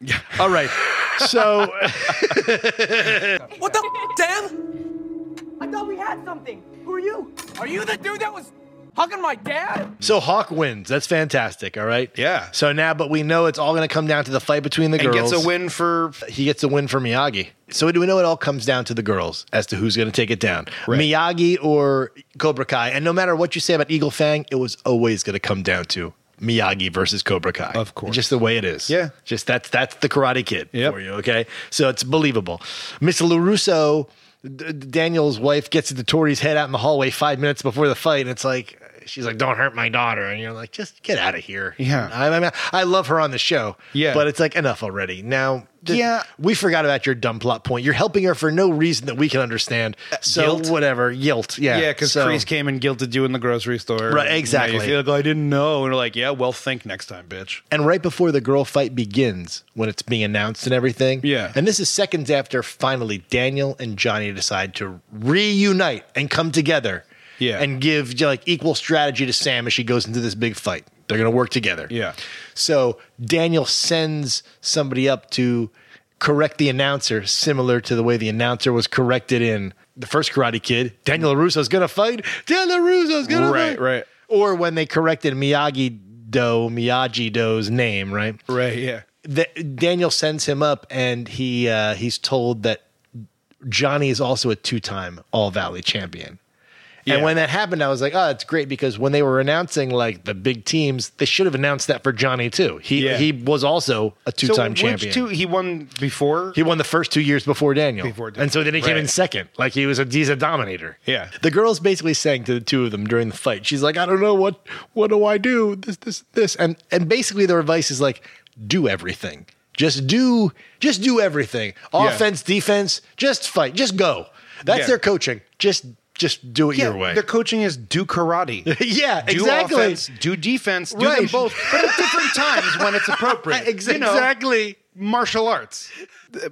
[SPEAKER 2] Yeah. All right. So
[SPEAKER 25] What the damn? I thought we had something. Who are you? Are you the dude that was hugging my dad?
[SPEAKER 2] so Hawk wins. That's fantastic. All right.
[SPEAKER 3] Yeah.
[SPEAKER 2] So now, but we know it's all going to come down to the fight between the
[SPEAKER 3] and
[SPEAKER 2] girls.
[SPEAKER 3] gets a win for
[SPEAKER 2] He gets a win for Miyagi. So do we know it all comes down to the girls as to who's going to take it down, Miyagi or Cobra Kai? And no matter what you say about Eagle Fang, it was always going to come down to Miyagi versus Cobra Kai. Of course, just the way it is. Yeah, just that's that's the Karate Kid for you. Okay, so it's believable. Miss Larusso D- Daniel's wife gets the Tori's head out in the hallway five minutes before the fight, and it's like she's like, "Don't hurt my daughter," and you're like, "Just get out of here."
[SPEAKER 3] Yeah.
[SPEAKER 2] I, I, I love her on the show.
[SPEAKER 3] Yeah.
[SPEAKER 2] but it's like enough already. Now, th-
[SPEAKER 3] Yeah.
[SPEAKER 2] we forgot about your dumb plot point. You're helping her for no reason that we can understand. So
[SPEAKER 3] guilt?
[SPEAKER 2] whatever, guilt. Yeah,
[SPEAKER 3] Yeah, because
[SPEAKER 2] so,
[SPEAKER 3] Kreese came and guilted you in the grocery store.
[SPEAKER 2] Right,
[SPEAKER 3] And now
[SPEAKER 2] exactly.
[SPEAKER 3] You feel like, "Oh, I didn't know. And you're like, yeah, well, think next time, bitch.
[SPEAKER 2] And right before the girl fight begins, when it's being announced and everything.
[SPEAKER 3] Yeah.
[SPEAKER 2] And this is seconds after finally Daniel and Johnny decide to reunite and come together.
[SPEAKER 3] Yeah.
[SPEAKER 2] And give you know, like equal strategy to Sam as she goes into this big fight. They're going to work together.
[SPEAKER 3] Yeah.
[SPEAKER 2] So Daniel sends somebody up to correct the announcer, similar to the way the announcer was corrected in the first Karate Kid. Daniel LaRusso's going to fight. Daniel LaRusso's going to
[SPEAKER 3] Right,
[SPEAKER 2] fight.
[SPEAKER 3] right.
[SPEAKER 2] Or when they corrected Miyagi Do, Miyagi Do's name, right?
[SPEAKER 3] Right, yeah.
[SPEAKER 2] That Daniel sends him up, and he uh, he's told that Johnny is also a two time All Valley champion.
[SPEAKER 3] Yeah.
[SPEAKER 2] And when that happened, I was like, "Oh, it's great!" Because when they were announcing like the big teams, they should have announced that for Johnny too. He
[SPEAKER 3] Yeah.
[SPEAKER 2] he was also a two time
[SPEAKER 3] so
[SPEAKER 2] champion.
[SPEAKER 3] Which two? He won before?
[SPEAKER 2] He won the first two years before Daniel.
[SPEAKER 3] Before
[SPEAKER 2] And so then he came in
[SPEAKER 3] Right.
[SPEAKER 2] second. Like he was a he's a dominator.
[SPEAKER 3] Yeah.
[SPEAKER 2] The girl's basically saying to the two of them during the fight, she's like, I don't know what what do I do? This, this, this. And and basically their advice is like, do everything. Just do just do everything.
[SPEAKER 3] Yeah.
[SPEAKER 2] Offense, defense, just fight. Just go. That's
[SPEAKER 3] Yeah.
[SPEAKER 2] their coaching. Just just do it your way.
[SPEAKER 3] Their coaching is do karate.
[SPEAKER 2] Yeah,
[SPEAKER 3] do
[SPEAKER 2] exactly.
[SPEAKER 3] Offense, do defense. Do them
[SPEAKER 2] Right.
[SPEAKER 3] both, but at different times when it's appropriate.
[SPEAKER 2] Ex-
[SPEAKER 3] You know,
[SPEAKER 2] exactly.
[SPEAKER 3] martial arts.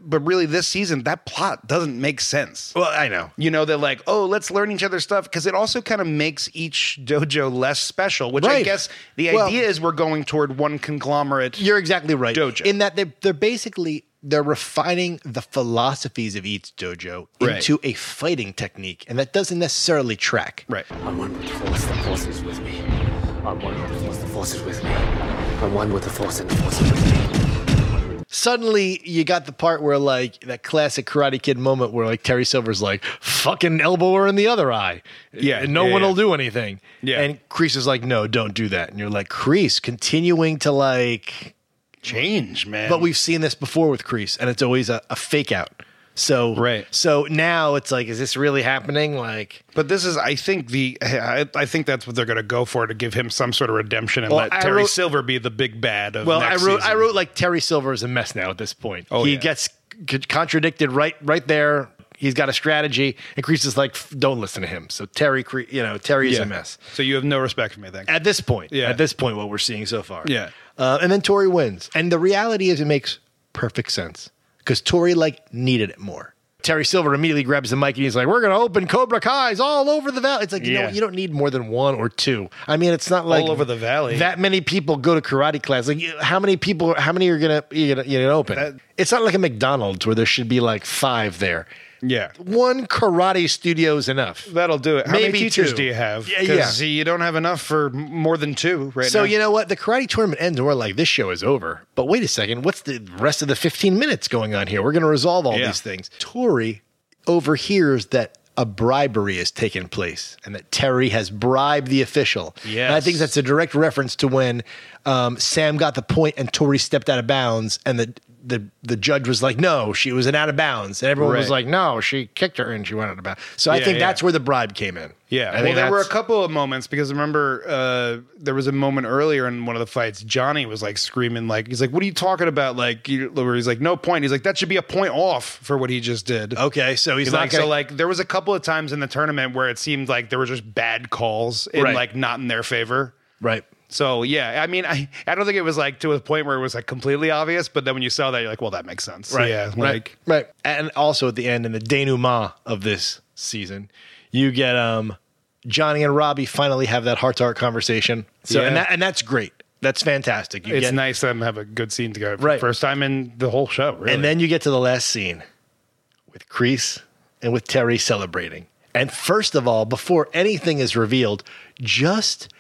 [SPEAKER 3] But really, this season, that plot doesn't make sense.
[SPEAKER 2] Well, I know.
[SPEAKER 3] You know, they're like, oh, let's learn each other's stuff because it also kind of makes each dojo less special, which I
[SPEAKER 2] Right.
[SPEAKER 3] guess the
[SPEAKER 2] Well-
[SPEAKER 3] idea is we're going toward one conglomerate.
[SPEAKER 2] You're exactly right.
[SPEAKER 3] Dojo.
[SPEAKER 2] In that they're, they're basically they're refining the philosophies of each dojo
[SPEAKER 3] Right.
[SPEAKER 2] into a fighting technique, and that doesn't necessarily track.
[SPEAKER 3] Right.
[SPEAKER 4] I'm one with the force, the force is with me. I'm one with the force, the force is with me. I'm one with the force, and the force is with me.
[SPEAKER 2] Suddenly, you got the part where like that classic Karate Kid moment where like Terry Silver's like fucking elbow her in the other eye.
[SPEAKER 3] Yeah,
[SPEAKER 2] and no
[SPEAKER 3] yeah,
[SPEAKER 2] one
[SPEAKER 3] yeah.
[SPEAKER 2] will do anything.
[SPEAKER 3] Yeah.
[SPEAKER 2] and Crease is like, no, don't do that. And you're like, Crease, continuing to like
[SPEAKER 3] change, man.
[SPEAKER 2] But we've seen this before with Crease, and it's always a, a fake out. So right. So now it's like, is this really happening? Like,
[SPEAKER 3] But this is, I think the, I, I think that's what they're going to go for to give him some sort of redemption and
[SPEAKER 2] Well,
[SPEAKER 3] let
[SPEAKER 2] I
[SPEAKER 3] Terry
[SPEAKER 2] wrote-
[SPEAKER 3] Silver be the big bad of.
[SPEAKER 2] well, I
[SPEAKER 3] next
[SPEAKER 2] wrote,
[SPEAKER 3] season.
[SPEAKER 2] I wrote like Terry Silver is a mess now at this point.
[SPEAKER 3] Oh,
[SPEAKER 2] he
[SPEAKER 3] yeah.
[SPEAKER 2] gets c- contradicted right, right there. He's got a strategy, and Crease is like, "F- don't listen to him. So Terry, Cre- you know, Terry is
[SPEAKER 3] Yeah.
[SPEAKER 2] a mess
[SPEAKER 3] So you have no respect for me, then.
[SPEAKER 2] at this point.
[SPEAKER 3] Yeah.
[SPEAKER 2] At this point, what we're seeing so far.
[SPEAKER 3] Yeah.
[SPEAKER 2] Uh, and then Tori wins, and the reality is, it makes perfect sense because Tori like needed it more. Terry Silver immediately grabs the mic and he's like, "We're going to open Cobra Kai's all over the valley." It's like you know
[SPEAKER 3] Yeah.
[SPEAKER 2] what? you don't need more than one or two. I mean, it's not like
[SPEAKER 3] All over the valley.
[SPEAKER 2] That many people go to karate class. Like you- how many people? How many are gonna you gonna, you gonna open? it's not like a McDonald's where there should be like five there.
[SPEAKER 3] Yeah.
[SPEAKER 2] One karate studio is enough.
[SPEAKER 3] That'll do it. How many
[SPEAKER 2] Maybe
[SPEAKER 3] teachers
[SPEAKER 2] two.
[SPEAKER 3] do you have?
[SPEAKER 2] Yeah,
[SPEAKER 3] 'Cause
[SPEAKER 2] yeah.
[SPEAKER 3] You don't have enough for m- more than two right
[SPEAKER 2] so
[SPEAKER 3] now.
[SPEAKER 2] you know what? The karate tournament ends, and we're like, this show is over. But wait a second, what's the rest of the 15 minutes going on here? We're going to resolve all
[SPEAKER 3] Yeah.
[SPEAKER 2] these things. Tori overhears that a bribery has taken place and that Terry has bribed the official.
[SPEAKER 3] Yes.
[SPEAKER 2] And I think that's a direct reference to when um, Sam got the point and Tori stepped out of bounds and the the, the judge was like, no, she was an out of bounds. And everyone was like,
[SPEAKER 3] Right.
[SPEAKER 2] no, she kicked her and she went out of bounds. So I
[SPEAKER 3] Yeah,
[SPEAKER 2] think
[SPEAKER 3] yeah.
[SPEAKER 2] that's where the bribe came in. I
[SPEAKER 3] Yeah.
[SPEAKER 2] think
[SPEAKER 3] Well, there were a
[SPEAKER 2] that's-
[SPEAKER 3] couple of moments because remember uh, there was a moment earlier in one of the fights. Johnny was like screaming, like he's like, "What are you talking about?" Like you- where he's like, "No point." He's like, "That should be a point off for what he just did."
[SPEAKER 2] Okay, so he's not
[SPEAKER 3] like,
[SPEAKER 2] gonna-
[SPEAKER 3] so like there was a couple of times in the tournament where it seemed like there were just bad calls and
[SPEAKER 2] Right.
[SPEAKER 3] like not in their favor.
[SPEAKER 2] Right.
[SPEAKER 3] So yeah, I mean, I, I don't think it was like to a point where it was like completely obvious, but then when you saw that, you're like, well, that makes sense.
[SPEAKER 2] Right.
[SPEAKER 3] Yeah.
[SPEAKER 2] right,
[SPEAKER 3] Like
[SPEAKER 2] right. And also at the end in the denouement of this season, you get um Johnny and Robbie finally have that heart to heart conversation. So and
[SPEAKER 3] Yeah.
[SPEAKER 2] that and that's great. That's fantastic. You
[SPEAKER 3] it's
[SPEAKER 2] get,
[SPEAKER 3] nice them have a good scene to go.
[SPEAKER 2] Right.
[SPEAKER 3] First time in the whole show. Really.
[SPEAKER 2] And then you get to the last scene with Crease and with Terry celebrating. And first of all, before anything is revealed, just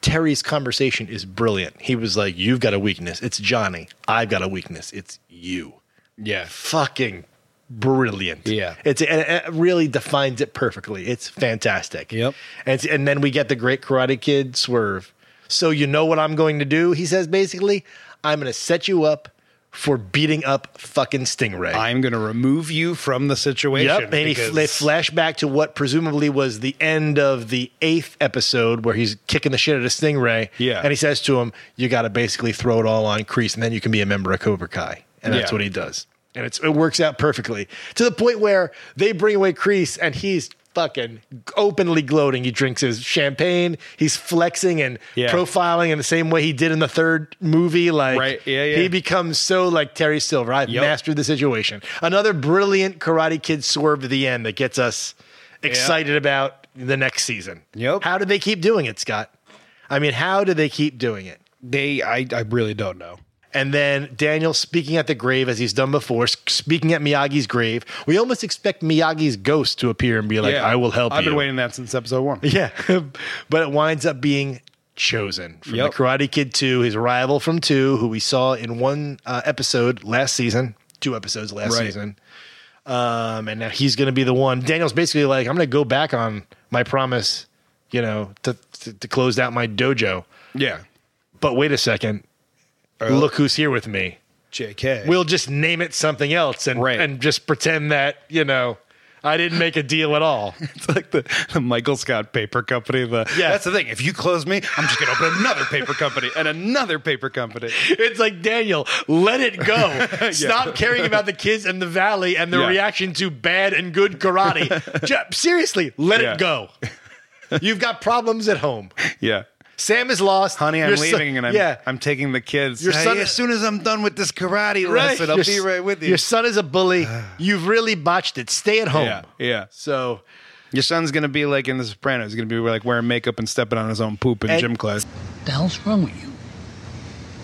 [SPEAKER 2] Terry's conversation is brilliant. He was like, You've got a weakness. It's Johnny. I've got a weakness. It's you.
[SPEAKER 3] Yeah.
[SPEAKER 2] Fucking brilliant.
[SPEAKER 3] Yeah.
[SPEAKER 2] It's and it really defines it perfectly. It's fantastic. Yep. And and then we get the great Karate Kid swerve. So you know what I'm going to do? He says basically, I'm going to set you up for beating up fucking Stingray.
[SPEAKER 3] I'm going to remove you from the situation.
[SPEAKER 2] Yep, and he
[SPEAKER 3] because-
[SPEAKER 2] fl- they flash back to what presumably was the end of the eighth episode where he's kicking the shit out of Stingray.
[SPEAKER 3] Yeah.
[SPEAKER 2] And he says to him, You got to basically throw it all on Crease, and then you can be a member of Cobra Kai. And that's
[SPEAKER 3] Yeah.
[SPEAKER 2] what he does. And it's, it works out perfectly to the point where they bring away Crease, and he's fucking openly gloating. He drinks his champagne, he's flexing and
[SPEAKER 3] Yeah.
[SPEAKER 2] profiling in the same way he did in the third movie. Like,
[SPEAKER 3] Right, yeah, yeah.
[SPEAKER 2] he becomes so like Terry Silver. I've
[SPEAKER 3] Yep.
[SPEAKER 2] mastered the situation. Another brilliant Karate Kid swerve at the end that gets us excited about the next season. Yep. How do they keep doing it, Scott? I mean, how do they keep doing it?
[SPEAKER 3] They, I, I really don't know.
[SPEAKER 2] And then Daniel speaking at the grave as he's done before, s- speaking at Miyagi's grave. We almost expect Miyagi's ghost to appear and be like,
[SPEAKER 3] Yeah.
[SPEAKER 2] "I will help
[SPEAKER 3] I've
[SPEAKER 2] you."
[SPEAKER 3] been waiting that since episode one.
[SPEAKER 2] Yeah. but it winds up being chosen from
[SPEAKER 3] Yep.
[SPEAKER 2] the Karate Kid 2, his rival from 2, who we saw in one uh, episode last season, two episodes last
[SPEAKER 3] Right.
[SPEAKER 2] season. Um, and now he's going to be the one. Daniel's basically like, I'm going to go back on my promise, you know, to, to, to close out my dojo.
[SPEAKER 3] Yeah.
[SPEAKER 2] But wait a second.
[SPEAKER 3] Oh.
[SPEAKER 2] Look who's here with me.
[SPEAKER 3] JK.
[SPEAKER 2] We'll just name it something else and, and just pretend that, you know, I didn't make a deal at all.
[SPEAKER 3] It's like the, the Michael Scott paper company. The
[SPEAKER 2] Yeah.
[SPEAKER 3] that's the thing. If you close me, I'm just gonna open another paper company and another paper company.
[SPEAKER 2] It's like Daniel, let it go. Stop caring about the kids and the valley and their
[SPEAKER 3] Yeah.
[SPEAKER 2] reaction to bad and good karate. Ju- Seriously, let
[SPEAKER 3] Yeah.
[SPEAKER 2] it go. You've got problems at home.
[SPEAKER 3] Yeah.
[SPEAKER 2] Sam is lost.
[SPEAKER 3] Honey, I'm
[SPEAKER 2] Your son-
[SPEAKER 3] leaving and I'm
[SPEAKER 2] yeah.
[SPEAKER 3] I'm taking the kids.
[SPEAKER 2] Your son-
[SPEAKER 3] as soon as I'm done with this karate
[SPEAKER 2] Right.
[SPEAKER 3] lesson, I'll
[SPEAKER 2] Your
[SPEAKER 3] be
[SPEAKER 2] s-
[SPEAKER 3] right with you.
[SPEAKER 2] Your son is a bully. You've really botched it. Stay at home.
[SPEAKER 3] Yeah. Yeah.
[SPEAKER 2] So
[SPEAKER 3] your son's gonna be like in The Sopranos. He's gonna be like wearing makeup and stepping on his own poop in
[SPEAKER 2] And-
[SPEAKER 3] gym class.
[SPEAKER 7] The hell's wrong with you?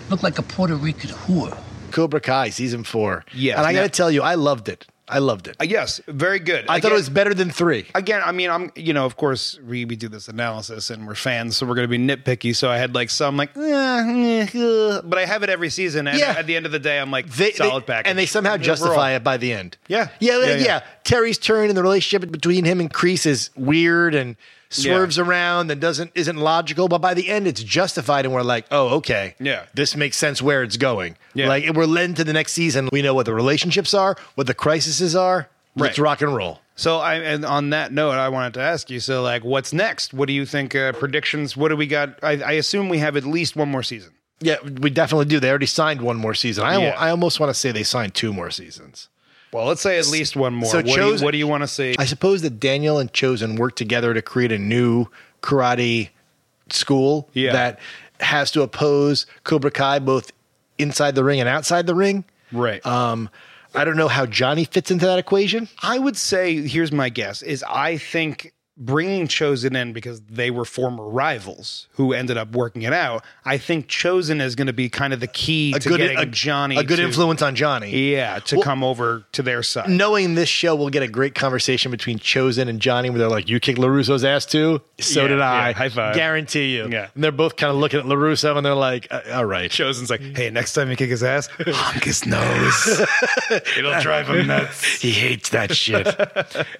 [SPEAKER 7] Look like a Puerto Rican whore.
[SPEAKER 2] Cobra Kai season four.
[SPEAKER 3] Yes.
[SPEAKER 2] And I got
[SPEAKER 3] Now-
[SPEAKER 2] to tell you, I loved it. I loved it.
[SPEAKER 3] Uh, yes, very good.
[SPEAKER 2] I thought it was better than three.
[SPEAKER 3] Again, I mean, I'm you know, of course, we, we do this analysis and we're fans, so we're going to be nitpicky. So I had like some like, eh, eh, eh, but I have it every season. And
[SPEAKER 2] Yeah.
[SPEAKER 3] at the end of the day, I'm like
[SPEAKER 2] They-
[SPEAKER 3] solid
[SPEAKER 2] they-
[SPEAKER 3] package,
[SPEAKER 2] And they somehow
[SPEAKER 3] Overall.
[SPEAKER 2] justify it by the end.
[SPEAKER 3] Yeah.
[SPEAKER 2] Yeah, yeah,
[SPEAKER 3] Yeah, yeah.
[SPEAKER 2] Terry's turn and the relationship between him and Crease is weird and swerves around and doesn't isn't logical, but by the end it's justified and we're like, oh, okay.
[SPEAKER 3] Yeah.
[SPEAKER 2] This makes sense where it's going. Like we're led to the next season. We know what the relationships are, what the crises are. Let's
[SPEAKER 3] Right.
[SPEAKER 2] rock and roll.
[SPEAKER 3] So I and on that note, I wanted to ask you. So like, what's next? What do you think? Uh, predictions? What do we got? I, I assume we have at least one more season.
[SPEAKER 2] Yeah, we definitely do. They already signed one more season. I,
[SPEAKER 3] Yeah.
[SPEAKER 2] I almost want to say they signed two more seasons.
[SPEAKER 3] Well, let's say at least one more.
[SPEAKER 2] so
[SPEAKER 3] what, do
[SPEAKER 2] Chosen-
[SPEAKER 3] you, what do you want to see?
[SPEAKER 2] I suppose that Daniel and Chosen work together to create a new karate school
[SPEAKER 3] Yeah.
[SPEAKER 2] that has to oppose Cobra Kai both inside the ring and outside the ring.
[SPEAKER 3] Right.
[SPEAKER 2] Um, I don't know how Johnny fits into that equation.
[SPEAKER 3] I would say here's my guess is I think bringing Chosen in because they were former rivals who ended up working it out. I think Chosen is going to be kind of the key to getting Johnny
[SPEAKER 2] a good
[SPEAKER 3] to-
[SPEAKER 2] influence on Johnny.
[SPEAKER 3] Yeah, to
[SPEAKER 2] Well-
[SPEAKER 3] come over to their side.
[SPEAKER 2] Knowing this show, we'll get a great conversation between Chosen and Johnny, where they're like, "You kicked Larusso's ass too, so
[SPEAKER 3] Yeah,
[SPEAKER 2] did I."
[SPEAKER 3] yeah, high five.
[SPEAKER 2] guarantee you. Yeah, and they're both kind of looking at Larusso, and they're like, "Uh, "All right."
[SPEAKER 3] Chosen's like, "Hey, next time you kick his ass, honk his nose. It'll drive him nuts.
[SPEAKER 2] he hates that shit."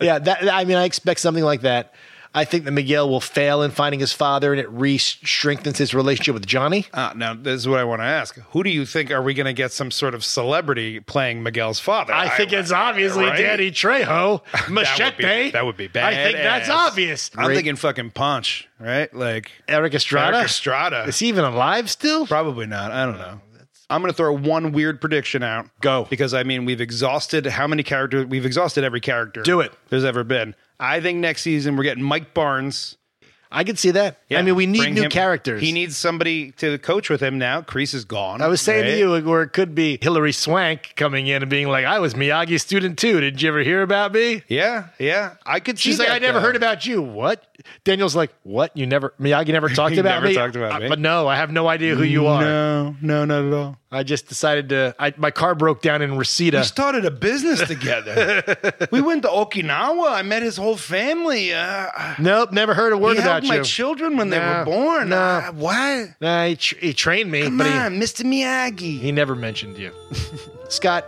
[SPEAKER 2] yeah, that I mean, I expect something like that. I think that Miguel will fail in finding his father, and it re strengthens his relationship with Johnny.
[SPEAKER 3] Uh, now, this is what I want to ask. Who do you think are we going to get some sort of celebrity playing Miguel's father?
[SPEAKER 2] I think it's obviously Danny Trejo,
[SPEAKER 3] That would be-
[SPEAKER 2] Machete.
[SPEAKER 3] That would be, bad.
[SPEAKER 2] I think that's obvious.
[SPEAKER 3] I'm
[SPEAKER 2] Great.
[SPEAKER 3] thinking fucking Punch, right? Like
[SPEAKER 2] Eric Estrada?
[SPEAKER 3] Eric Estrada.
[SPEAKER 2] Is he even alive still?
[SPEAKER 3] Probably not. I don't know. I'm going to throw one weird prediction out. Go. Because, I mean, we've exhausted how many characters? We've exhausted every character.
[SPEAKER 2] Do it.
[SPEAKER 3] There's ever been. I think next season we're getting Mike Barnes.
[SPEAKER 2] I could see that. I mean, we need new characters.
[SPEAKER 3] He needs somebody to coach with him now. Crease is gone.
[SPEAKER 2] I was saying
[SPEAKER 3] right?
[SPEAKER 2] to you, like, where it could be Hillary Swank coming in and being like, "I was Miyagi's student too. Did you ever hear about me?"
[SPEAKER 3] Yeah, yeah. I could.
[SPEAKER 2] She's
[SPEAKER 3] see
[SPEAKER 2] like,
[SPEAKER 3] that,
[SPEAKER 2] "I never
[SPEAKER 3] though."
[SPEAKER 2] heard about you." What? Daniel's like, "What? You never Miyagi never talked
[SPEAKER 3] He
[SPEAKER 2] about
[SPEAKER 3] never
[SPEAKER 2] me."
[SPEAKER 3] talked about
[SPEAKER 2] Uh,
[SPEAKER 3] me.
[SPEAKER 2] But no, I have no idea who you are.
[SPEAKER 3] No, no, not at all.
[SPEAKER 2] I just decided to. I, my car broke down in Reseda.
[SPEAKER 3] We started a business together. we went to Okinawa. I met his whole family. Uh,
[SPEAKER 2] nope, never heard a word
[SPEAKER 3] he
[SPEAKER 2] about
[SPEAKER 3] helped my
[SPEAKER 2] you.
[SPEAKER 3] children when they were born.
[SPEAKER 2] No,
[SPEAKER 3] Uh, what?
[SPEAKER 2] Nah, he, tr- he trained me,
[SPEAKER 3] Come
[SPEAKER 2] but
[SPEAKER 3] on, Mr. Miyagi.
[SPEAKER 2] he, he never mentioned you. Scott,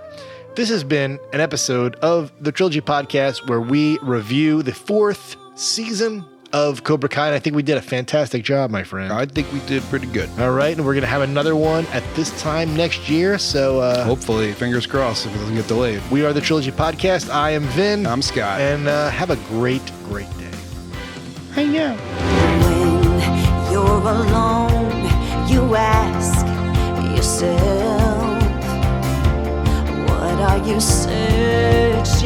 [SPEAKER 2] this has been an episode of the Trilogy Podcast where we review the fourth season of Cobra Kai, and I think we did a fantastic job, my friend. I
[SPEAKER 3] think we did pretty good.
[SPEAKER 2] All right, and we're gonna have another one at this time next year. So uh,
[SPEAKER 3] hopefully, fingers crossed, if it doesn't get delayed.
[SPEAKER 2] We are the Trilogy Podcast. I am Vin.
[SPEAKER 3] I'm Scott.
[SPEAKER 2] And uh, have a great, great day. Hey, yeah.
[SPEAKER 9] You're alone, you ask yourself, what are you searching?